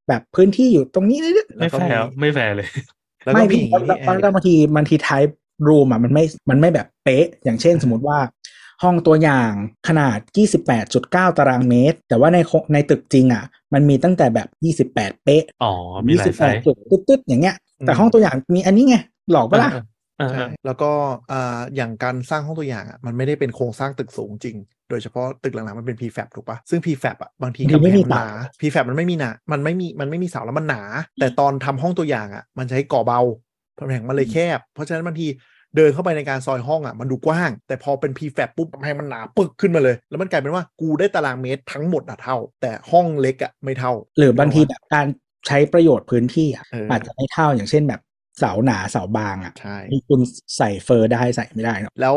แบบพื้นที่อยู่ตรงนี้นิด
ไม่
ก็
แฟร์ไม่แฟร์เลย
แล้วก็
ไม่
มี
พี่
อย่างนี้นี่เอง
บางทีบางที type room อ่ะมันไม่มันไม่แบบเป๊ะ อย่างเช่นสมมติว่า ห้องตัวอย่างขนาด 28.9 ตารางเมตร แต่ว่าในโคในตึกจริงอ่ะ มันมีตั้งแต่แบบ 28 เป๊ะ
อ๋อมีหลายไซส์
28จุดตึ๊ดๆอย่างเงี้ย แต่
อืม
ห้องตัวอย่างมีอันนี้ไง หลอกปะล่ะ
เออเอ
ใช่
อ
แล้วก็อ่าอย่างการสร้างห้องตัวอย่างอ่ะมันไม่ได้เป็นโครงสร้างตึกสูงจริง โดยเฉพาะตึกหลังๆมันเป็น prefab ถูกปะซึ่ง prefab อ่ะบางที
มัน
กำแพ
ไม่
ง
มี
มันห
เสา
นา prefab มันไม่มีหนามันไม่มีมันไม่มีเสาแล้วมันหนา แต่ตอนทำห้องตัวอย่างอ่ะ มันใช้ก่อเบาตำแหน่งมันเลยแคบ เพราะฉะนั้นบางทีเดินเข้าไปในการซอยห้องอ่ะมันดูกว้าง แต่พอเป็น prefab ปุ๊บกำแพงมันหนาปึกขึ้นมาเลย แล้วมันกลายเป็นว่ากูได้ตารางเมตรทั้งหมดอ่ะเท่า แต่ห้องเล็กอ่ะไม่เท่า
หรือบางทีแบบการใช้ประโยชน์พื้นที่อะ
เอออ
อาจจะไม่เท่าอย่างเช่นแบบเสาหนาเสาบางอ่ะ
ใช่
มีคุณใส่เฟอร์ได้ใส่ไม่ได้เนอะ
แล้ว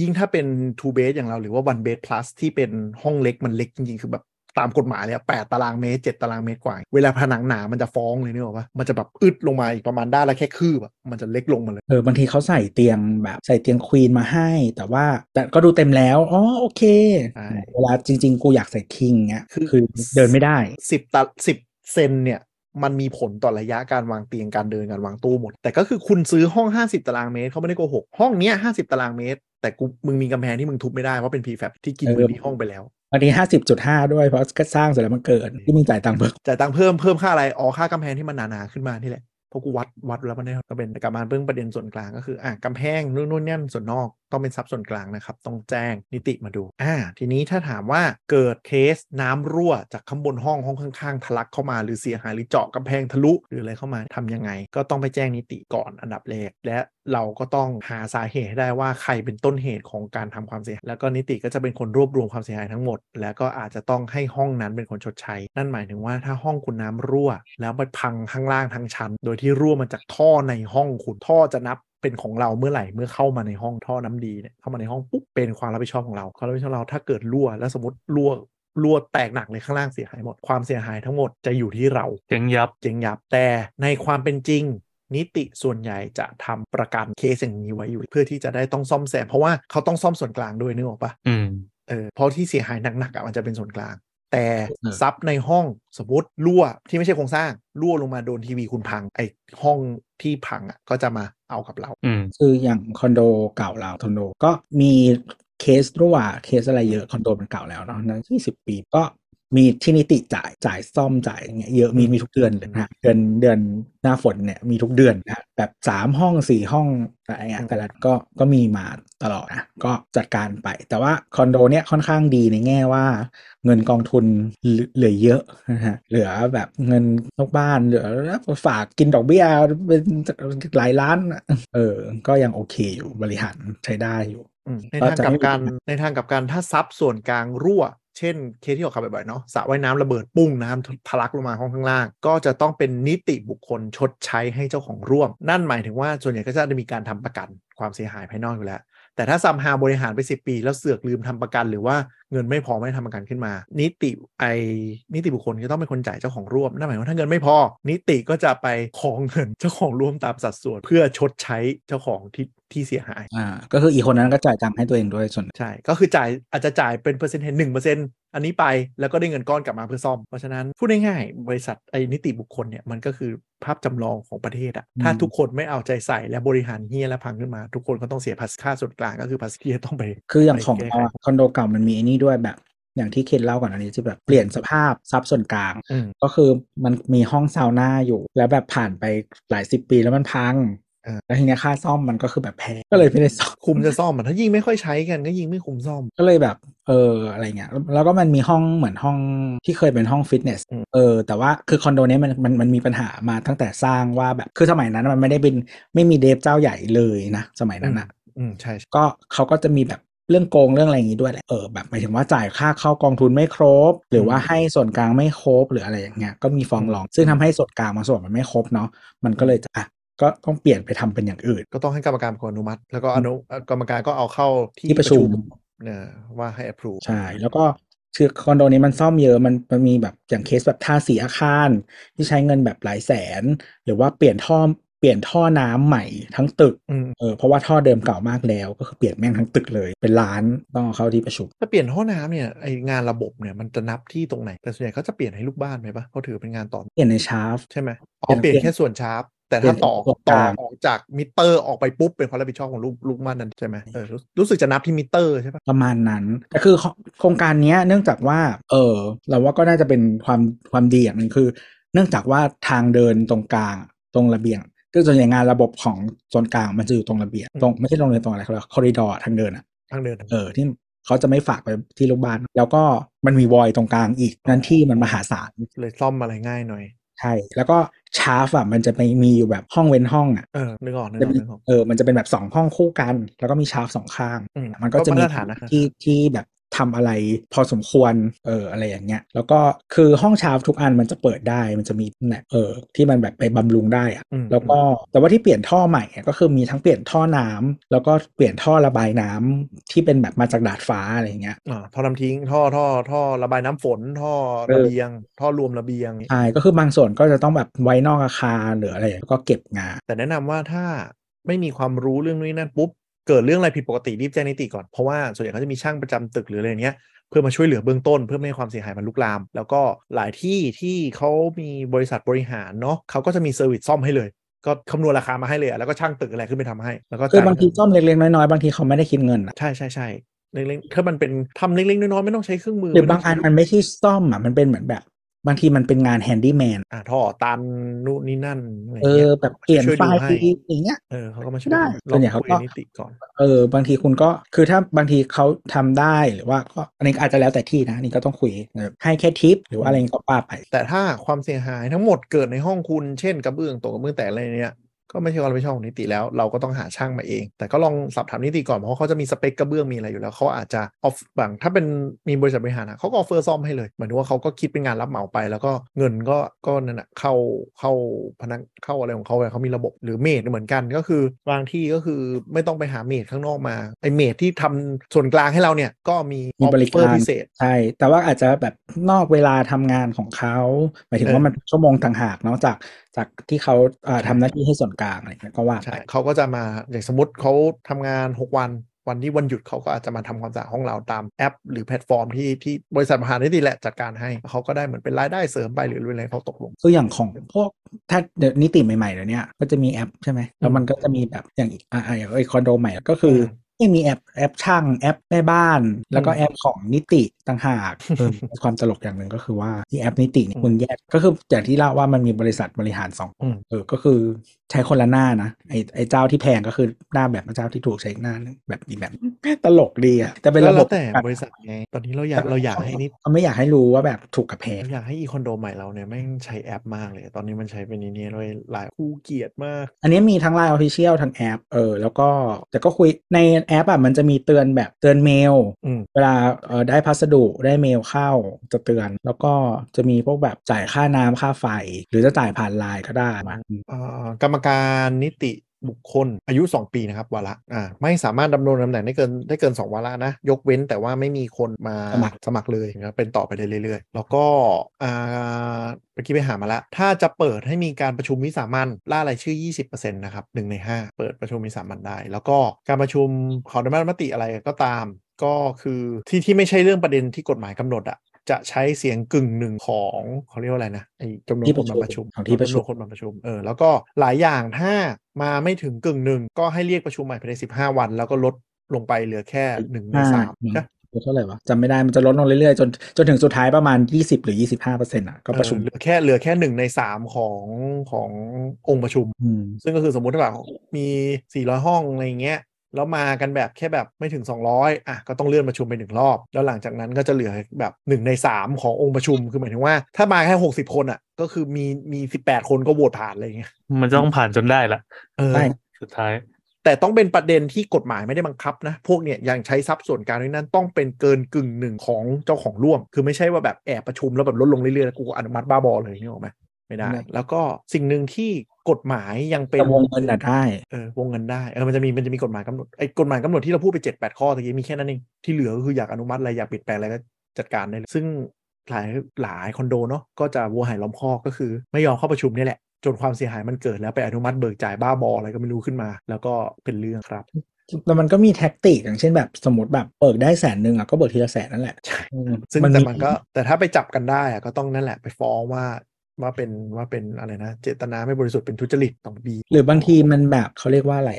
ยิ่งถ้าเป็น two bed อย่างเราหรือว่า one bed plus ที่เป็นห้องเล็กมันเล็กจริง ๆ คือแบบตามกฎหมายเลยอะแปดตารางเมตรเจ็ดตารางเมตรกว่า เวลาผนังหนามันจะฟ้องเลยเนี่ยหรอกว่ามันจะแบบอึดลงมาอีกประมาณด้านละแค่คืบอะมันจะเล็กลงมาเลย
เออบางทีเขาใส่เตียงแบบใส่เตียงควีนมาให้ แต่ว่าแต่ก็ดูเต็มแล้วอ๋อโอเค
ใช่
เวลาจริง ๆ กูอยากใส่คิงเงี้ย
คือ
คือเดินไม่ได้
สิบตาสิบเซนเนี่ย มันมีผลต่อระยะการวางเตียงการเดินการวางตู้หมด แต่ก็คือคุณซื้อห้อง 50 ตารางเมตรเขาไม่ได้โกหกห้องเนี้ยห้าสิบตารางเมตร แต่กูมึงมีกำแพงที่มึงทุบไม่ได้เพราะเป็น prefab ที่กินพื้นที่ห้องไปแล้ว
บางทีห้าสิบจุดห้าด้วยเพราะก็สร้างเสร็จแล้วมันเกิดที่มึงจ่ายตังค์เบิก
จ่ายตังค์เพิ่มเพิ่มค่าอะไรอ๋อค่ากำแพงที่มันหนาๆขึ้นมานี่แหละเพราะกูวัดวัดแล้วมันได้ก็เป็นกลับมาเบื้องประเด็นส่วนกลางก็คืออ่ะกำแพงนู่นนู่นนี่นส่วนนอกต้องเป็นทรัพย์ส่วนกลางนะครับ ต้องแจ้งนิติมาดูอ่าทีนี้ถ้าถามว่าเกิดเคสน้ำรั่วจากข้างบนห้องห้องข้างๆทะลักเข้ามาหรือเสียหายหรือเจาะกำแพงทะลุหรืออะไรเข้ามาทำยังไง ก็ต้องไปแจ้งนิติก่อนอันดับแรกและเราก็ต้องหาสาเหตุให้ได้ว่าใครเป็นต้นเหตุของการทำความเสียหายแล้วก็นิติก็จะเป็นคนรวบรวมความเสียหายทั้งหมด แล้วก็อาจจะต้องให้ห้องนั้นเป็นคนชดใช้ นั่นหมายถึงว่าถ้าห้องคุณน้ำรั่ว แล้วมันพังข้างล่างทั้งชั้น โดยที่รั่วมาจากท่อในห้องคุณท่อจะนับเป็นของเราเมื่อไหร่เมื่อเข้ามาในห้องท่อน้ำดีเนี่ยเข้ามาในห้องปุ๊บเป็นความรับผิดชอบของเราความรับผิดชอบเราถ้าเกิดรั่วแล้วสมมติรั่วรั่วแตกหนักเลยข้างล่างเสียหายหมดความเสียหายทั้งหมดจะอยู่ที่เรา
เจ๋งยับ
เจงยับแต่ในความเป็นจริง นิติส่วนใหญ่จะทำประกันเคสอย่างนี้ไว้อยู่ เพื่อที่จะได้ต้องซ่อมแซมเพราะว่าเขาต้องซ่อมส่วนกลางด้วยนึกออกปะ
อืม
เออเพราะที่เสียหายหนักๆอ่ะมันจะเป็นส่วนกลาง แต่ซับในห้องสมมติรั่วที่ไม่ใช่โครงสร้างรั่วลงมาโดนทีวีคุณพังไอห้องที่พังอ่ะก็จะมาเอากับเรา
อืม
คืออย่างคอนโดเก่าเราคอนโดก็มีเคสรั่วเคสอะไรเยอะคอนโดมันเก่าแล้วเนาะนั้นยี่สิบปีก็มีที่นิติจ่ายจ่ายซ่อมจ่ายอย่างเงี้ยเยอะมีมีทุกเดือนเลยนะฮะเดือนเดือนหน้าฝนเนี่ยมีทุกเดือนนะฮะแบบสามห้องสี่ห้องอะไรเงี้ยแต่ละก็ก็มีมาตลอดนะก็จัดการไป แต่ว่าคอนโดเนี่ยค่อนข้างดีในแง่ว่า เงินกองทุนเหลือเหลือเยอะนะฮะ เหลือแบบเงินนอกบ้านเหลือฝากกินดอกเบี้ยเป็นหลายล้านอะเออ ก็ยังโอเคอยู่บริหารใช้ได้อยู่
อืมใน
ก็
ทาง
จะ
กลั
ไม่
บกัน
มีปัญหา
ในทางกลับกันถ้าซับส่วนกลางรั่ว เช่น เคสที่ออกข่าวบ่อยๆเนาะสระว่ายน้ำระเบิดปุ้งน้ำทะลักลงมาห้องข้างล่าง ก็จะต้องเป็นนิติบุคคลชดใช้ให้เจ้าของร่วม นั่นหมายถึงว่าส่วนใหญ่ก็จะมีการทำประกันความเสียหายภายนอกอยู่แล้ว แต่ถ้าซัมฮาบริหารไป 10 ปี แล้วเสือกลืมทำประกัน หรือว่าเงินไม่พอไม่ได้ทำประกันขึ้นมา นิติไอนิติบุคคลก็ต้องเป็นคนจ่ายเจ้าของร่วมนั่นหมายความว่าถ้าเงินไม่พอ นิติก็จะไปของเงินเจ้าของร่วมตามสัดส่วน เพื่อชดใช้เจ้าของที่ที่เสียหาย
อ่า ก็คืออีกคนนั้นก็จ่ายตังค์ให้ตัวเองด้วยส่วนหนึ่ง
ใช่ ก็คือจ่ายอาจจะจ่ายเป็นเปอร์เซ็นต์หนึ่งเปอร์เซ็นต์อันนี้ไปแล้วก็ได้เงินก้อนกลับมาเพื่อซ่อม เพราะฉะนั้นพูดง่ายๆบริษัทไอ้นิติบุคคลเนี่ยมันก็คือภาพจำลองของประเทศอะถ้าทุกคนไม่เอาใจใส่และบริหารเฮียและพังขึ้นมา ทุกคนก็ต้องเสียภาษีค่าส่วนกลางก็คือภาษีที่จะต้องไป
คืออย่างของ
โอเค
เราอะคอนโดเก่ามันมีไอ้นี่ด้วยแบบ อย่างที่เคนเล่าก่อนอันนี้ที่แบบเปลี่ยนสภาพทรัพย์ส่วนกลาง
อืม
ก็คือมันมีห้องซาวน่าอยู่ แล้วแบบผ่านไปหลายสิบปีแล้วมันพังแล้วทีเนี้ยค่าซ่อมมันก็คือแบบแพงก็เลยไม่ได้ซ่อม
คุมจะซ่อมอะถ้ายิ่งไม่ค่อยใช้กันก็ยิ่งไม่คุมซ่อม
ก็เลยแบบ เอออะไรเงี้ยแล้วแล้วก็มันมีห้องเหมือนห้องที่เคยเป็นห้องฟิตเนส
อืม
เออแต่ว่าคือคอนโดเนี้ยมันมันมันมีปัญหามาตั้งแต่สร้างว่าแบบคือสมัยนั้นมันไม่ได้เป็นไม่มีเดฟเจ้าใหญ่เลยนะสมัยนั้นอ่ะ
อืมใช่ใช่
ก็เขาก็จะมีแบบเรื่องโกงเรื่องอะไรอย่างนี้ด้วยแหละเออแบบหมายถึงว่าจ่ายค่าเข้ากองทุนไม่ครบ หรือว่าให้ส่วนกลางไม่ครบหรืออะไรอย่างเงี้ยก็มีฟ้องร้องซึ่งทำให้ส่วนกลางบางส่วนมันไม่ครบเนาะมันก็เลยจะอ่ะก็ต้องเปลี่ยนไปทำเป็นอย่างอื่น
ก็ต้องให้กรรมการเป็นคนอนุมัติ แล้วก็อนุเอ่อกรรมการก็เอาเข้าที่
ที่ประชุม
เนี่ยว่าให้ approve
ใช่แล้วก็คือคอนโดนี้มันซ่อมเยอะมันมันมีแบบอย่างเคสแบบทาสีอาคาร ที่ใช้เงินแบบหลายแสน หรือว่าเปลี่ยนท่อเปลี่ยนท่อน้ำใหม่ทั้งตึก
อืม
เออเพราะว่าท่อเดิมเก่ามากแล้ว ก็คือเปลี่ยนแม่งทั้งตึกเลย เป็นล้านต้องเอาเข้าที่ประชุม
ถ้าเปลี่ยนห้องน้ำเนี่ยไองานระบบเนี่ยมันจะนับที่ตรงไหน แต่ส่วนใหญ่เขาจะเปลี่ยนให้ลูกบ้านไหมปะเขาถือเป็นงานต่อ
เปลี่ยนในชาร์ฟ
ใช่ไหมอ๋อ
เป
เป
ลี่ยน
ลี่ยนแค่ส่วนชาร์ป แต่ถ้าต่อ
เป็นตัวก
ต่อ
ลาง
ออกจากมิเตอร์ออกไปปุ๊บเป็นความรับผิดชอบของลูกลูกบ้านนั้นใช่ไหมเออรู้รู้สึกจะนับที่มิเตอร์ใช่ปะ
ประมาณนั้นแต่คือโครงการเนี้ยเนื่องจากว่า เออเราว่าก็น่าจะเป็นความความดีอย่างหนึงคือ เนื่องจากว่าทางเดินตรงกลางตรงระเบียงซึ่งส่วนใหญ่งานระบบของโซนกลางมันจะอยู่ตรงระเบียง
อืม
ตรงไม่ใช่ตรงเดินตรงอะไรเขาเรียกคอริดอร์ทางเดินอะ
ทางเดินทาง
เออที่เขาจะไม่ฝากไปที่ลูกบ้าน แล้วก็มันมีวอยตรงกลางอีกนั้นที่มันมหาศาล
เลยซ่อมอะไรง่ายหน่อย
ใช่แล้วก็ชาร์ฟอะมันจะไปมีอยู่แบบห้องเว้นห้องอะ
เออนึกออกนึกอ
จะ
อก
มี
นึกออก
เออมันจะเป็นแบบสองห้องคู่กัน แล้วก็มีชาร์ฟสองข้าง
อื
มันก็จะ
มา
มี
ตรฐานนะ
ที่ที่แบบทำอะไรพอสมควรเอออะไรอย่างเงี้ย แล้วก็คือห้องชาร์ฟทุกอันมันจะเปิดได้มันจะมีเนี่ยเออที่มันแบบไปบำรุงได้อะ
อืม
แล้วก็แต่ว่าที่เปลี่ยนท่อใหม่อะก็คือมีทั้งเปลี่ยนท่อน้ำแล้วก็เปลี่ยนท่อระบายน้ำที่เป็นแบบมาจากดาดฟ้าอะไรอย่างเงี้ย
อ่าท่อน้ำทิ้งท่อท่อท่อระบายน้ำฝนท่อระเบียง ท่อรวมระเบียง
ใช่ก็คือบางส่วนก็จะต้องแบบไว้นอกอาคารหรืออะไรอย่างเงี้ยก็เก็บงาน
แต่แนะนำว่าถ้าไม่มีความรู้เรื่องนู้นนนั่นปุ๊บ เกิดเรื่องอะไรผิดปกติรีบแจ้งนิติก่อน เพราะว่าส่วนใหญ่เขาจะมีช่างประจำตึกหรืออะไรอย่างเงี้ยเพื่อมาช่วยเหลือเบื้องต้นเพื่อไม่ให้ความเสียหายมันลุกลาม แล้วก็หลายที่ที่เขามีบริษัทบริหารเนาะเขาก็จะมีเซอร์วิสซ่อมให้เลย ก็คำนวณราคามาให้เลยอะแล้วก็ช่างตึกอะไรขึ้นไปทำให้ แล้วก็
คื
จ่
อย บางทีซ่อมเล็กๆน้อยๆบางทีเขาไม่ได้คิดเงินอะ
ใช่ใช่ใช่เล็กๆถ้ามันเป็นทำเล็กๆน้อยๆไม่ต้องใช้เครื่องมือ
หรือบางอันมันไม่ใช่ซ่อมอ่ะมันเป็นเหมือนแบบบางทีมันเป็นงานแฮนดี้แมน
อ่ะท่อตันนู่นนี่นั่นอะไร
เอ
อย่างเงี้
อย แบบเปลี่ยน
ช่ว
ไฟ
ดูให้
อย่างเงี้ย
เออเขาก็มาช่วย
ได้
ดู
ส่วนใหญ่เขา
ลองคุ
ก็
ยกับนิติก่อน
เออบางทีคุณก็คือถ้าบางทีเขาทำได้หรือว่าก็อันนี้อาจจะแล้วแต่ที่นะอันนี่ก็ต้องคุยแบบให้แค่ทิป หรือว่าอะไรก็ป้าไป
แต่ถ้าความเสียหายทั้งหมดเกิดในห้องคุณเช่นกระเบื้องตกกระเบื้องแตกอะไรเนี่ยก็ไม่ใช่ความรับผิดชอบของนิติแล้วเราก็ต้องหาช่างมาเอง แต่ก็ลองสอบถามนิติก่อนเพราะเขาจะมีสเปคกระเบื้องมีอะไรอยู่แล้วเขาอาจจะออฟบางถ้าเป็นมีบริษัทบริหารอะเขาก็ออฟเฟอร์ซ่อมให้เลยหมายถึงว่าเขาก็คิดเป็นงานรับเหมาไป แล้วก็เงินก็ก็นั่นอะเข้าเข้าพนักเข้าอะไรของเขาไปเขามีระบบหรือเมดเหมือนกันก็คือบางที่ก็คือไม่ต้องไปหาเมดข้างนอกมาไอเมดที่ทำส่วนกลางให้เราเนี่ยก็มี
มีบริการ
ออฟเฟอพิเศษ
ใช่ แต่ว่าอาจจะแบบนอกเวลาทำงานของเขาหมายถึง
เออ
ว่ามันเป็นชั่วโมงต่างหากเนาะจากจากที่เขาเอ่อทำหน้าที่ให้ส่วนกลางอะไรเงี้ยก็ว่า
ใช่
ไป
เขาก็จะมาอย่างสมมติเขาทำงาน 6 วัน วันที่วันหยุดเขาก็อาจจะมาทำความสะอาดห้องเราตามแอป หรือแพลตฟอร์มที่ที่บริษัทมหานิติแหละจัดการให้เขาก็ได้เหมือนเป็นรายได้เสริมไปหรืออะไรเขาตกลง
คืออย่างของพวกถ้าเดี๋ยวนิติใหม่ๆเดี๋ยวเนี้ยก็จะมีแอปใช่ไหมแล้วมันก็จะมีแบบอย่างอีกอ่าอย่างไอคอนโดใหม่ก็คืออ
ม
ไม่มีแอปแอปช่างแอปแม่บ้าน แล้วก็แอปของนิติต่างหาก ความตลกอย่างหนึ่งก็คือว่าที่แอปนิติเนี่ย
อืม
คุณแยกก็คืออย่างที่เล่าว่ามันมีบริษัทบริหารสอง
อืม
เออก็คือใช้คนละหน้านะไอไอเจ้าที่แพงก็คือหน้าแบบเจ้าที่ถูกใช้อีกหน้าหนึงแบบดีแบบ ตลกดีอะแต่เป็นระบ
แล้
บ
วแต่บริษัทไงตอนนี้เราอยากเราอยากให้นิด
เขาไม่อยากให้รู้ว่าแบบถูกกับแพง
เราอยากให้อีคอนโดใหม่เราเนี่ยแม่งใช้แอปมากเลย ตอนนี้มันใช้เป็นนี้เนี่ยเลยหลายคู่เกียรติมาก
อันนี้มีทั้งไลน์ออฟฟิเชียลทั้งแอปเออแล้วก็แต่ก็คุยในแอปอ่ะมันจะมีเตือนแบบเตือนเมล
อืม
เวลาเอ่อได้พัสดุได้เมลเข้าจะเตือน แล้วก็จะมีพวกแบบจ่ายค่าน้ำค่าไฟ หรือจะจ่ายผ่านไลน์ก็ได้มา
เอ่อกรรมการนิติบุคคลอายุ 2 ปีนะครับวาระอ่าไม่สามารถดำรงตำแหน่งได้เกินได้เกิน 2 วาระนะ ยกเว้นแต่ว่าไม่มีคนมา
สมัคร
สมัครเลยนะครับเป็นต่อไปได้เรื่อยๆ แล้วก็อ่าเมื่อกี้ไปหามาละ ถ้าจะเปิดให้มีการประชุมวิสามันล่ารายชื่อ 20%นะครับ1ใน 5 เปิดประชุมวิสามันได้ แล้วก็การประชุมขออนุมัติมติอะไรก็ตาม ก็คือที่ที่ไม่ใช่เรื่องประเด็นที่กฎหมายกำหนดอะจะใช้เสียงกึ่งหนึ่งของเขาเรียกว่าอะไรนะไอ้จำนวนคนมาประชุม
ของที่ประชุม
จำนวนคนมาประชุมเออแล้วก็หลายอย่างถ้ามาไม่ถึงกึ่งหนึ่งก็ให้เรียกประชุมใหม่ภายใน15 วัน แล้วก็ลดลงไปเหลือแค่หนึ่งในสาม
ห้
นะ
เท่าไหร่วะจำไม่ได้มันจะลดลงเรื่อยๆ จนจนถึงสุดท้ายประมาณ 20 หรือ 25เปอร์เซ็นต์อ่ะก็ประชุม
เออเหลือแค่เหลือแค่หนึ่งในสามของขององค์ประชุม
อืม
ซึ่งก็คือสมมุติว่าแบบมี 400 ห้องอะไรอย่างเงี้ยแล้วมากันแบบแค่แบบไม่ถึง 200อ่ะก็ต้องเลื่อนประชุมไปหนึ่งรอบ แล้วหลังจากนั้นก็จะเหลือแบบหนึ่งในสามขององค์ประชุมคือหมายถึงว่า ถ้ามาแค่ 60 คนอ่ะก็คือมีมี 18 คนก็โหวตผ่านอะไรอย่างเงี้ย
มันจะต้องผ่านจนได้ละ
เออ
ใช่
สุดท้าย
แต่ต้องเป็นประเด็นที่กฎหมายไม่ได้บังคับนะ พวกเนี่ยอย่างใช้ทรัพย์ส่วนกลางนี่นั่นต้องเป็นเกินกึ่งหนึ่งของเจ้าของร่วม คือไม่ใช่ว่าแบบแอบประชุมแล้วแบบลดลงเรื่อยๆแล้วกูก็อนุมัติบ้าบอเลยนี่หรอกไหมไม่ได้ แล้วก็สิ่งหนึ่งที่กฎหมายยังเป็น
แต่วงเงินอ่ะได้
เออวงเงินได้เออมันจะมีมันจะมีกฎหมายกำหนดไอ้กฎหมายกำหนดที่เราพูดไป7จ็ดแปดข้อตะกี้มีแค่นั้นเองที่เหลือก็คืออยากอนุมัติอะไรอยากปิดแปลงอะไรก็จัดการได้เลยซึ่งหลายหลายคอนโดเนาะก็จะวัวหายล้อมคอกก็คือ ไม่ยอมเข้าประชุมเนี่ยแหละจนความเสียหายมันเกิดแล้วไปอนุมัติเบิกจ่ายบ้าบออะไรก็ไม่รู้ขึ้นมา แล้วก็เป็นเรื่องครับ
แล้วมันก็มีแท็กติกอย่างเช่นแบบสมมติแบบเบิกได้แสนหนึ่งอ่ะก็เบิกทีละแสนนั่นแหละ
ใช่
อื
ซึ่งแต่มัน นก็แต่ถ้าไปจับกันได้อะก็ต้องนั่นแหละไปฟ้องว่า ว่าเป็นว่าเป็นอะไรนะ เจตนาไม่บริสุทธิ์เป็นทุจริตต้องบี
หรือบางทีมันแบบเขาเรียกว่าอะไร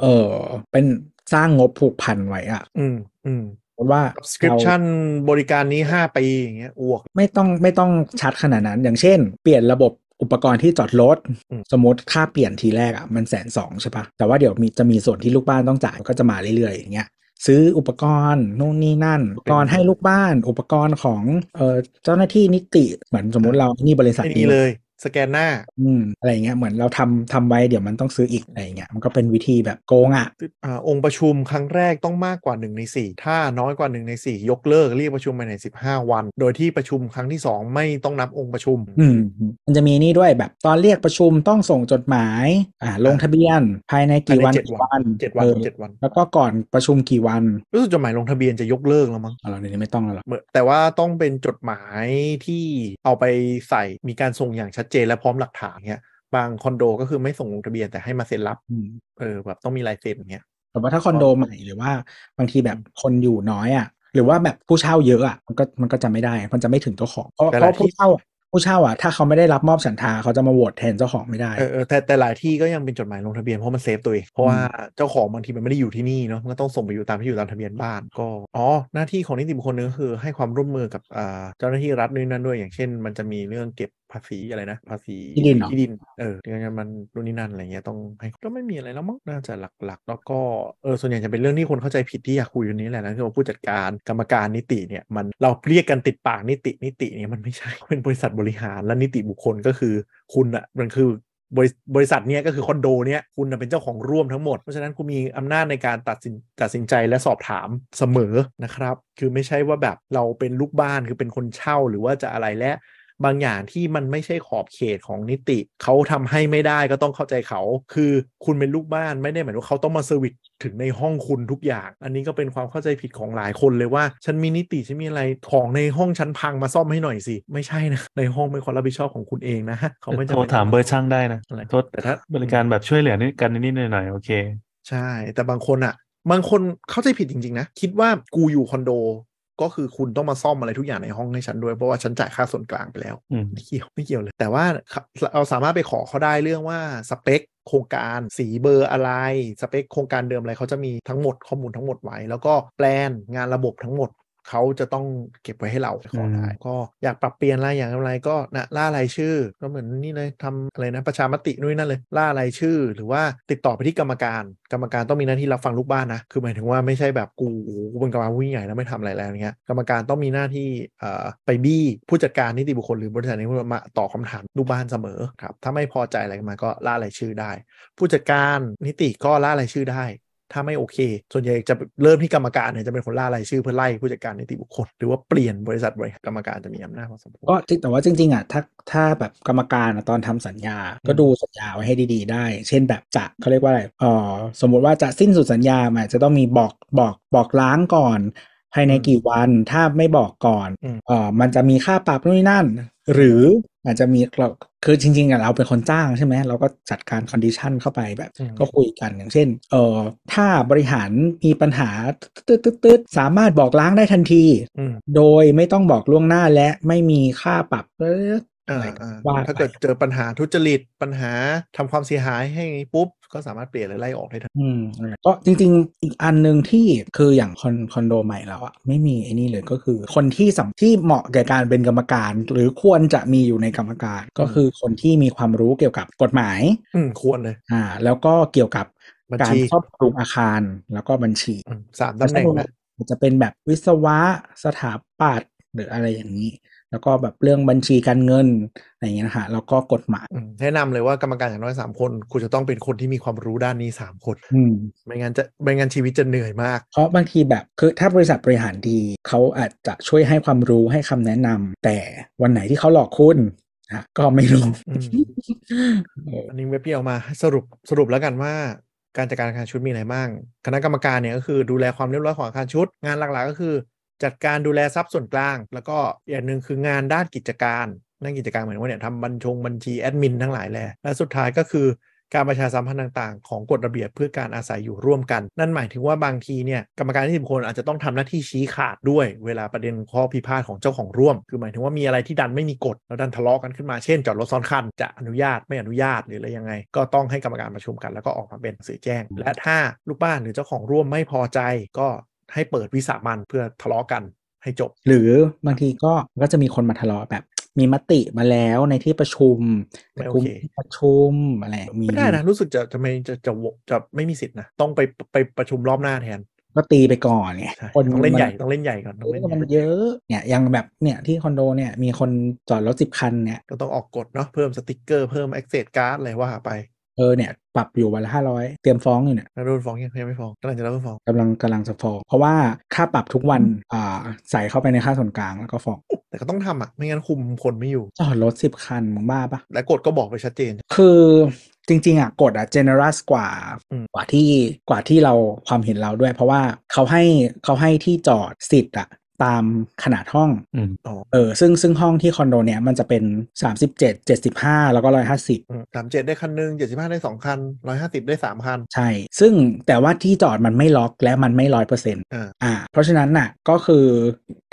เออเป็นสร้างงบผูกพันไว้อะ
อืมอืม
สมมติว่า
subscription บริการนี้ 5 ปีอย่างเงี้ยอ้วก
ไม่ต้องไม่ต้องชัดขนาดนั้น อย่างเช่น เปลี่ยนระบบอุปกรณ์ที่จอดรถ
อืม
สมมติค่าเปลี่ยนทีแรกอ่ะมันแสนสองใช่ปะแต่ว่าเดี๋ยวมีจะมีส่วนที่ลูกบ้านต้องจ่ายก็จะมาเรื่อยๆอย่างเงี้ยซื้ออุปกรณ์นู่นนี่นั่นอุปกรณ์ให้ลูกบ้าน อุปกรณ์ของเออเจ้าหน้าที่นิติเหมือนสมมติเรานี่บริษัท
ไม่มี
นี้
เลยสแกนหน้า
อืมอะไรอย่างเงี้ยเหมือนเราทำทำไว้เดี๋ยวมันต้องซื้ออีกอะไรอย่างเงี้ยมันก็เป็นวิธีแบบโกงอะ่ะ
อ่าองค์ประชุมครั้งแรกต้องมากกว่า 1 ใน 4 ถ้าน้อยกว่า 1 ใน 4 ยกเลิกเรียกประชุมภายใน 15 วัน โดยที่ประชุมครั้งที่ 2 ไม่ต้องนับองค์ประชุม
อืม มันจะมีนี่ด้วยแบบตอนเรียกประชุมต้องส่งจดหมาย อ่า ลงทะเบียนภายในกี่วัน
ภายในเจ็ด
กี่
วั
วัน น
เจ็ดวัน
เออ
เจ็ดวัน
แล้วก็ก่อนประชุมกี่วัน
รู้สึกจดหมายลงทะเบียนจะยกเลิกแล้วมั้ง
เอาเราเดี๋ยวนี้ไม่ต้องแล้วหรอ
เหมือนแต่ว่าต้องเป็นจดหมายที่เอาไปใส่มีการส่งอย่างชัดเจนและพร้อมหลักฐานเงี้ยบางคอนโดก็คือไม่ส่งลงทะเบียนแต่ให้มาเซ็นรับ
อืม
เออแบบต้องมีลายเซ็นอย่างเงี้ย
แต่ว่าถ้าคอนโดใหม่หรือว่าบางทีแบบคนอยู่น้อยอะ่ะ หรือว่าแบบผู้เช่าเยอะอะ่ะมันก็มันก็จะไม่ได้ มันจะไม่ถึงเจ้าของเพราะ
แต่
เพ
หลาย
ราะผู้
ที่
เช่าผู้เช่าอ่ะถ้าเขาไม่ได้รับมอบสัญชาเขาจะมาโหวตแทนเจ้าของไม่ได้
เออเออแต่แต่หลายที่ก็ยังเป็นจดหมายลงทะเบียนเพราะมันเซฟตัวเองเพราะว่าเจ้าของบางทีมันไม่ได้อยู่ที่นี่เนาะมันก็ต้องส่งไปอยู่ตามที่อยู่ตามทะเบียนบ้านก็อ๋อหน้าที่ของนิติบุคคลนึงก็คือให้ความร่วมมือกับอ่าเจ้าหน้าที่รัฐนู่นนั่นด้วย อย่างเช่น มันจะมีเรื่องเก็บภาษีอะไรนะภาษี
ที่ดินเหรอ
ที่ดินเออที่มันนู่นนี่นั่นอะไรเงี้ยต้องให้ก็ไม่มีอะไรแล้วมั้งน่าจะหลักๆ แล้วก็เออส่วนใหญ่จะเป็นเรื่องที่คนเข้าใจผิดที่อยากคุยอยู่นี้แหละนะคือว่าผู้จัดการกรรมการนิติเนี่ยมันเราเรียกกันติดปากนิตินิติเนี่ยมันไม่ใช่ *laughs* เป็นบริษัทบริหารและนิติบุคคลก็คือคุณอะมันคือบริบริษัทเนี้ยก็คือคอนโดเนี้ยคุณน่ะเป็นเจ้าของร่วมทั้งหมด เพราะฉะนั้นคุณมีอำนาจในการตัดสินตัดสินใจและสอบถามเสมอนะครับ คือไม่ใช่ว่าแบบเราเป็นลูกบ้านคือเป็นคนเช่าหรือว่าจะอะไรและ บางอย่างที่มันไม่ใช่ขอบเขตของนิติ เขาทำให้ไม่ได้ก็ต้องเข้าใจเขา คือคุณเป็นลูกบ้านไม่ได้หมายว่าเขาต้องมาเซอร์วิสถึงในห้องคุณทุกอย่าง อันนี้ก็เป็นความเข้าใจผิดของหลายคนเลยว่า ฉันมีนิติฉันมีอะไรของในห้องฉันพังมาซ่อมให้หน่อยสิ ไม่ใช่นะ ในห้องเป็นความรับผิดชอบของคุณเองนะเขาไม่จำป็น
โทรถามเบอร์ช่างได้นะ
อะไร
โทษ
แต่ถ้า
บริการแบบช่วยเหลือนิดกันนิดๆหน่อยๆโอเค
ใช่ แต่บางคนอะบางคนเข้าใจผิดจริง ๆ นะ คิดว่ากูอยู่คอนโด ก็คือคุณต้องมาซ่อมอะไรทุกอย่างในห้องให้ฉันด้วยเพราะว่าฉันจ่ายค่าส่วนกลางไปแล้ว
อืม
ไม่เกี่ยวไม่เกี่ยวเลย แต่ว่าเราสามารถไปขอเขาได้เรื่องว่าสเปคโครงการสีเบอร์อะไร สเปคโครงการเดิมอะไรเขาจะมีทั้งหมดข้อมูลทั้งหมดไว้ แล้วก็แปลนงานระบบทั้งหมด เขาจะต้องเก็บไว้ให้เราขอได้
อืม
ก็อยากปรับเปลี่ยนอะไรอย่างไรก็นะล่ารายชื่อ ก็เหมือนนี่เลยทำอะไรนะประชามตินู่นนนั่นเลยล่ารายชื่อ หรือว่าติดต่อไปที่กรรมการ กรรมการต้องมีหน้าที่รับฟังลูกบ้านนะคือหมายถึงว่าไม่ใช่แบบกูโอ้โหกูเป็นกรรมการผู้ยิ่งใหญ่แล้วไม่ทำอะไรแล้วอย่างเงี้ยกรรมการต้องมีหน้าที่เอ่อไปบี้ผู้จัดการนิติบุคคลหรือบริษัทนิติบุคคลมาตอบคำถามลูกบ้านเสมอครับถ้าไม่พอใจอะไรมาก็ล่ารายชื่อได้ ผู้จัดการนิติก็ล่ารายชื่อได้ ถ้าไม่โอเค ส่วนใหญ่จะเริ่มที่กรรมการเนี่ยจะเป็นคนล่ารายชื่อเพื่อไล่ผู้จัดการนิติบุคคล หรือว่าเปลี่ยนบริษัทบริหารกรรมการจะมีอำนาจพอสมควร
ก็จริงแต่ว่าจริงๆอ่ะถ้าถ้าแบบกรรมการอะตอนทำสัญญา ก็ดูสัญญาไว้ให้ดีๆ ได้ เช่นแบบจะเขาเรียกว่าอะไรเออสมมุติว่าจะสิ้นสุดสัญญามันอาจจะต้องมีบอกบอกบอกล้างก่อน ภายใน
อืม
กี่วันถ้าไม่บอกก่อน
อืม
เออมันจะมีค่าปรับนู่นนนั่น หรืออาจจะมีเราคือจริงๆอ่ะเราเป็นคนจ้างใช่ไหมเราก็จัดการคอนดิชันเข้าไปแบบ
อืม
ก็คุยกันอย่างเช่น เออถ้าบริหารมีปัญหาตึ๊ดๆๆๆสามารถบอกล้างได้ทันที
อืม
โดยไม่ต้องบอกล่วงหน้าและไม่มีค่าปรับเออ
อ่าอ่า
ว่าไป
ถ้าเกิดเจอปัญหาทุจริตปัญหาทำความเสียหายให้ปุ๊บ ก็สามารถเปลี่ยนหรือไล่ออกได้ทัน
อืมก็จริงๆ อีกอันหนึ่งที่คืออย่างคอนคอนโดใหม่เราอะไม่มีไอ้นี่เลยก็คือ คนที่สำที่เหมาะแก่การเป็นกรรมการ หรือควรจะมีอยู่ในกรรมการ ก็คือคนที่มีความรู้เกี่ยวกับกฎหมาย
อืมควรเลย
อ่าแล้วก็เกี่ยวกับ
บัญ
การ
ชี
ครอบครุงอาคารแล้วก็บัญชี
อืมสามตำแหน่งนะ
อาจจะเป็นแบบวิศวะสถาปัตย์หรืออะไรอย่างนี้ แล้วก็แบบเรื่องบัญชีการเงินอะไรอย่างเงี้ยนะคะแล้วก็กฎหมาย
อืมแนะนำเลยว่ากรรมการอย่างน้อย 3 คนคุณจะต้องเป็นคนที่มีความรู้ด้านนี้ 3 คน
อืม
ไม่งั้นจะไม่งั้นชีวิตจะเหนื่อยมาก
เพราะบางทีแบบคือถ้าบริษัทบริหารดีเขาอาจจะช่วยให้ความรู้ให้คำแนะนำแต่วันไหนที่เขาหลอกคุณนะก็ไม่รู้
อืม
*laughs* เออ
อันนี้เว็บพี่เอามาสรุปสรุปแล้วกันว่า การจัดการอาคารชุดมีอะไรบ้างคณะกรรมการเนี่ยก็คือดูแลความเรียบร้อยของอาคารชุด งานหลักๆก็คือ จัดการดูแลทรัพย์ส่วนกลาง แล้วก็อย่างหนึ่งคืองานด้านกิจการนั่นกิจการหมายถึงว่าเนี่ยทำบัญชงบัญชีแอดมินทั้งหลายแหละและสุดท้ายก็คือ การประชาสัมพันธ์ต่างๆ ของกฎระเบียบเพื่อการอาศัยอยู่ร่วมกัน นั่นหมายถึงว่าบางทีเนี่ยกรรมการที่สิบคนอาจจะต้องทำหน้าที่ชี้ขาดด้วย เวลาประเด็นข้อพิพาทของเจ้าของร่วม คือหมายถึงว่ามีอะไรที่ดันไม่มีกฎแล้วดันทะเลาะกันขึ้นมาเช่นจอดรถซ้อนคันจะอนุญาตไม่อนุญาตหรืออะไรยังไง ก็ต้องให้กรรมการประชุมกันแล้วก็ออกมาเป็นหนังสือแจ้ง และถ้าลูกบ้านหรือเจ้าของร่วมไม่พอใจก็ให้เปิดวิสามันเพื่อทะเลาะกันให้จบ
หรือบางทีก็ก็จะมีคนมาทะเลาะแบบ มีมติมาแล้วในที่ประชุม
ไม่โอเค
กลุ่มที่ประชุมอะไรมี
ไม่ได้นะรู้สึกจะจะไม่จะจะจะไม่มีสิทธินะต้องไปไปประชุมรอบหน้าแทน
ก็ตีไปก่อนไง
ใช่ต้องเล่น
มั
ใหญ่ต้องเล่นใหญ่ก่อน
เอ
ต้อ
อ
งเล่นให
มัน
ญ่
เยอะเนี่ยอยังแบบเนี่ยที่คอนโดเนี่ยมีคนจอดรถสิบคันเนี่ย
ก็ต้องออกกฎเนาะเพิ่มสติกเกอร์เพิ่ม access card อะไรว่าไป
เออเนี่ยปรับอยู่วันละห้าร้อยเตรียมฟ้องอยู่เนี่ย
แล้วโดนฟ้องยังยังไม่ฟ้องกำลังจะรับฟ้อง
กำลังกำลังจะฟ้องเพราะว่าค่าปรับทุกวันอ่าใส่เข้าไปในค่าส่วนกลางแล้วก็ฟ้อง
แต่ก็ต้องทำอ่ะไม่งั้นคุมคนไม่อยู่
จอดรถสิบคันมึงบ้าปะ
และกฎก็บอกไปชัดเจน
คือจริง ๆอ่ะกฎอ่ะ generous กว่า
อืม
กว่าที่กว่าที่เราความเห็นเราด้วย เพราะว่าเขาให้เขาให้ที่จอดสิทธิ์อ่ะตามขนาดห้อง
อืม
อ๋อ
เออซึ่งซึ่งห้องที่คอนโดเนี่ยมันจะเป็น 37 75 แล้วก็ 150
สามเจ็ดได้คันหนึ่งเจ็ดสิบห้าได้สองคันร้อยห้าสิบได้สามคัน
ใช่ ซึ่งแต่ว่าที่จอดมันไม่ล็อกและมันไม่ร้อยเปอร์เซ็นต์
อ่า
อ่า เพราะฉะนั้นน่ะก็คือ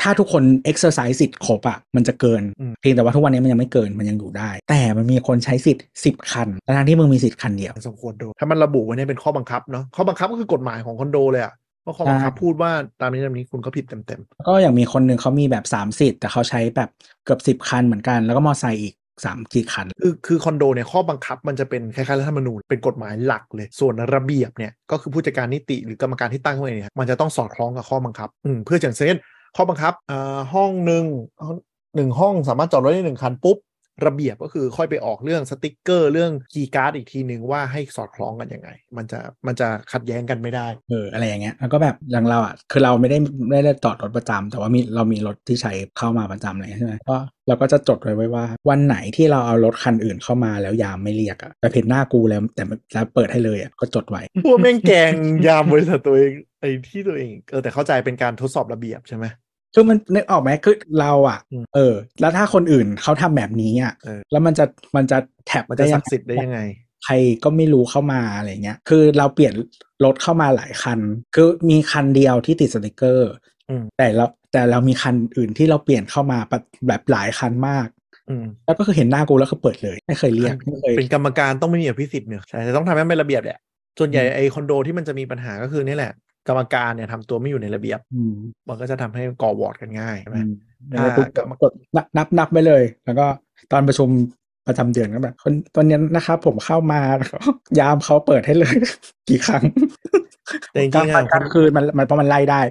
ถ้าทุกคนเอ็กซ์เซอร์ไซส์สิทธิ์ครบอ่ะมันจะเกิน
อืม
เพียงแต่ว่าทุกวันนี้มันยังไม่เกินมันยังอยู่ได้ แต่มันมีคนใช้สิทธิ์สิบคันทั้งที่มึงมีสิทธิ์คันเดียว
สมควรโดนถ้ามันระบุไว้เนี่ยเป็นข้อบังคับเนาะข้อบังคับก็คือกฎหมายของคอนโดเลยอ่ะว่าข้อบังคับ
ใช่
พูดว่าตามนี้ตามนี้คุณก็ผิดเต็ม
ก็อย่างมีคนหนึ่งเขามีแบบสามสิทธิ์แต่เขาใช้แบบเกือบสิบคันเหมือนกัน แล้วก็มอไซค์อีกสามกี่คัน
ๆคือคือคอนโดเนี่ยข้อบังคับมันจะเป็นคล้ายๆรัฐธรรมนูญเป็นกฎหมายหลักเลย ส่วนระเบียบเนี่ยก็คือผู้จัดการนิติหรือกรรมการที่ตั้งขึ้นมาเนี่ยมันจะต้องสอดคล้องกับข้อบังคับอืมเพื่ออย่างเช่นข้อบังคับอ่าห้องหนึ่งห้องหนึ่งห้องสามารถจอดรถได้หนึ่งคันปุ๊บระเบียบก็คือค่อยไปออกเรื่องสติกเกอร์เรื่องคีย์การ์ดอีกทีหนึ่งว่าให้สอดคล้องกันยังไง มันจะมันจะขัดแย้งกันไม่ได้ *laughs*
เอออะไรอย่างเงี้ยแล้วก็แบบอย่างเราอ่ะคือเราไม่ได้ไม่ได้จอดรถประจำแต่ว่ามีเรามีรถที่ใช้เข้ามาประจำอะไรอย่างเงี้ยใช่ไหมก็เราก็จะจดไว้ไว้ว่า วันไหนที่เราเอารถคันอื่นเข้ามาแล้วยามไม่เรียกอ่ะแต่เห็นหน้ากูแล้วแต่ไม่แล้วเปิดให้เลยอ่ะก็จดไว้
พวกแม่งแกล้งยามบริษัทตัวเองไอ้ที่ตัวเองเออแต่เข้าใจเป็นการทดสอบระเบียบใช่ไหม
คือมันนึกออกไหมคือเราอ่ะ
อืม
เออ แล้วถ้าคนอื่นเขาทำแบบนี้อ่ะ
เออ
แล้วมันจะมันจะแท็บ
มันจะ
ได้ยั
ศั
ง
กดิ์สิทธิ์ได้ยังไง
ใครก็ไม่รู้เข้ามาอะไรเงี้ยคือเราเปลี่ยนรถเข้ามาหลายคัน คือมีคันเดียวที่ติดสติกเกอร์
อืม
แต่เราแต่เรามีคันอื่นที่เราเปลี่ยนเข้ามาปะแบบหลายคันมาก
อืม
แล้วก็คือเห็นหน้ากูแล้วก็เปิดเลย ไม่เคยเรียกไม่เคย
เป็นกรรมการต้องไม่มีอภิสิทธิ์เนี่ยใช่แต่ต้องทำให้เป็นระเบียบแหละส่วนใหญ่ไอ้คอนโดที่มันจะมีปัญหาก็คือนี่แหละ กรรมการเนี่ยทำตัวไม่อยู่ในระเบียบ
อืม
มันก็จะทำให้ก่อวอร์ดกันง่ายใช่ไหม
อืม
อ่า
แล้วกู
กรรม
กดนับนับนับไปเลย แล้วก็ตอนประชุมประจำเดือนก็แบบคนตอนนี้นะครับผมเข้ามาแล้วก็ยามเขาเปิดให้เลย กี่ครั้ง
แต่จ
ก
ริ
ลาง
งๆ
วั
อะ
นกลางคืนมันมันเพราะมันไล่ได้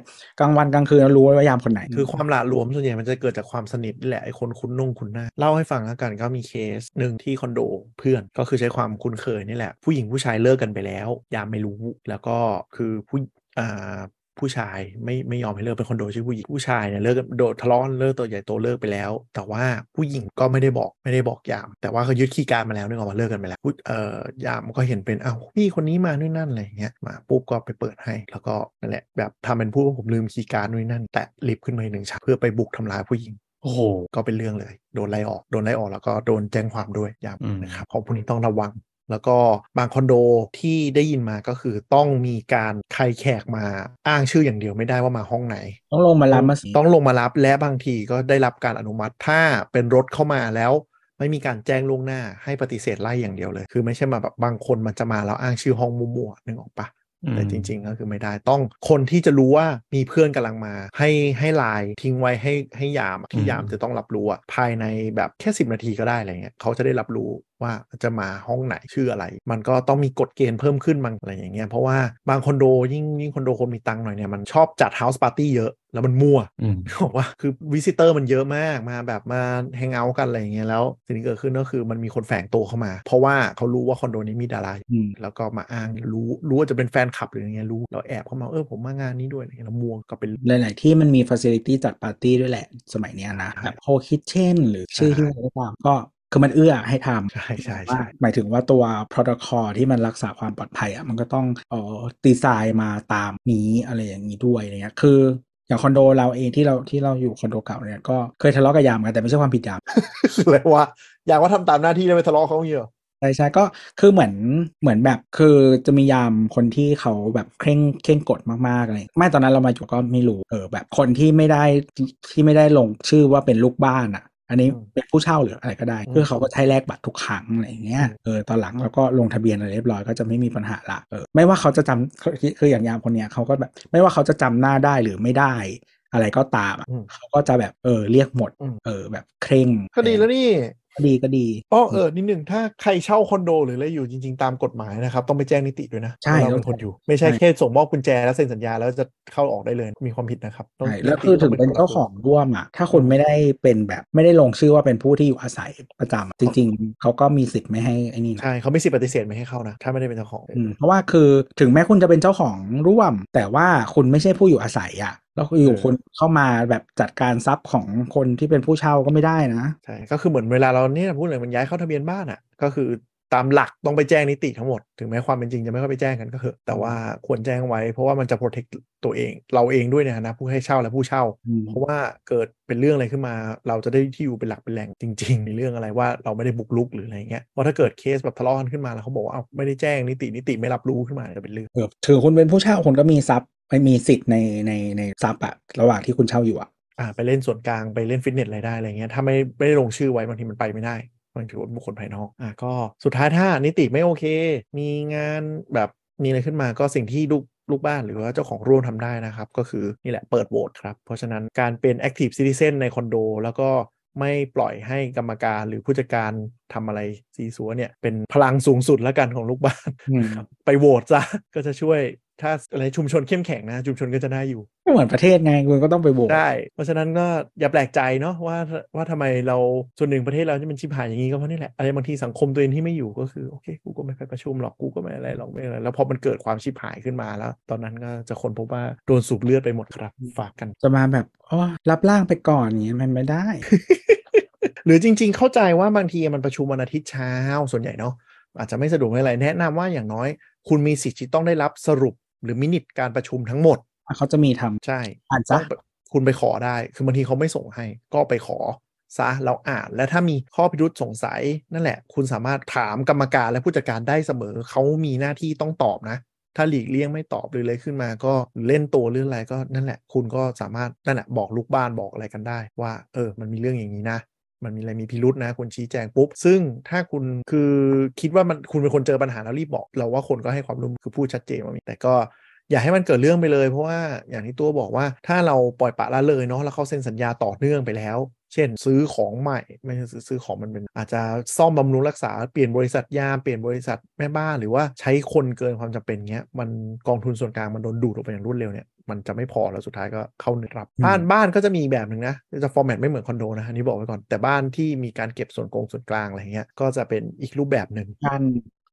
กลางวันกลางคืนเรารู้ว่ายามคนไหน
คือความหละหลวมส่วนใหญ่มันจะเกิดจากความสนิทนี่แหละไอ้คนคุ้นนุ่งคุ้นหน้าเล่าให้ฟังแล้วกันก็มีเคสหนึ่งที่คอนโดเพื่อนก็คือใช้ความคุ้นเคยนี่แหละ ผู้หญิงผู้ชายเลิกกันไปแล้ว ยามไม่รู้แล้วก็คือผู้อ่าผู้ชายไม่ไม่ยอมให้เลิกเป็นคอนโดชื่อผู้หญิงผู้ชายเนี่ยเลิกกันโดดทะเลาะกันเลิกตัวใหญ่โตเลิกไปแล้ว แต่ว่าผู้หญิงก็ไม่ได้บอกไม่ได้บอกยาม แต่ว่าเขายึดคีย์การดมาแล้วนึกออกมาเลิกกันไปแล้วผู้เอ่อยามก็เห็นเป็นอ้าวพี่คนนี้มานู่นนั่นอะไรอย่างเงี้ยมาปุ๊บก็ไปเปิดให้ แล้วก็นั่นแหละแบบทำเป็นพูดว่าผมลืมคีย์การดนู่นนนั่น แต่ลิฟต์ขึ้นมาอีกหนึ่งชั้นเพื่อไปบุกทำร้ายผู้หญิง
โอ้โห
ก็เป็นเรื่องเลย โดนไล่ออก โดนไล่ออกแล้วก็โดนแจ้งความด้วยย้
อืม
ำนะครับเพราะพวกนี้ต้องระวัง แล้วก็บางคอนโดที่ได้ยินมาก็คือต้องมีการใครแขกมาอ้างชื่ออย่างเดียวไม่ได้ว่ามาห้องไหน
ต้องลงมารับมาสิ
ต้องลงมารับและบางทีก็ได้รับการอนุมัติถ้าเป็นรถเข้ามาแล้ว ไม่มีการแจ้งล่วงหน้าให้ปฏิเสธไล่อย่างเดียวเลย คือไม่ใช่มาแบบบางคนมันจะมาแล้วอ้างชื่อห้องมั่วๆนึกออกปะ แต่จริงๆก็คือไม่ได้ต้องคนที่จะรู้ว่ามีเพื่อนกำลังมา ให้ให้ไลน์ทิ้งไว้ให้ให้ยามอะที่
อืม
ยามจะต้องรับรู้อะภายในแบบแค่ 10 นาทีก็ได้อะไรเงี้ยเขาจะได้รับรู้ว่าจะมาห้องไหนชื่ออะไร มันก็ต้องมีกฎเกณฑ์เพิ่มขึ้นบางอะไรอย่างเงี้ยเพราะว่าบางคอนโดยิ่งยิ่งคอนโดคนมีตังค์หน่อยเนี่ยมันชอบจัดเฮาส์ปาร์ตี้เยอะแล้วมันมั่ว
อืม
บอกว่าคือวิซิเตอร์มันเยอะมากมาแบบมาแฮงเอาท์กันอะไรอย่างเงี้ยแล้วสิ่งที่เกิดขึ้นก็คือมันมีคนแฝงตัวเข้ามา เพราะว่าเขารู้ว่าคอนโดนี้มีดารา
อืม
แล้วก็มาอ้างรู้รู้ว่าจะเป็นแฟนคลับหรืออะไรเงี้ยรู้แล้วแอบเข้ามาเออผมมางานนี้ด้วยอะไรเงี้ยแล้วมัวก็เป็น *laughs*
หลาย ๆ ที่มันมีฟ a ซิลิตี้จัดปาร์ตี้ด้วยแหละสมัยเนี้ยนะแบบโฮคิทเช่นหรือชื่อที่อะไรก็ตามก็คือมันเอื้อให้ทำ
ใช่ใช่ใช่
ว่าหมายถึงว่าตัว protocol ที่มันรักษาความปลอดภัยอ่ะมันก็ต้องเอ่อดีไซน์มาตามนี้อะไรอย่างนี้ด้วยอะไรเงี้ยคืออย่างคอนโดเราเองที่เราที่เราอยู่คอนโดเก่าเนี่ยก็เคยทะเลาะกับยามกันแต่ไม่ใช่ความผิดยาม
คืออะไรวะอยากว่าทำตามหน้าที่แล้วไปทะเลาะเขาอย่างเงี้ยเหรอ
เ ช่ใช่ก็คือเหมือนเหมือนแบบคือจะมียามคนที่เขาแบบเคร่งเคร่งกฎมากๆอะไรไม่ตอนนั้นเรามาอยู่ก็ไม่รู้เออแบบคนที่ไม่ได้ที่ไม่ได้ลงชื่อว่าเป็นลูกบ้านอ่ะ อันนี้
อืม
เป็นผู้เช่าหรืออะไรก็ได้
อืม
คือเขาก็จะให้แลกบัตรทุกครั้งอะไรอย่างเงี้ยเออตอนหลังเราก็ลงทะเบียนอะไรเรียบร้อยก็จะไม่มีปัญหาละเออไม่ว่าเขาจะจำคือคืออย่างยามคนเนี้ยเขาก็แบบไม่ว่าเขาจะจำหน้าได้หรือไม่ได้ อะไรก็ตามอะ
อืม
เขาก็จะแบบเออเรียกหมด
อืม
เออแบบเคร่ง
ก็ดีแล้วนี่
ก็ดีก็ดี
อ้อเออนิดหนึ่งถ้าใครเช่าคอนโดหรืออะไรอยู่จริง ๆ ตามกฎหมายนะครับ ต้องไปแจ้งนิติด้วยนะ
ใช่
ว่า
ต้อ
เราเป็
ง
นคนอยู่
ใช่
ไม่ใช่แค่ส่งมอบกุญแจแล้วเซ็นสัญญาแล้วจะเข้าออกได้เลยมีความผิดนะครับต้
ใช่แล้วคือถึงเป็นเจ้าของร่วมอ่ะถ้าคุณไม่ได้เป็นแบบไม่ได้ลงชื่อว่าเป็นผู้ที่อยู่อาศัยประจำอะจริง ๆ เขาก็มีสิทธิ์ไม่ให้ไอ้นี่นะ
ใช่เขาไม่สิทธิ์ปฏิเสธไม่ให้เข้านะถ้าไม่ได้เป็นเจ้าของ
อืมเพราะว่าคือถึงแม้คุณจะเป็นเจ้าของร่วม แต่ว่าคุณไม่ใช่ผู้อยู่อาศัยอ่ะแล้วอยู่
เออ
คุณเข้ามาแบบจัดการทรัพย์ของคนที่เป็นผู้เช่าก็ไม่ได้นะ
ใช่ก็คือเหมือนเวลาเราเนี่ยพูดเลยมันย้ายเข้าทะเบียนบ้านอ่ะ ก็คือตามหลักต้องไปแจ้งนิติทั้งหมด ถึงแม้ความเป็นจริงจะไม่ค่อยไปแจ้งกันก็เถอะแต่ว่าควรแจ้งไว้เพราะว่ามันจะ protect ตัวเอง เราเองด้วยในฐานะผู้ให้เช่าและผู้เช่า
อืม
เพราะว่าเกิดเป็นเรื่องอะไรขึ้นมา เราจะได้ที่อยู่เป็นหลักเป็นแหล่งจริง ๆ ในเรื่องอะไรว่าเราไม่ได้บุกรุกหรืออะไรเงี้ยว่าะถ้าเกิดเคสแบบทะเลาะกันขึ้นมาแล้วเขาบอกว่าเอาไม่ได้แจ้งนิตินิติไม่รับรู้ขึ้นมาจะเป็นเรื่อง
เออถึงคุณเป็นผู้เช่าคุณก็มีทรัพย์ไม่มีสิทธิ์ในในในทรัพย์อะระหว่างที่คุณเช่าอยู่อะ
อ่าไปเล่นส่วนกลางไปเล่นฟิตเนสอะไรได้อะไรเงี้ยถ้าไม่ไม่ได้ลงชื่อไว้บางทีมันไปไม่ได้ มันถือว่าเป็นบุคคลภายนอก อ่ะก็สุดท้ายถ้านิติไม่โอเค มีงานแบบมีอะไรขึ้นมาก็สิ่งที่ลูกลูกบ้านหรือว่าเจ้าของร่วมทำได้นะครับ ก็คือนี่แหละเปิดโหวตครับ เพราะฉะนั้นการเป็น active citizen ในคอนโด แล้วก็ไม่ปล่อยให้กรรมการหรือผู้จัดการทำอะไรซีซัวเนี่ยเป็นพลังสูงสุดแล้วกันของลูกบ้าน *laughs*
อืม
ไปโหวตซะ ก็จะช่วยถ้าอะไรชุมชนเข้มแข็งนะชุมชนก็จะน่าอยู่
ไม่เหมือนประเทศไงคุณก็ต้องไปโบก
ได้ เพราะฉะนั้นก็อย่าแปลกใจเนาะว่าว่าทำไมเราส่วนหนึ่งประเทศเราที่มันชิบหายอย่างนี้ก็เพราะนี่แหละอะไรบางทีสังคมตัวเองที่ไม่อยู่ก็คือโอเคกูก็ไม่ไปประชุมหรอกกูก็ไม่อะไรหรอกไม่อะไรแล้วพอมันเกิดความชิบหายขึ้นมาแล้ว ตอนนั้นก็จะคนพบว่าโดนสูบเลือดไปหมดครับฝากกัน
จะมาแบบอ๋อรับร่างไปก่อนอย่างเงี้ยมันไม่ได้
หรือจริงๆ เข้าใจว่าบางทีมันประชุมวันอาทิตย์เช้าส่วนใหญ่เนาะอาจจะไม่สะดวกไม่อะไรแนะนำว่าอย่างน้อย คุณมีสิทธิ์ที่ต้องได้รับสรุป หรือมินิทการประชุมทั้งหมด
เขาจะมีทำ
ใช่
อ่านซะ
ต้องไปคุณไปขอได้ คือบางทีเขาไม่ส่งให้ ก็ไปขอซะแล้วอ่าน และถ้ามีข้อพิรุษสงสัยนั่นแหละ คุณสามารถถามกรรมการและผู้จัดการได้เสมอ เขามีหน้าที่ต้องตอบนะ ถ้าหลีกเลี่ยงไม่ตอบหรืออะไรขึ้นมา ก็เล่นตัวเรื่องอะไรก็นั่นแหละ คุณก็สามารถนั่นแหละบอกลูกบ้านบอกอะไรกันได้ ว่า เออ มันมีเรื่องอย่างนี้นะ มันมีอะไรมีพิรุษนะคุณชี้แจงปุ๊บ ซึ่งถ้าคุณคือคิดว่ามันคุณเป็นคนเจอปัญหาแล้วรีบบอก เราว่าคนก็ให้ความร่วมมือคือพูดชัดเจนว่ามีแต่ก็ อย่าให้มันเกิดเรื่องไปเลยเพราะว่าอย่างที่ตัวบอกว่าถ้าเราปล่อยปละละเลยเนาะแล้วเขาเซ็นสัญญาต่อเนื่องไปแล้ว เช่นซื้อของใหม่ไม่ใช่ซื้อซื้อของมันเป็นอาจจะซ่อมบำรุงรักษาเปลี่ยนบริษัทยามเปลี่ยนบริษัทแม่บ้านหรือว่าใช้คนเกินความจำเป็นเงี้ยมันกองทุนส่วนกลางมันโดนดูดออกไปอย่างรวดเร็วเนี่ยมันจะไม่พอแล้วสุดท้ายก็เข้าเนื้อรับ
อืม
บ้านบ้านก็จะมีอีกแบบหนึ่งนะจะฟอร์แมตไม่เหมือนคอนโดนะอันนี้บอกไว้ก่อนแต่บ้านที่มีการเก็บส่วนกงส่วนกลางอะไรเงี้ยก็จะเป็นอีกรูปแบบหนึ่ง
กัน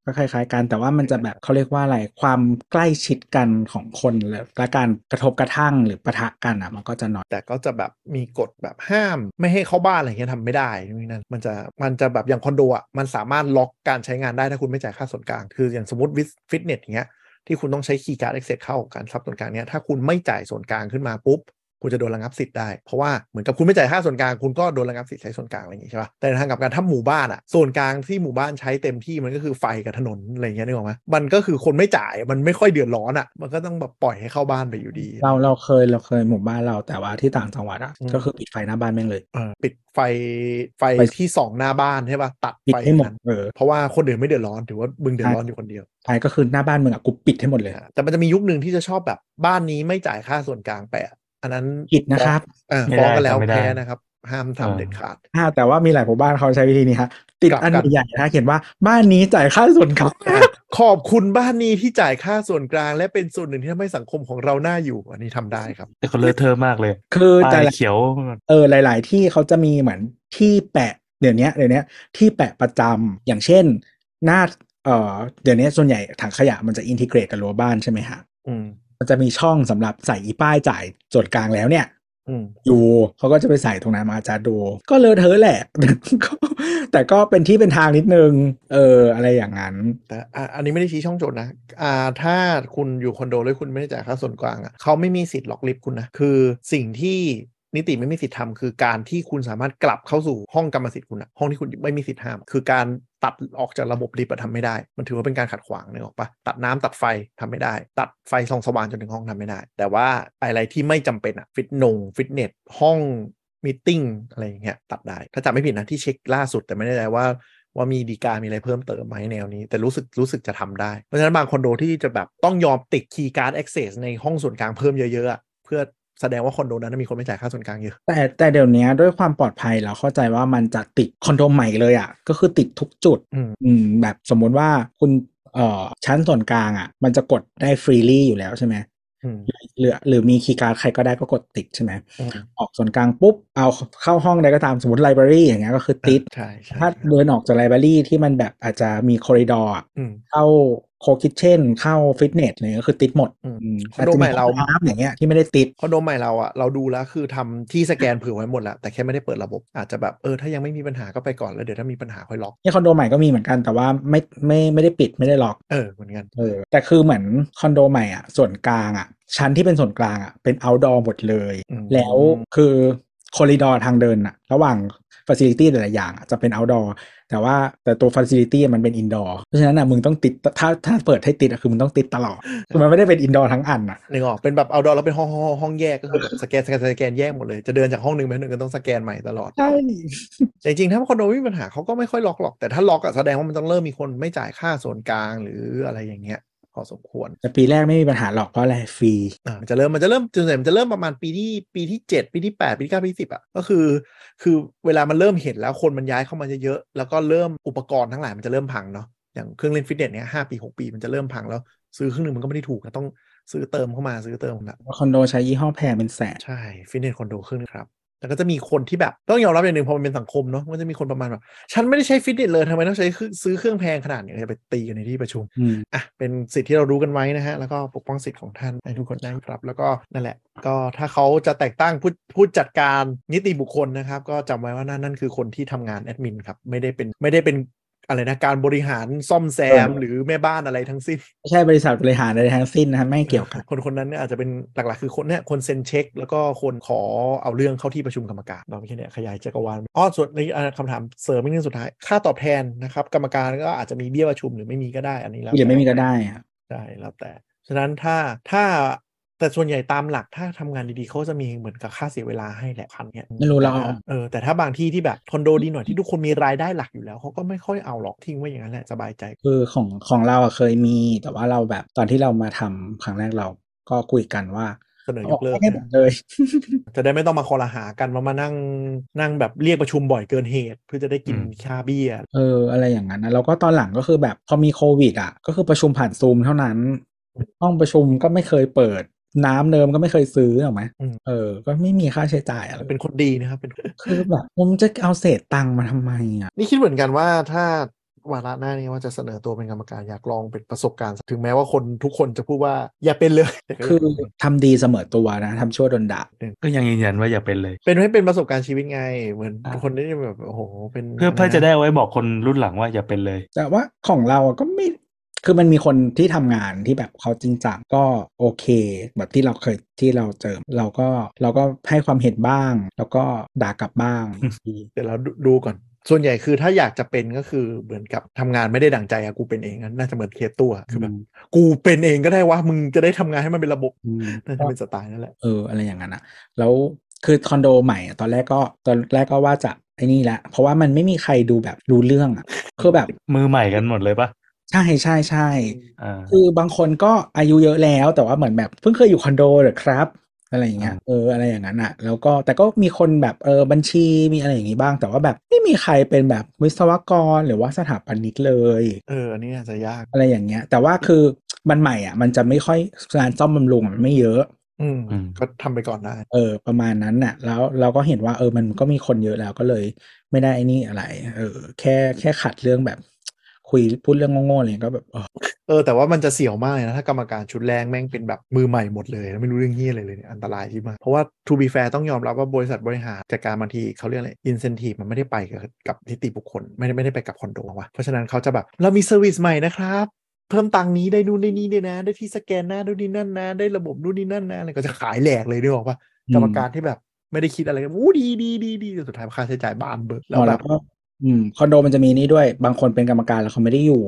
ก็คล้ายๆกันแต่ว่ามันจะแบบเขาเรียกว่าอะไรความใกล้ชิดกันของคนและและการกระทบกระทั่งหรือปะทะกันอ่ะมันก็จะน้อย
แต่ก็จะแบบมีกฎแบบห้ามไม่ให้เข้าบ้านอะไรอย่างเงี้ยทำไม่ได้นู่นนี่นั่นมันจะมันจะแบบอย่างคอนโดอ่ะมันสามารถล็อกการใช้งานได้ถ้าคุณไม่จ่ายค่าส่วนกลาง คืออย่างสมมติวิสฟิตเนสอย่างเงี้ยที่คุณต้องใช้คีย์การ์ดเอ็กเซสเข้าการรับส่วนกลางเนี้ยถ้าคุณไม่จ่ายส่วนกลางขึ้นมาปุ๊บ คุณจะโดนระงับสิทธิ์ได้ เพราะว่าเหมือนกับคุณไม่จ่ายค่าส่วนกลางคุณก็โดนระงับสิทธิ์ใช้ส่วนกลางอะไรอย่างงี้ใช่ปะแต่ในทางกลับการถ้าหมู่บ้านอะส่วนกลางที่หมู่บ้านใช้เต็มที่มันก็คือไฟกับถนนอะไรอย่างเงี้ยนึกออกไหมมันก็คือคนไม่จ่ายมันไม่ค่อยเดือดร้อนอะมันก็ต้องแบบปล่อยให้เข้าบ้านไปอยู่ดี
เราเราเคยเราเคยหมู่บ้านเราแต่ว่าที่ต่างจังหวัดอ่ะ
อืม
ก็คือปิดไฟหน้าบ้านแม่งเลย
เอ่อปิดไฟไฟ
ไฟ
ที่สองหน้าบ้านใช่ป่ะตัด
ปิด
ไฟ
ให้หมด
นั้น
เออ
เพราะว่าคนอื่นไม่เดือดร้อนถือว่ามึงเดือดร้อนอยู่คนเดียว
ใช่ก็คือหน้าบ้านมึงอ่ะกูปิดให้หมดเลย
นะแต่มันจะมียุคหนึ่งที่จะชอบแบบบ้านนี้ไม่จ่ายค่าส่วนกลางแปะอันนั้น
ผิดนะครับ
เออ
ไม่
ฟ้
ได้
องกันแล้ว
ไม่ได้
แพ้นะครับ ห้ามทำเด็ดขาด
อ่าแต่ว่ามีหลายหมู่บ้านเขาใช้วิธีนี้ฮะติด
กลับกั
อั
น
นใหญ่ๆนะเขียนว่าบ้านนี้จ่ายค่าส่วนกลาง
อ่ะขอบคุณบ้านนี้ที่จ่ายค่าส่วนกลาง และเป็นส่วนหนึ่งที่ทำให้สังคมของเราน่าอยู่อันนี้ทำได้ครับ
แต่เขาเลอะเทอะมากเลย
คือแต่
ป้าย
ละ
เขียว
เออหลาย ๆ ที่เขาจะมีเหมือนที่แปะเดี๋ยวเนี้ยเดี๋ยวเนี้ยที่แปะประจำอย่างเช่น หน้าเออเดี๋ยวเนี้ยส่วนใหญ่ถังขยะมันจะอินทิเกรตกับรั้วบ้านใช่ไหมฮะ
อืม
มันจะมีช่องสำหรับใส่อีป้ายจ่ายส่วนกลางแล้วเนี่ย
อืม
อยู่เขาก็จะไปใส่ตรงนั้นมาอาจจะดู ก็เลอะเทอะแหละ *laughs* ก็แต่ก็เป็นที่เป็นทางนิดนึง เออ อะไรอย่างนั้น
แต่อ่ะอันนี้ไม่ได้ชี้ช่องโจทย์นะอ่าถ้าคุณอยู่คอนโดแล้วคุณไม่ได้จ่ายค่าส่วนกลางอ่ะเขาไม่มีสิทธิ์ล็อกลิฟต์คุณนะคือสิ่งที่นิติไม่มีสิทธิ์ทำคือการที่คุณสามารถกลับเข้าสู่ห้องกรรมสิทธิ์คุณอะห้องที่คุณไม่มีสิทธิ์ห้าม คือการ ตัดออกจากระบบลิฟต์อะทำไม่ได้ มันถือว่าเป็นการขัดขวางนึกออกปะตัดน้ำตัดไฟทำไม่ได้ ตัดไฟส่องสว่างจนถึงห้องทำไม่ได้ แต่ว่าอะไรที่ไม่จำเป็นอะฟิตนงฟิตเนสห้องมีติ้งอะไรอย่างเงี้ยตัดได้ ถ้าจำไม่ผิดนะที่เช็คล่าสุดแต่ไม่แน่ใจว่า ว่ามีดีกามีอะไรเพิ่มเติมไหมแนวนี้ แต่รู้สึกรู้สึกจะทำได้ เพราะฉะนั้นบางคอนโดที่จะแบบต้องยอมติดคีย์การ์ด access ในห้องส่วนกลางเพิ่มเยอะๆอะเพื่อแสดงว่าคอนโดนั้นนะมีคนไม่จ่ายค่าส่วนกลางเยอะ
แต่แต่เดี๋ยวนี้ด้วยความปลอดภัยเราเข้าใจว่ามันจะติดคอนโดใหม่เลยอะ่ะก็คือติดทุกจุด
อืม
มแบบสมมุติว่าคุณเอ่อชั้นส่วนกลางอะ่ะ มันจะกดได้ฟรีลี่อยู่แล้วใช่ไหม
อืม
หรือหรือมีคีย์การ์ดใครก็ได้ก็กดติดใช่ไหม
อืม
ออกส่วนกลางปุ๊บเอาเข้าห้องใดก็ตามสมมติไลบรารีอย่างเงี้ยก็คือติด
ใช่ใช่
ถ้าเดินออกจากไลบรารีที่มันแบบอาจจะมีคอริดอร์อะ
อืม
เข้าโคคิทเช่นเข้าฟิตเนสอะไรเงี้ยก็คือติดหมด
อืม
อืม
คอนโดใหม่เรา
อจจะห้องน้ำอย่างเงี้ยที่ไม่ได้ติด
คอนโดใหม่เราอะเราดูแล้วคือทำที่สแกนเผื่อไว้หมดแล้ว แต่แค่ไม่ได้เปิดระบบ อาจจะแบบเออถ้ายังไม่มีปัญหาก็ไปก่อนแล้วเดี๋ยวถ้ามีปัญหาค่อยล็อก
เนี่ยคอนโดใหม่ก็มีเหมือนกันแต่ว่าไม่ไม่ไม่ได้ปิดไม่ได้ล็อก
เออเหมือนกัน
เออแต่คือเหมือนคอนโดใหม่อ่ะส่วนกลางอ่ะ ชั้นที่เป็นส่วนกลางอ่ะเป็น outdoor หมดเลย
อืม
แล้วคือคอริดอร์ทางเดินอ่ะ ระหว่างฟัซิลิตี้แต่ละอย่างอะจะเป็น outdoor แต่ว่าแต่ตัวฟัซิลิตี้มันเป็น indoor เพราะฉะนั้นอ่ะมึงต้องติดถ้าถ้าเปิดให้ติดอ่ะคือมึงต้องติดตลอดคือมันไม่ได้เป็น indoor ทั้งอันอ่ะ
นึกออกเป็นแบบเอาดอแล้วเป็นห้องห้องห้องแยกก็คือแบบสแกนสแกนสแกนแยกหมดเลยจะเดินจากห้องหนึ่งไปห้องหนึ่งก็ต้องสแกนใหม่ตลอด
ใช่
แต่จริงๆถ้าคอนโดไม่มีปัญหาเขาก็ไม่ค่อยล็อกหรอกแต่ถ้าล็อกอะแสดงว่ามันต้องเริ่มมีคนไม่จ่ายค่าส่วนกลางหรืออะไรอย่างเงี้ยพอสมควร
แต่ปีแรกไม่มีปัญหาหรอกเพราะอะไรฟรี
อ่ามันจะเริ่มมันจะเริ่มจนใหญ่มันจะเริ่มประมาณปีที่ปีที่เจ็ดปีที่แปดปีที่เก้าปีที่สิบอะก็คือ คือเวลามันเริ่มเห็นแล้วคนมันย้ายเข้ามาเยอะๆแล้วก็เริ่มอุปกรณ์ทั้งหลายมันจะเริ่มพังเนาะอย่างเครื่องเล่นฟิตเนสเนี่ยห้าปีหกปีมันจะเริ่มพังแล้ว ซื้อเครื่องหนึ่งมันก็ไม่ได้ถูกนะต้องซื้อเติมเข้ามาซื้อเติมละ
คอนโดใช้ยี่ห้อแพงเป็นแสน
ใช่ ฟิตเนสคอนโดครึ่งครับ แต่ก็จะมีคนที่แบบต้องยอมรับอย่างหนึ่งพอมันเป็นสังคมเนาะมันจะมีคนประมาณแบบ ฉันไม่ได้ใช้ฟิตเนสเลยทำไมต้องใช้เครื่องซื้อเครื่องแพงขนาดนี้เลยไปตีกันในที่ประชุม
อืม
อ่ะ เป็นสิทธิ์ที่เรารู้กันไว้นะฮะ แล้วก็ปกป้องสิทธิ์ของท่านให้ทุกคนได้ครับ แล้วก็นั่นแหละ ก็ถ้าเขาจะแต่งตั้งผู้ผู้จัดการนิติบุคคลนะครับ ก็จำไว้ว่านั่นนั่นคือคนที่ทำงานแอดมินครับไม่ได้เป็นไม่ได้เป็นอะไรนะการบริหารซ่อมแซม
เออ
หรือแม่บ้านอะไรทั้งสิ้น
ไม่ใช่บริษัทบริหารใดทั้งสิ้นนะฮะไม่เกี่ยว *laughs* กัน
คนคนนั้นเนี่ยอาจจะเป็นหลักๆ คือคนเนี่ยคนเซ็นเช็ค แล้วก็คนขอเอาเรื่องเข้าที่ประชุมกรรมการเราไม่ใช่เนี่ยขยายจักรวาลอ้อส่วนในอ่าคำถามเสริมอีกนิดสุดท้าย ค่าตอบแทนนะครับ กรรมการก็อาจจะมีเบี้ยประชุมหรือไม่มีก็ได้อันนี้แล้ว
หรือไม่มีก็ได้อะ
ใช่แล้วแต่ฉะนั้นถ้าถ้าแต่ส่วนใหญ่ตามหลักถ้าทำงานดีๆเขาจะมีเหมือนกับค่าเสียเวลาให้แหละพันเนี่ย
ไม่รู้เราเอา
เออแต่ถ้าบางที่ที่แบบคอนโดดีหน่อยที่ทุกคนมีรายได้หลักอยู่แล้วเขาก็ไม่ค่อยเอาหรอกทิ้งไว้อย่างนั้นแหละสบายใจ
คือของของเราอะเคยมีแต่ว่าเราแบบตอนที่เรามาทำครั้งแรกเราก็คุยกันว่า
เสนอยกเลิก
ไม่ได้หมดเลย *laughs*
จะได้ไม่ต้องมาคอรหากันว่ามานั่งนั่งแบบเรียกประชุมบ่อยเกินเหตุ เพื่อจะได้กิน
อืม
ค่าเบี้ย
เอออะไรอย่างนั้นนะแล้วก็ตอนหลังก็คือแบบพอมีโควิดอ่ะ ก็คือประชุมผ่านซูมเท่านั้น ห้องประชุมก็ไม่เคยเปิด น้ำเนิมก็ไม่เคยซื้อหรอกไหม
อืม
เออ ก็ไม่มีค่าใช้จ่ายอะไร
เป็นคนดีนะครับเป็น
คือแบบผมจะเอาเศษตังค์มาทำไมอ่ะ
นี่คิดเหมือนกันว่าถ้าวาระหน้านี้ว่าจะเสนอตัวเป็นกรรมการอยากลองเป็นประสบการณ์ ถึงแม้ว่าคนทุกคนจะพูดว่าอย่าเป็นเลย *laughs* แต่ก็
คือทำดีเสมอตัวนะทำชั่วโดนด่า
ก็ยังยืนยันว่าอย่าเป็นเลย
เป็นให้เป็นประสบการณ์ชีวิตไง เหมือน
อ่า
คนนี้แบบโอ้โหเป็น
เพื่อเพื่อจะได้เอาไว้บอกคนรุ่นหลังว่าอย่าเป็นเลย
แต่ว่าของเราอะก็ไม่ คือมันมีคนที่ทำงานที่แบบเขาจริงจังก็โอเค แบบที่เราเคยที่เราเจอเราก็เราก็ให้ความเห็นบ้าง แล้วก็ด่ากลับบ้าง
เดี๋ยวเราดูดูก่อน ส่วนใหญ่คือถ้าอยากจะเป็นก็คือเหมือนกับทำงานไม่ได้ดั่งใจอะกูเป็นเองอะน่าจะเหมือนเคสตัวคือแบบกูเป็นเองก็ได้ว่ามึงจะได้ทำงานให้มันเป็นระบบ
อืม
น่าจะเป็นสไตล์นั่นแหละ
เอออะไรอย่างนั้นอะแล้วคือคอนโดใหม่อะตอนแรกก็ตอนแรกก็ว่าจะไอ้นี่แหละ เพราะว่ามันไม่มีใครดูแบบรู้เรื่องอะคือแบบ
มือใหม่กันหมดเลยปะ
ใช่ใช่ใช่
อ่า
คือบางคนก็อายุเยอะแล้ว แต่ว่าเหมือนแบบเพิ่งเคยอยู่คอนโดเหรอครับ อะไรอย่างเงี้ย เออ อะไรอย่างนั้นอะแล้วก็แต่ก็มีคนแบบเออบัญชีมีอะไรอย่างงี้บ้าง แต่ว่าแบบไม่มีใครเป็นแบบวิศวกรหรือว่าสถาปนิกเลย
เออ อันนี้อาจจะยาก
อะไรอย่างเงี้ย แต่ว่าคือมันใหม่อ่ะ มันจะไม่ค่อยการซ่อมบำรุงอะมันไม่เยอะ
อืม
อืม
ก็ทำไปก่อนได้
เออประมาณนั้นน่ะ แล้วเราก็เห็นว่าเออมันก็มีคนเยอะแล้วก็เลย ไม่ได้ไอ้นี่อะไร เออ แค่แค่ขัดเรื่องแบบ คุยพูดเรื่องโง่ๆอะไรก็แบบเออ
เออ แต่ว่ามันจะเสี่ยวมากเลยนะ ถ้ากรรมการชุดแรกแม่งเป็นแบบมือใหม่หมดเลยแล้วไม่รู้เรื่องเฮี้ยอะไรเลยเนี่ยอันตรายที่มากเพราะว่า to be fair ต้องยอมรับว่าบริษัทบริหารจัดการบางทีเขาเรียกอะไร incentive มันไม่ได้ไปกับกับนิติบุคคล ไม่ได้ไม่ได้ไปกับคอนโดว่ะเพราะฉะนั้นเขาจะแบบ เรามีเซอร์วิสใหม่นะครับ เพิ่มตังค์นี้ได้นู่นได้นี่ด้วยนะ ได้ที่สแกนหน้าดูนนี่นั่นนะ ได้ระบบนู่นนี่นั่นนะอะไรก็จะขายแหลกเลยด้วยบอกว่า กรรมการที่แบบไม่ได้คิดอะไรอู้ดีดีดีดีแต่สุดท้ายค่าใช้จ่ายบานเบิก
แล้ว
แบ
เรา
บ
ก็ อืมคอนโดมันจะมีนี่ด้วยบางคนเป็นกรรมการแล้วเขาไม่ได้อยู่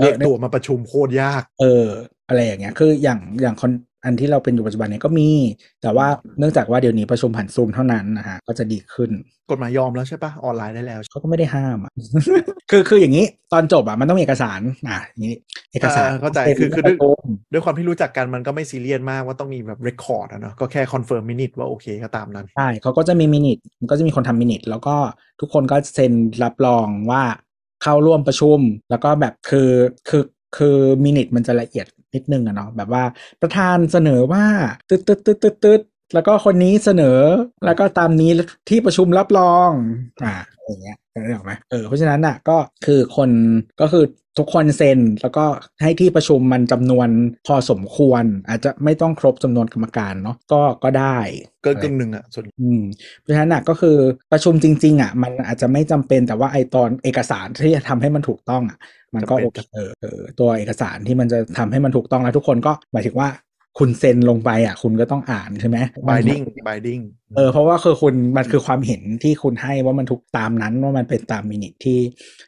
เรียกตัวมาประชุมโคตรยาก
เอออะไรอย่างเงี้ยคืออย่างอย่างคอนอันที่เราเป็นอยู่ปัจจุบันเนี่ยก็มี แต่ว่าเนื่องจากว่าเดี๋ยวนี้ประชุมผ่านซูมเท่านั้นนะฮะก็จะดีขึ้น
กฎหมายยอมแล้วใช่ปะออนไลน์ได้แล้ว
เขาก็ไม่ได้ห้ามอะ *laughs* คือคืออย่างนี้ตอนจบอ่ะมันต้องมีเอกสารอ่ะอย่างนี้เอกสาร
เออเข้าใจคือคือ ด้วยความที่รู้จักกันมันก็ไม่ซีเรียสมากว่าต้องมีแบบเรคคอร์ดอะเนาะก็แค่คอนเฟิร์มมินิว่าโอเคก็ตามนั้น
ใช่เขาก็จะมีมินิมันก็จะมีคนทำมินิแล้วก็ทุกคนก็เซ็นรับรองว่าเข้าร่วมประชุม แล้วก็แบบคือคือคือมินิมันจะละเอียดนิดนึงอะเนาะแบบว่าประธานเสนอว่าตึ๊ดตึ๊ดตึ๊ดตึ๊ดตึ๊ดแล้วก็คนนี้เสนอแล้วก็ตามนี้ที่ประชุมรับรองอ่าอย่างเงี้ยได้ออกไหมเออเพราะฉะนั้นอ่ะก็คือคนก็คือทุกคนเซ็นแล้วก็ให้ที่ประชุมมันจำนวนพอสมควร อาจจะไม่ต้องครบจำนวนกรรมการเนาะก็ก็ได้
เกินกึ่งหนึ่งอะส่วน
อืมเพราะฉะนั้นน่ะก็คือประชุมจริง ๆ อ่ะ มันอาจจะไม่จำเป็นแต่ว่าไอตอนเอกสารที่จะทำให้มันถูกต้องอ่ะ มันก็โอเคเออเออตัวเอกสารที่มันจะทำให้มันถูกต้องแล้วทุกคนก็หมายถึงว่าคุณเซ็นลงไปอ่ะ คุณก็ต้องอ่านใช่ไหม
บายดิ้งบายดิ้ง
เออเพราะว่าคือคุณมันคือความเห็นที่คุณให้ว่ามันถูกตามนั้นว่ามันเป็นตามมินิที่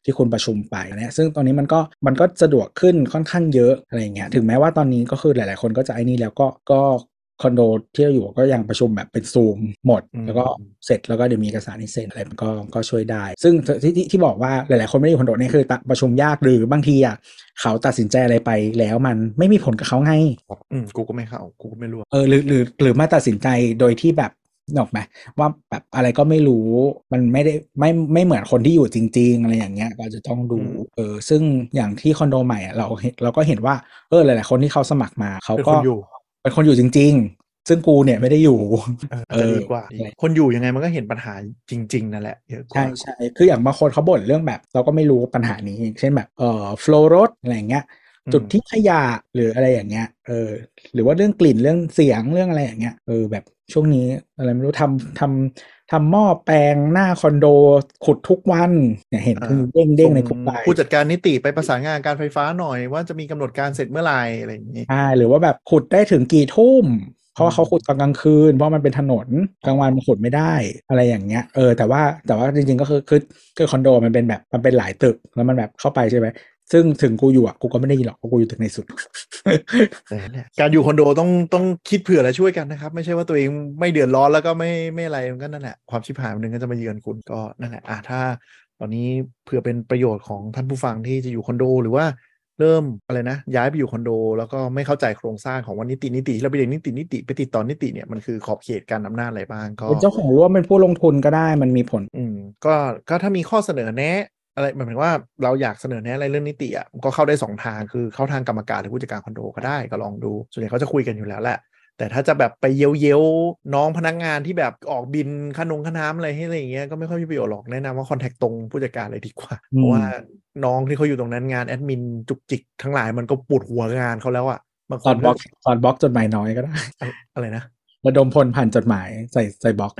ที่คุณประชุมไปเนี่ยซึ่งตอนนี้มันก็มันก็สะดวกขึ้นค่อนข้างเยอะอะไรอย่างเงี้ยถึงแม้ว่าตอนนี้ก็คือหลาย ๆ คนก็จะไอ้นี่แล้วก็ก็คอนโดที่เราอยู่ก็ยังประชุมแบบเป็นซูมหมด แล้วก็เสร็จแล้วก็เดี๋ยวมีเอกสารที่เซ็นอะไรมันก็ก็ช่วยได้ ซึ่งที่ที่ที่บอกว่าหลาย ๆ คนไม่ได้อยู่คอนโดนี่คือประชุมยากหรือบางทีอ่ะเขาตัดสินใจอะไรไปแล้วมันไม่มีผลกับเขาไง
อืมกูก็ไม่เข้ากูก็ไม่รู้
เออหรือหรือหรือมาตัดสินใจโดยที่แบบนกออกไหมว่าแบบอะไรก็ไม่รู้มันไม่ได้ไม่ไม่เหมือนคนที่อยู่จริง ๆ อะไรอย่างเงี้ยก็จะต้องดูเออซึ่งอย่างที่คอนโดใหม่อะเราเห็นเราก็เห็นว่าเออหลาย ๆ คนที่เขาสมัครมาเขา
เป็น
ก็
คนอยู่
เป็นคนอยู่จริง ๆ ซึ่งกูเนี่ยไม่ได้
*laughs*
อยู่
เออจะดีกว่า คนอยู่ยังไงมันก็เห็นปัญหาจริง ๆ นั่นแหละเยอะกว่า
ใช่ใช่คืออย่างบางคนเขาบ่นเรื่องแบบ เราก็ไม่รู้ปัญหานี้อย่างเช่นแบบเอ่อฟลอรถอะไรอย่างเงี้ย จุดทิ้งขยะหรืออะไรอย่างเงี้ยเออหรือว่าเรื่องกลิ่นเรื่องเสียงเรื่องอะไรอย่างเงี้ยเออแบบช่วงนี้อะไรไม่รู้ทำทำทำหม้อแปลงหน้าคอนโดขุดทุกวันเนี่ยเห็นคือเด้งเด้งๆในกลุ่มไลน์
ผู้จัดการนิติไปประสานงานการไฟฟ้าหน่อยว่าจะมีกำหนดการเสร็จเมื่อไหร่อะไรอย่างนี้
ใช่หรือว่าแบบขุดได้ถึงกี่ทุ่ม เพราะว่าเขาขุดตอนกลางคืน เพราะมันเป็นถนนกลางวันมันขุดไม่ได้อะไรอย่างเงี้ยเออแต่ว่าแต่ว่าจริงๆก็คือคือคือคอนโดมันเป็นแบบมันเป็นหลายตึกแล้วมันแบบเข้าไปใช่ไหมซึ่งถึงกูอยู่อ่ะกูก็ไม่ได้ยินหรอกเพราะกูอยู่ตึกในสุด *laughs*
การอยู่คอนโดต้องต้องคิดเผื่อและช่วยกันนะครับ ไม่ใช่ว่าตัวเองไม่เดือดร้อนแล้วก็ไม่ไม่อะไรมันก็นั่นแหละความชิบหายวันหนึ่งก็จะมาเยือนคุณก็นั่นแหละอ่ะถ้า ตอนนี้เผื่อเป็นประโยชน์ของท่านผู้ฟังที่จะอยู่คอนโด หรือว่าเริ่มอะไรนะ ย้ายไปอยู่คอนโด แล้วก็ไม่เข้าใจโครงสร้างของว่านิตินิติที่เราไปเรียนนิตินิติไปติดต่อนิติเนี่ยมันคือขอบเขตการอำนาจอะไรบ้างก็
เป็นเจ้าของร่วมเป็นผู้ลงทุนก็ได้มันมีผล
อืมก็ก็ถ้ามีข้อเสนอแนะอะไรหมายถึงว่าเราอยากเสนอแนะอะไรเรื่องนิติอ่ะก็เข้าได้สองทางคือเข้าทางกรรมการหรือผู้จัดการคอนโดก็ได้ก็ลองดู ส่วนใหญ่เขาจะคุยกันอยู่แล้วแหละ แต่ถ้าจะแบบไปเย้ยเย้น้องพนักงานที่แบบออกบินค่านงค่าน้ำอะไรให้อะไรอย่างเงี้ยก็ไม่ค่อยมีประโยชน์หรอกแนะนำว่าคอนแทคตรงผู้จัดการเลยดีกว่า
อืม
เพราะว่าน้องที่เขาอยู่ตรงนั้นงานแอดมินจุกจิกทั้งหลายมันก็ปวดหัวงานเขาแล้วอ่ะบางค
สอน
น
บล็อก *laughs* สอนบล็อกจดหมายน้อยก็ได้
อะไรนะ
ระดมพลผ่านจดหมายใส่ใส่บล็อก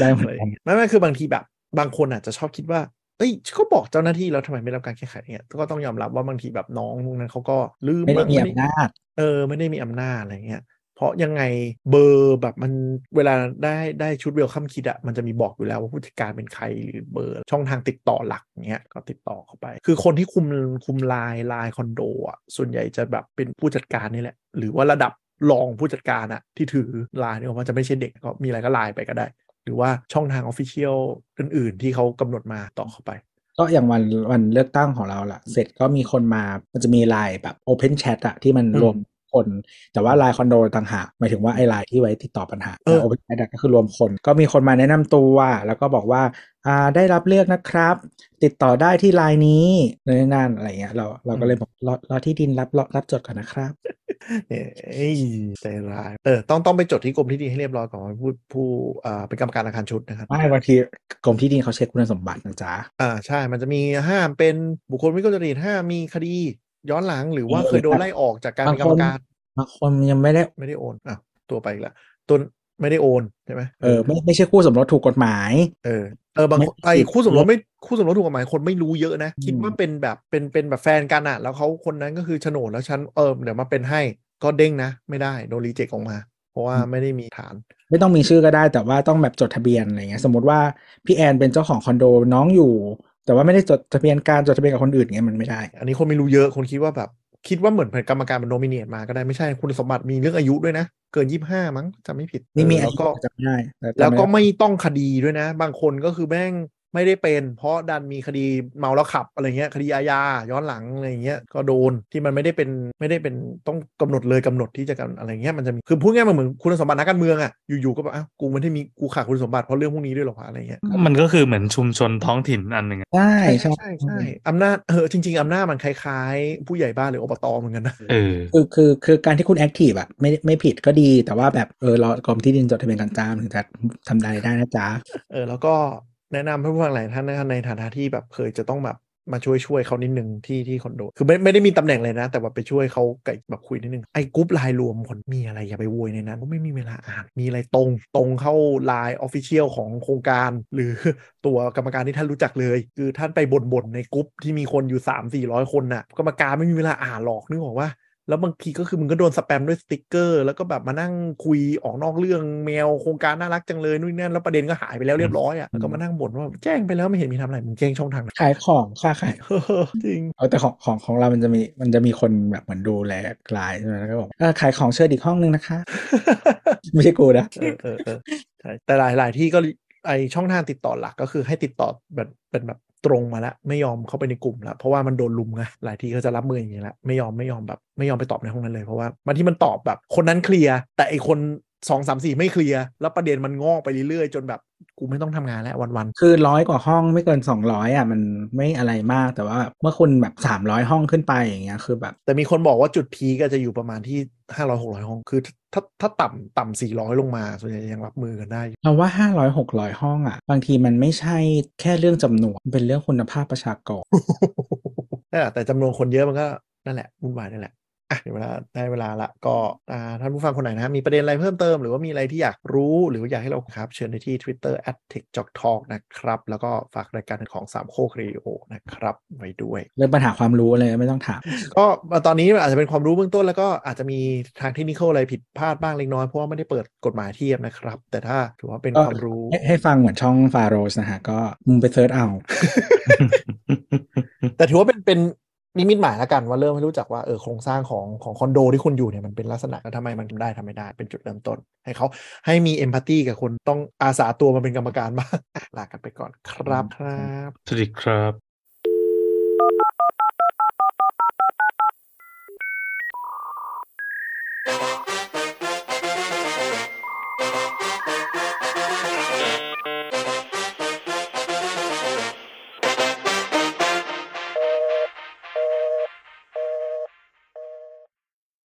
ได้เหมือนกัน
ไม่ไม่คือบางทีแบบบางคนอาจจะชอบคิดว่า เอ้ยก็บอกเจ้าหน้าที่แล้วทำไมไม่รับการแก้ไขเนี่ยก็ต้องยอมรับว่าบางทีแบบน้องพวกนั้นเขาก็ลืม
ไม่ได้
ง
มีอำนาจ
เออไม่ได้มีอำนาจอะไรเงี้ยเพราะยังไงเบอร์แบบมันเวลาได้ได้ชุดเวลคัมคิดอะมันจะมีบอกอยู่แล้วว่าผู้จัดการเป็นใครหรือเบอร์ช่องทางติดต่อหลักเงี้ยก็ติดต่อเข้าไป คือคนที่คุมคุมไลน์ไลน์คอนโดอะส่วนใหญ่จะแบบเป็นผู้จัดการนี่แหละ หรือว่าระดับรองผู้จัดการอะที่ถือไลน์เนี่ยว่าจะไม่ใช่เด็กก็มีอะไรก็ไลน์ไปก็ได้ หรือว่าช่องทางออฟฟิเชียลอื่น ๆ ที่เขากำหนดมาต่อเข้าไป
ก็อย่างวันวันเลือกตั้งของเราล่ะ เสร็จก็มีคนมามันจะมีไลน์แบบ Open Chat อะที่มัน
อืม
รวมคน แต่ว่าไลน์คอนโดต่างหากหมายถึงว่าไอ้ไลน์ที่ไว้ติดต่อปัญหา
เออ
โอเพนแชทก็คือรวมคน ก็มีคนมาแนะนำตัวแล้วก็บอกว่าอ่าได้รับเลือกนะครับ ติดต่อได้ที่ไลน์นี้นั่นนนั่นอะไรเงี้ยเราเราก็เลยบอกรอรอที่ดินรับรอรับจดก่อนนะครับ
เอ้ยใจร้ายเออต้องต้องไปจดที่กรมที่ดินให้เรียบร้อยก่อนว่าผู้ผู้อ่าเป็นกรรมการอาคารชุดนะครับ
ไม่บางทีกรมที่ดินเขาเช็คคุณสมบัตินะจ๊ะ
อ่าใช่ มันจะมีห้ามเป็นบุคคลวิกลจริตห้ามมีคดี ย้อนหลังหรือว่า
เออ
เคยโดนไล่ออกจากการ
บาง
เป็นกรรม
คน
การ
บางคนยังไม่ได้
ไม่ได้โอนอ่ะตัวไปอีกละตัวไม่ได้โอนใช่ไหม
เออไม่ไม่ใช่คู่สมรสถูกกฎหมาย
เออเออบางคนไอ้
ไม่
คู่สมรสไม่คู่สมรสถูกกฎหมายคนไม่รู้เยอะนะ
อืม
คิดว่าเป็นแบบเป็นเป็นแบบแฟนกันอ่ะ แล้วเขาคนนั้นก็คือโฉนดแล้วฉันเออเดี๋ยวมาเป็นให้ก็เด้งนะ ไม่ได้โดนรีเจ็คออกมา เพราะว่าไม่ได้มีฐาน
ไม่ต้องมีชื่อก็ได้แต่ว่าต้องแบบจดทะเบียนอะไรเงี้ยสมมติว่าพี่แอนเป็นเจ้าของคอนโดน้องอยู่ แต่ว่าไม่ได้จดทะเบียนการจดทะเบียนกับคนอื่นไงมันไม่ได้
อันนี้คนไม่รู้เยอะคนคิดว่าแบบ คิดว่าเหมือนกรรมการมันโนมิเนตมาก็ได้ไม่ใช่คุณสมบัติมีเรื่องอายุด้วยนะ เกินยี่ห้ามั้งจำไม่ผิด
นี่มี
เอ
อา
อแล้ว
ยุ
ก็
จำไม่ได้ต่จำ
แล้วก็
ด้
ไม่ต้องคดีด้วยนะ บางคนก็คือแม่งไม่ได้เป็น เพราะดันมีคดีเมาแล้วขับอะไรเงี้ยคดีอาญาย้อนหลังอะไรเงี้ยก็โดนที่มันไม่ได้เป็นไม่ได้เป็นต้องกำหนดเลยกำหนดที่จะกันอะไรเงี้ยมันจะมีคือพูดง่ายๆมันเหมือนคุณสมบัตินักการเมืองอะอยู่ๆก็แบบอ้าวกูไม่ได้มีกูขาดคุณสมบัติเพราะเรื่องพวกนี้ด้วยเหรอวะอะไรเงี้ย
มันก็คือเหมือนชุมชนท้องถิ่นอันหนึ่งอะ
ใช่
ใช่ใช่ใช่อำนาจเออจริง ๆอำนาจมันคล้ายๆ ผู้ใหญ่บ้านหรืออบตเหมือนกันนะ
เออ
คือคือคือการที่คุณแอคทีฟอะไม่ไม่ผิดก็ดี แต่ว่าแบบเออรอกรมที่ดินจดทะเบียนกันจ้าถึงจะทำได้ได้นะจ๊ะ
เออแล้วก็แนะนำให้ผู้ฟังหลายท่านนะครับในฐานะที่แบบเคยจะต้องแบบมาช่วยช่วยเขานิดนึงที่ที่คอนโด คือไม่ไม่ได้มีตำแหน่งเลยนะ แต่ว่าไปช่วยเขาไก่แบบคุยนิดนึงไอ้กรุ๊ปไลน์รวมคนมีอะไรอย่าไปโวยในนั้นเพราะไม่มีเวลาอ่าน มีอะไรตรงตรงเข้าไลน์ออฟฟิเชียลของโครงการ หรือ ตัวกรรมการที่ท่านรู้จักเลย คือท่านไปบ่นๆในกรุ๊ปที่มีคนอยู่ 3 4 0 0 คนน่ะกรรมการไม่มีเวลาอ่านหรอกนึกออกว่า แล้วบางทีก็คือมึงก็โดนสแปมด้วยสติกเกอร์ แล้วก็แบบมานั่งคุยออกนอกเรื่องแมวโครงการน่ารักจังเลยนู่นนนั่นแล้วประเด็นก็หายไปแล้วเรียบร้อยอ่ะแล้วก็มานั่งบ่นว่าแจ้งไปแล้วไม่เห็นมีทำอะไรมึงแจ้งช่องทางไหน *laughs*
ขายของค่าขาย
จริง
เอาแต่ของของของเรามันจะมีมันจะมีคนแบบเหมือนดูแลกลายใช่ไหมแล้วก็บอกเออขายของเชิญอีกห้องนึงนะคะ *laughs* ไม่ใช่กูนะ
เออเออเออใช่แต่หลายหลายที่ก็ไอช่องทางติดต่อหลักก็คือให้ติดต่อแบบเป็นแบบตรงมาแล้วไม่ยอมเข้าไปในกลุ่มแล้วเพราะว่ามันโดนลุมไงหลายที่ก็จะรับมืออย่างนี้ละไม่ยอมไม่ยอมแบบไม่ยอมไปตอบในห้องนั้นเลยเพราะว่าบางที่มันตอบแบบคนนั้นเคลียร์แต่ไอคนสองสามสี่ไม่เคลียร์แล้วประเด็นมันงอกไปเรื่อยๆ จนแบบกูไม่ต้องทำงานแล้ววัน
คือร้อยกว่าห้องไม่เกิน 200อ่ะมันไม่อะไรมากแต่ว่าเมื่อคุณแบบ 300 ห้องขึ้นไปอย่างเงี้ยคือแบบ
ๆแต่มีคนบอกว่าจุดพีคก็จะอยู่ประมาณที่ห้าร้อยหกร้อยห้องคือถ้าถ้าต่ำต่ำสี่ร้อยลงมาส่วนใหญ่ยังรับมือกันได้
เราว่า 500 600 ห้องอ่ะ บางทีมันไม่ใช่แค่เรื่องจำนวนมันเป็นเรื่องคุณภาพประชากร
*laughs* นั่นแหละแต่จำนวนคนเยอะมันก็นั่นแหละวุ่นวายนั่นแหละอ่ะเดี๋ยวเวลาได้เวลาละก็อ่าท่านผู้ฟังคนไหนนะมีประเด็นอะไรเพิ่มเติม หรือว่ามีอะไรที่อยากรู้หรือว่าอยากให้เราครับ เชิญได้ที่ Twitter t e c h j o k t a l k นะครับ แล้วก็ฝากรายการของสามโคกเรดิโอนะครับ ไว้ด้วย
เรื่องปัญหาความรู้อะไรไม่ต้องถาม
ก็ตอนนี้อาจจะเป็นความรู้เบื้องต้นแล้วก็อาจจะมีทางเทคนิคอะไรผิดพลาดบ้างเล็กน้อยเพราะว่าไม่ได้เปิดกฎหมายเทียบนะครับ แต่ถ้าถือว่าเป็นความรู้
ให้ให้ฟังเหมือนช่องฟาโรสนะฮะ ก็มึงไปเซิร์ชเอา
แต่ถือว่าเป็นเป็นนิมิตหมายละกันว่าเริ่มให้รู้จักว่าเออโครงสร้างของของคอนโดที่คุณอยู่เนี่ยมันเป็นลักษณะแล้วทำไมมันได้ทำไม่ได้เป็นจุดเริ่มต้น ให้เขาให้มีเอมพัตตีกับคนต้องอาสาตัวมาเป็นกรรมการบ้าง *laughs* อ่ะลากันไปก่อนครับครับ
สวัสดีครับ
you